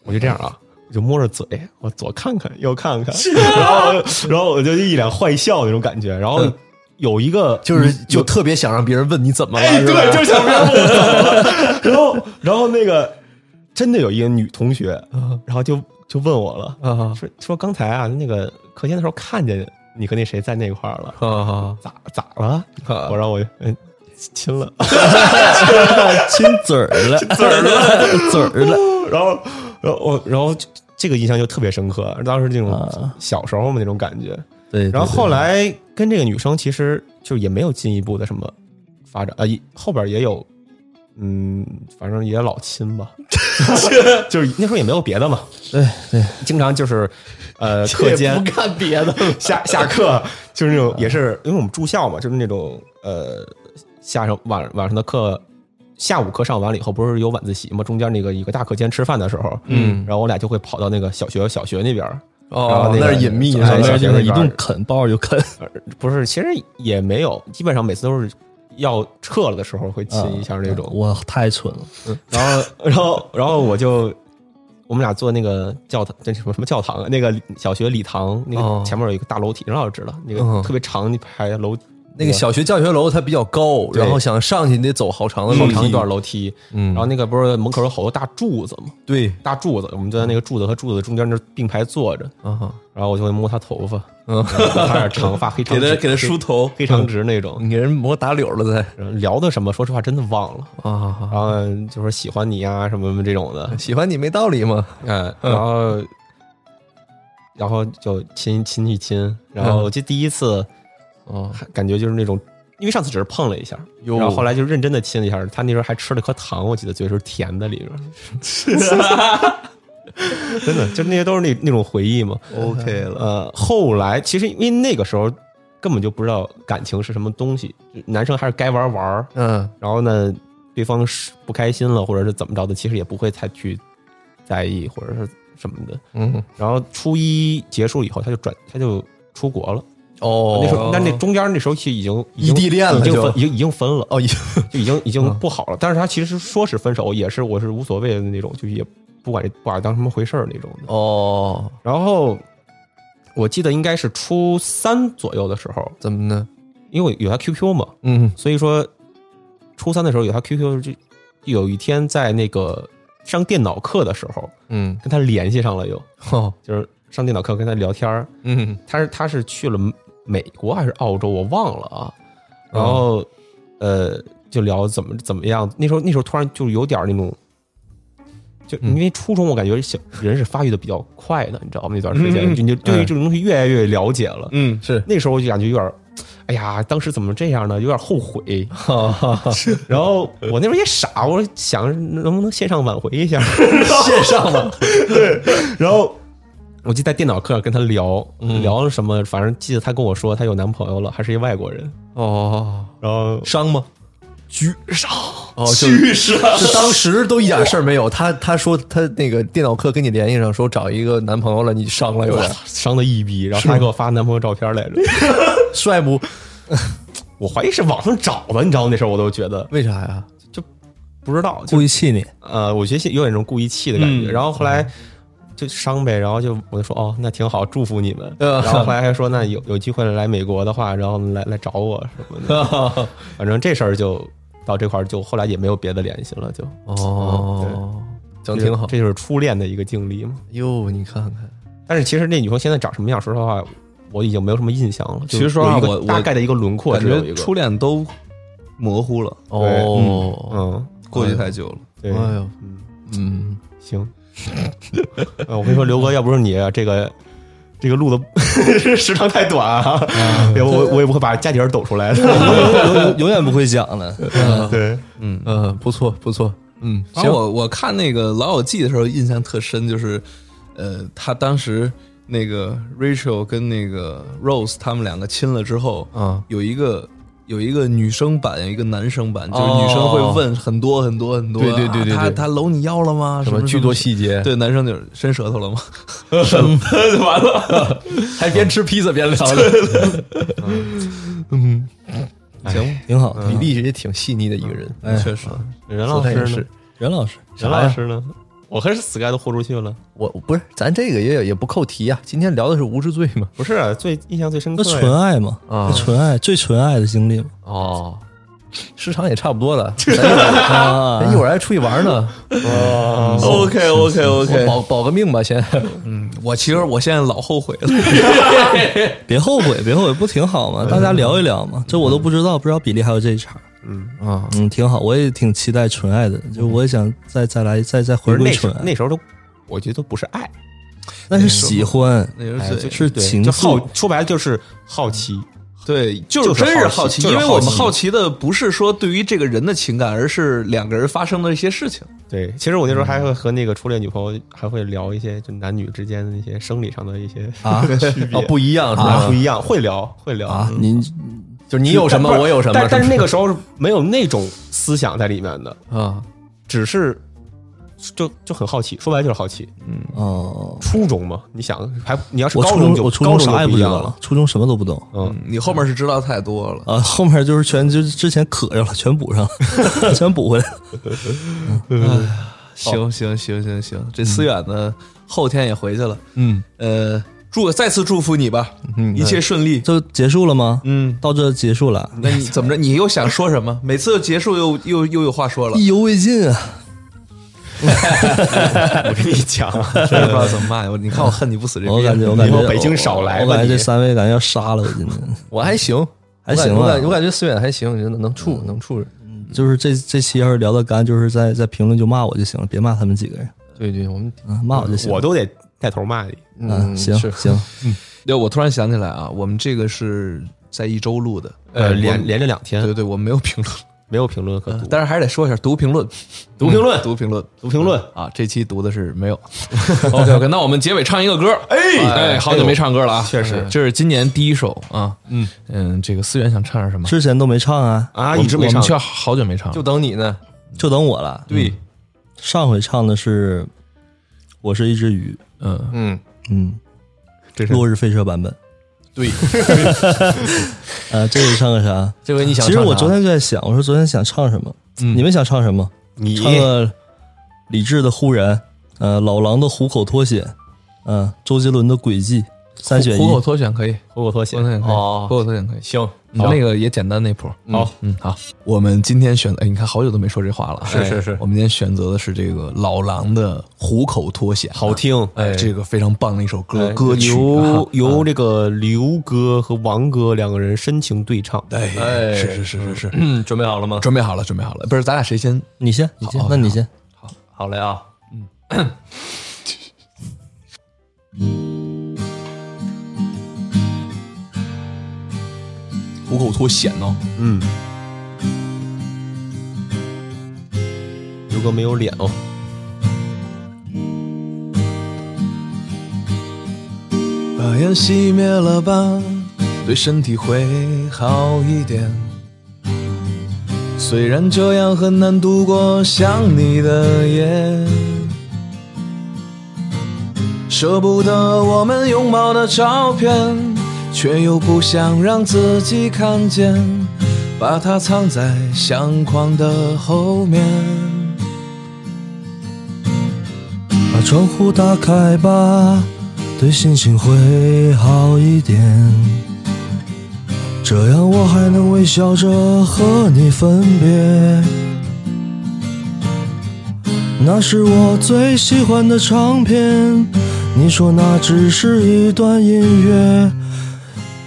A: 我就这样啊。我就摸着嘴，我左看看右看看，
C: 啊
A: 然后然后我就一脸坏笑那种感觉。然后有一个
C: 嗯就是就特别想让别人问你怎么了，
A: 哎，
C: 是吧
A: 对，就是想让我 走了。然后，然后那个真的有一个女同学，
D: 嗯
A: 然后就就问我了，
C: 啊
A: 说说刚才啊，那个课间的时候看见你和那谁在那块儿了，
C: 啊
D: 嗯
C: 啊
A: 咋咋了？
C: 啊
A: 我让我嗯亲 了，
D: 亲嘴儿了，嘴儿了，嘴儿了。
A: 然后，然后我，然后这个印象就特别深刻，当时那种
D: 啊
A: 小时候嘛那种感觉。
D: 对，
A: 然后
D: 对
A: 后来跟这个女生其实就也没有进一步的什么发展，呃，一后边也有，嗯，反正也老亲 吧，就是那时候也没有别的嘛，
D: 对对，
A: 经常就是 呃
C: 也
A: 课间
C: 不干别的，
A: 下下课就是那种也是因为我们住校嘛，就是那种呃下上晚晚上的课。下午课上完了以后，不是有晚自习嘛？中间那个一个大课间吃饭的时候，
C: 嗯
A: 然后我俩就会跑到那个小学小学那边儿，然后
C: 哦，
A: 那
C: 那
A: 个
C: 是隐秘
A: 哎
D: 小
C: 的，
A: 小学
D: 妹就是
A: 那
D: 一
A: 边
D: 顿啃，抱着就啃。
A: 不是，其实也没有，基本上每次都是要撤了的时候
C: 嗯
A: 会
C: 啊
A: 亲一下那种。
D: 我太蠢了，
A: 然后，然后，然后我就我们俩坐那个教堂，这什么什么教堂啊？那个小学礼堂，那
C: 哦
A: 个前面有一个大楼梯，然后我知道那个
C: 嗯
A: 特别长一排楼
C: 那个小学教学楼它比较高，
A: 对
C: 然后想上去你得走好长的
A: 好
C: 路，
A: 长一段楼梯，
C: 嗯
A: 然后那个不是门口有好多大柱子吗？
C: 对
A: 大柱子，我们就在那个柱子和柱子中间那儿并排坐着，
C: 啊哈，
A: 然后我就会摸他头发，嗯，他点长 发，黑长
C: 给
A: 直，
C: 他给他梳头，
A: 黑长直那种。
C: 你给人磨打绺了再
A: 然后聊的什么？说实话，真的忘了。
C: 啊哈哈，
A: 然后就说喜欢你啊，什么什么这种的，
C: 喜欢你没道理嘛，
A: 嗯，然后然后就亲亲一亲，然后我记得第一次
C: 哦，
A: 感觉就是那种，因为上次只是碰了一下，
C: 哟
A: 然后后来就认真的亲了一下，他那时候还吃了颗糖，我记得嘴是甜的里边儿， 真的，就那些都是那那种回忆嘛。
D: OK 了。
A: 呃，后来其实因为那个时候根本就不知道感情是什么东西，就男生还是该玩玩儿，
C: 嗯
A: 然后呢，对方是不开心了或者是怎么着的，其实也不会太去在意或者是什么的。
C: 嗯，
A: 然后初一结束以后，他就转，他就出国了。
C: 哦，
A: 那时候，但那中间那时候其实已经已经
C: 异地恋了
A: 已经
C: 就
A: 分，已经已经分了，
C: 哦，已嗯
A: 就已经已经不好了。但是他其实说是分手，也是我是无所谓的那种，就是也不管不把它当什么回事儿那种的。
C: 哦，
A: 然后我记得应该是初三左右的时候，
C: 怎么呢？
A: 因为我有他 QQ 嘛，
C: 嗯
A: 所以说初三的时候有他 QQ，就有一天在那个上电脑课的时候
C: 嗯，
A: 跟他联系上了又，
C: 哦，
A: 就是上电脑课跟他聊天儿。
C: 嗯
A: 他是他是去了美国还是澳洲，我忘了啊。然
C: 哦
A: 后、呃，就聊怎么怎么样。那时候那时候突然就有点那种，就
C: 嗯
A: 因为初中我感觉小人是发育的比较快的，你知道吗？那段时间、就你就对于这种东西越来越了解了。
C: 嗯，是，
A: 那时候我就感觉有点。哎呀，当时怎么这样呢？有点后悔。
C: 哈哈哈，
A: 然后我那时候也傻，我想能不能线上挽回一下。
C: 线上嘛，
A: 然后我就在电脑课上跟他聊，聊了什么？反正记得他跟我说他有男朋友了，还是一外国人。
C: 哦，
A: 然后
C: 伤吗？
B: 居上，
C: 哦，就就当时都一点事儿没有。他他说他那个电脑课跟你联系上，说找一个男朋友了，你伤了有点，
A: 伤的一逼，然后他还给我发男朋友照片来着，
C: 帅不？
A: 我怀疑是网上找的，你知道吗？那时候我都觉得
C: 为啥呀？
A: 不知道，就
C: 嗯
D: 故意气你，
A: 呃，我觉得有点那种故意气的感觉。然后后来就伤呗，然后就我就说哦，那挺好，祝福你们。
C: 嗯
A: 然后后来还说那有有机会来美国的话，然后来来找我什么的。反正这事儿就到这块儿，就后来也没有别的联系了，就嗯
C: 哦， 讲挺好。
A: 这就是初恋的一个经历嘛。
C: 哟，你看看，
A: 但是其实那女生现在长什么样，说实话，我已经没有什么印象了。就
B: 其实说实
A: 有
B: 话
A: 一个
B: 我我
A: 大概的一个轮廓
B: 感
A: 只有一
B: 觉
A: 个
B: 初恋都模糊了，
C: 哦，
A: 嗯，
B: 过去太久了。
A: 对，
C: 哎呦，
B: 嗯，
A: 行。 呃我跟你说，刘哥，要不是你这个这个录的 时长太短啊，要不我我也不会把家底儿抖出来的。
D: 永永永远不会讲的。
A: 对，
C: 嗯，不错不错，嗯，
B: 然后我我看那个《老友记》的时候，印象特深，就是呃，他当时那个 Rachel 跟那个 Rose 他们两个亲了之后，
C: 啊，
B: 有一个。有一个女生版，有一个男生版，就是女生会问很多很多很多，
C: 哦对对对对对
B: 啊他他搂你腰了吗？
C: 什
B: 什
C: 么
B: 么
C: 巨 多细节，
B: 对，男生就是伸舌头 了吗？伸了， 完了，
C: 还边吃披萨边聊 嗯的，
B: 嗯
C: 哎
B: 行，
D: 挺好。
C: 比利也挺细腻的一个人，
D: 哎
B: 确实，
C: 嗯
A: 任老师
C: 说他也
A: 呢
C: 是？
D: 任老师，
A: 任老师呢？我和 Sky 都豁出去了。
C: 我我不是咱这个也也不扣题啊，今天聊的是无知罪嘛，
A: 不是啊，最印象最深刻
D: 那
A: 呀。
D: 纯爱嘛，
C: 啊
D: 那纯爱最纯爱的经 历嘛。
C: 哦，时长也差不多了， 咱一会儿
D: 啊，
C: 咱一会儿还出去玩呢，
B: OK OK
C: 我
B: OK，
C: 保保个命吧，先。
B: 嗯我其实我现在老后悔了，
D: 别后 悔，别后悔，不挺好
A: 嗯
D: 吗？大家聊一聊嘛，这我都不知道，不知道比利还有这一茬。嗯
C: 啊，
D: 嗯，挺好，我也挺期待纯爱的，就我也想再再来再再
A: 嗯不
D: 回
A: 是那
D: 归
A: 时
D: 纯
A: 候
D: 爱，
A: 那时候都，我觉得都不是爱，
D: 那是喜欢，
B: 那是
A: 哎
B: 最
A: 就是对
D: 情
A: 就
D: 愫
A: 好，说白了就是好奇。
B: 对，
A: 就
B: 就是是真
A: 好
B: 好
A: 奇就
B: 奇，
A: 是
B: 因为我们
A: 好
B: 好奇的不是说对于这个人的情感，而是两个人发生的一些事情。
A: 对，其实我那时候还会和那个初恋女朋友还会聊一些，就男女之间的一些生理上的一些
D: 啊
A: 区别
C: 哦，不一样是
A: 啊
C: 吧
A: 不？一样，会聊会聊嗯
D: 啊！您
C: 就是你有什么，
A: 但不是
C: 我有什么。
A: 但但是
C: 吧
A: 那个时候是没有那种思想在里面的，
C: 啊，
A: 只是就就很好奇，说白了就是好奇。
D: 哦，
A: 初中嘛，你想还你要是
D: 我
A: 高
D: 初
A: 中
D: 中
A: 就
D: 我初
A: 高
D: 中
A: 中
D: 啥也
A: 就一
D: 不知
A: 样
D: 道
A: 了
D: 了，，初中什么都不懂
A: 嗯，
B: 你后面是知道太多了。
D: 啊，后面就是全就是之前磕上了， 全补上 了，全补回来了。
B: 哦嗯行行行行行，这思远呢，后天也回去了。
D: 嗯，
B: 呃，祝再次祝福你吧，
D: 嗯
B: 一切顺利。
D: 就结束了吗？
B: 嗯，
D: 到这结束了，
A: 嗯
B: 那 你怎么着？你又想说什么？每次结束又又又有话说了，
D: 意犹未尽啊！
A: 我跟你讲，
B: 真的不知道怎么骂我。你看我恨你不死这
D: 我
B: 逼
D: 感觉，我感
A: 以
D: 觉
A: 后北京少来吧
D: 我感觉
A: 你
D: 这三位感觉要杀了我，今天
C: 我还行，
D: 还行啊
C: 我
D: 吧
C: 感我感觉思远还行，真的能处能处人。
D: 就是这这期要是聊得干，就是在在评论就骂我就行了，别骂他们几个人，
C: 对对，我们
D: 啊，骂我就行。
A: 我都得带头骂你。
D: 嗯，行
C: 是
D: 行，
B: 对，我突然想起来啊，我们这个是在一周录的，
A: 呃，
B: 我
A: 连连着两
B: 对
A: 天
B: 对对，我们没有评论，
A: 没有评论可读，
B: 但是还是得说一下读评论，
A: 读评论
B: 读评论，
A: 读评论，
B: 啊，这期读的是没有。OK OK，那我们结尾唱一个歌，哎哎，好久没唱歌了啊，
A: 确实
B: 这是今年第一首啊，嗯嗯，这个思源想唱点什么？
D: 之前都没唱啊，
A: 啊，一直没
B: 我们
A: 上
B: 却好久没唱了，
C: 就等你呢。
D: 就等我了。嗯
B: 对，
D: 上回唱的是《我是一只鱼》，
B: 嗯，
C: 嗯，
D: 嗯，
A: 这是
D: 落日飞车版本。
B: 对，
D: 呃，这回唱个啥？
C: 这回你想
D: 其实
C: 唱
D: 我
C: 啥嗯
D: 昨天就在想，我说昨天想唱什么？你们想唱什么？
A: 你
D: 唱个李志的《忽然》，呃，老狼的《虎口脱险》，嗯、周杰伦的《轨迹》，三选一
B: 虎。口脱险可以，
A: 虎口脱
B: 虎
A: 险
B: 口脱险可以，
C: 哦
B: 虎口脱险可以，
C: 行，
B: 嗯那个也简单那谱。
A: 好，
B: 嗯，好，我们今天选，哎，你看好久都没说这话了，
A: 是是是
B: 哎我们今天选择的是这个老狼的《虎口脱险》，
A: 好听。
B: 哎，这个非常棒的一首歌
C: 哎
B: 歌曲啊
A: 由由这个刘哥和王哥两个人深情对唱，
B: 哎，是是是是是，
C: 嗯，准备好了吗？
B: 准备好了，准备好了，不是，咱俩谁先？
D: 你先，你先
B: 好，
D: 那你先。
C: 好嘞啊，
B: 虎口脱险哦呢、
A: 嗯，刘哥没有脸哦，
B: 把烟熄灭了吧，对身体会好一点。虽然这样很难度过想你的夜，舍不得我们拥抱的照片，却又不想让自己看见，把它藏在相框的后面。
D: 把窗户打开吧，对心情会好一点。这样我还能微笑着和你分别。那是我最喜欢的唱片，你说那只是一段音乐，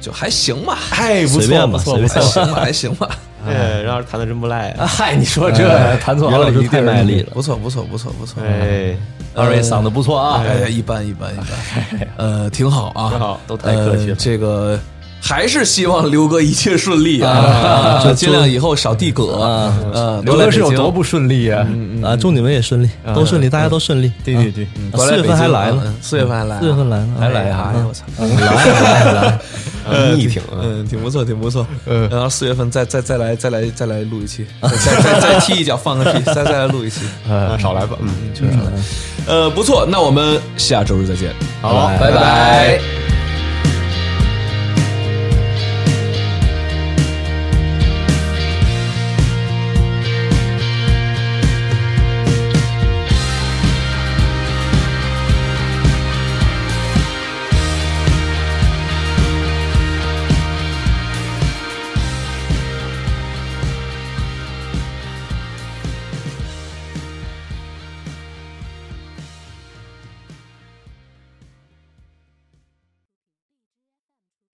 B: 就还行吧，
A: 哎，不
D: 随便
A: 错
D: 吧
A: 不错
D: 随
A: 不
D: 便
A: 错，
B: 行吧，还行吧。哎
A: 哎，让人弹的真不赖，啊
C: 嗨，你说这弹错
D: 袁老
C: 了，
D: 师
C: 一
D: 太
C: 定
D: 卖力了，
B: 不错，不错，不错，不错。
A: 哎，
C: 二位嗓子不错啊，
B: 哎，一般一般一般，呃，挺好啊，
A: 挺好
C: 都太客气了
B: 呃这个还是希望刘哥一切顺利啊，就尽量以后少地葛啊。呃，
C: 刘
B: 多来
C: 哥是
B: 北
C: 有
B: 京
C: 多不顺利啊？
A: 嗯
D: 啊，祝你们也顺利，都顺利，大家都顺利。对对对，
B: 多来
D: 四月
B: 北京
D: 份还来
B: 啊
D: 呢，
B: 嗯四月份还来啊，
D: 四月份来呢，
B: 还来啊！哎呀，我操，
A: 逆挺啊，
B: 嗯，挺不错，挺不错。然后四月份再再再来再来再来录一期，再再再踢一脚放个屁，再再来录一期。
A: 啊少来吧，嗯。
B: 呃，不错，那我们下周日再见，
A: 好
B: 拜拜。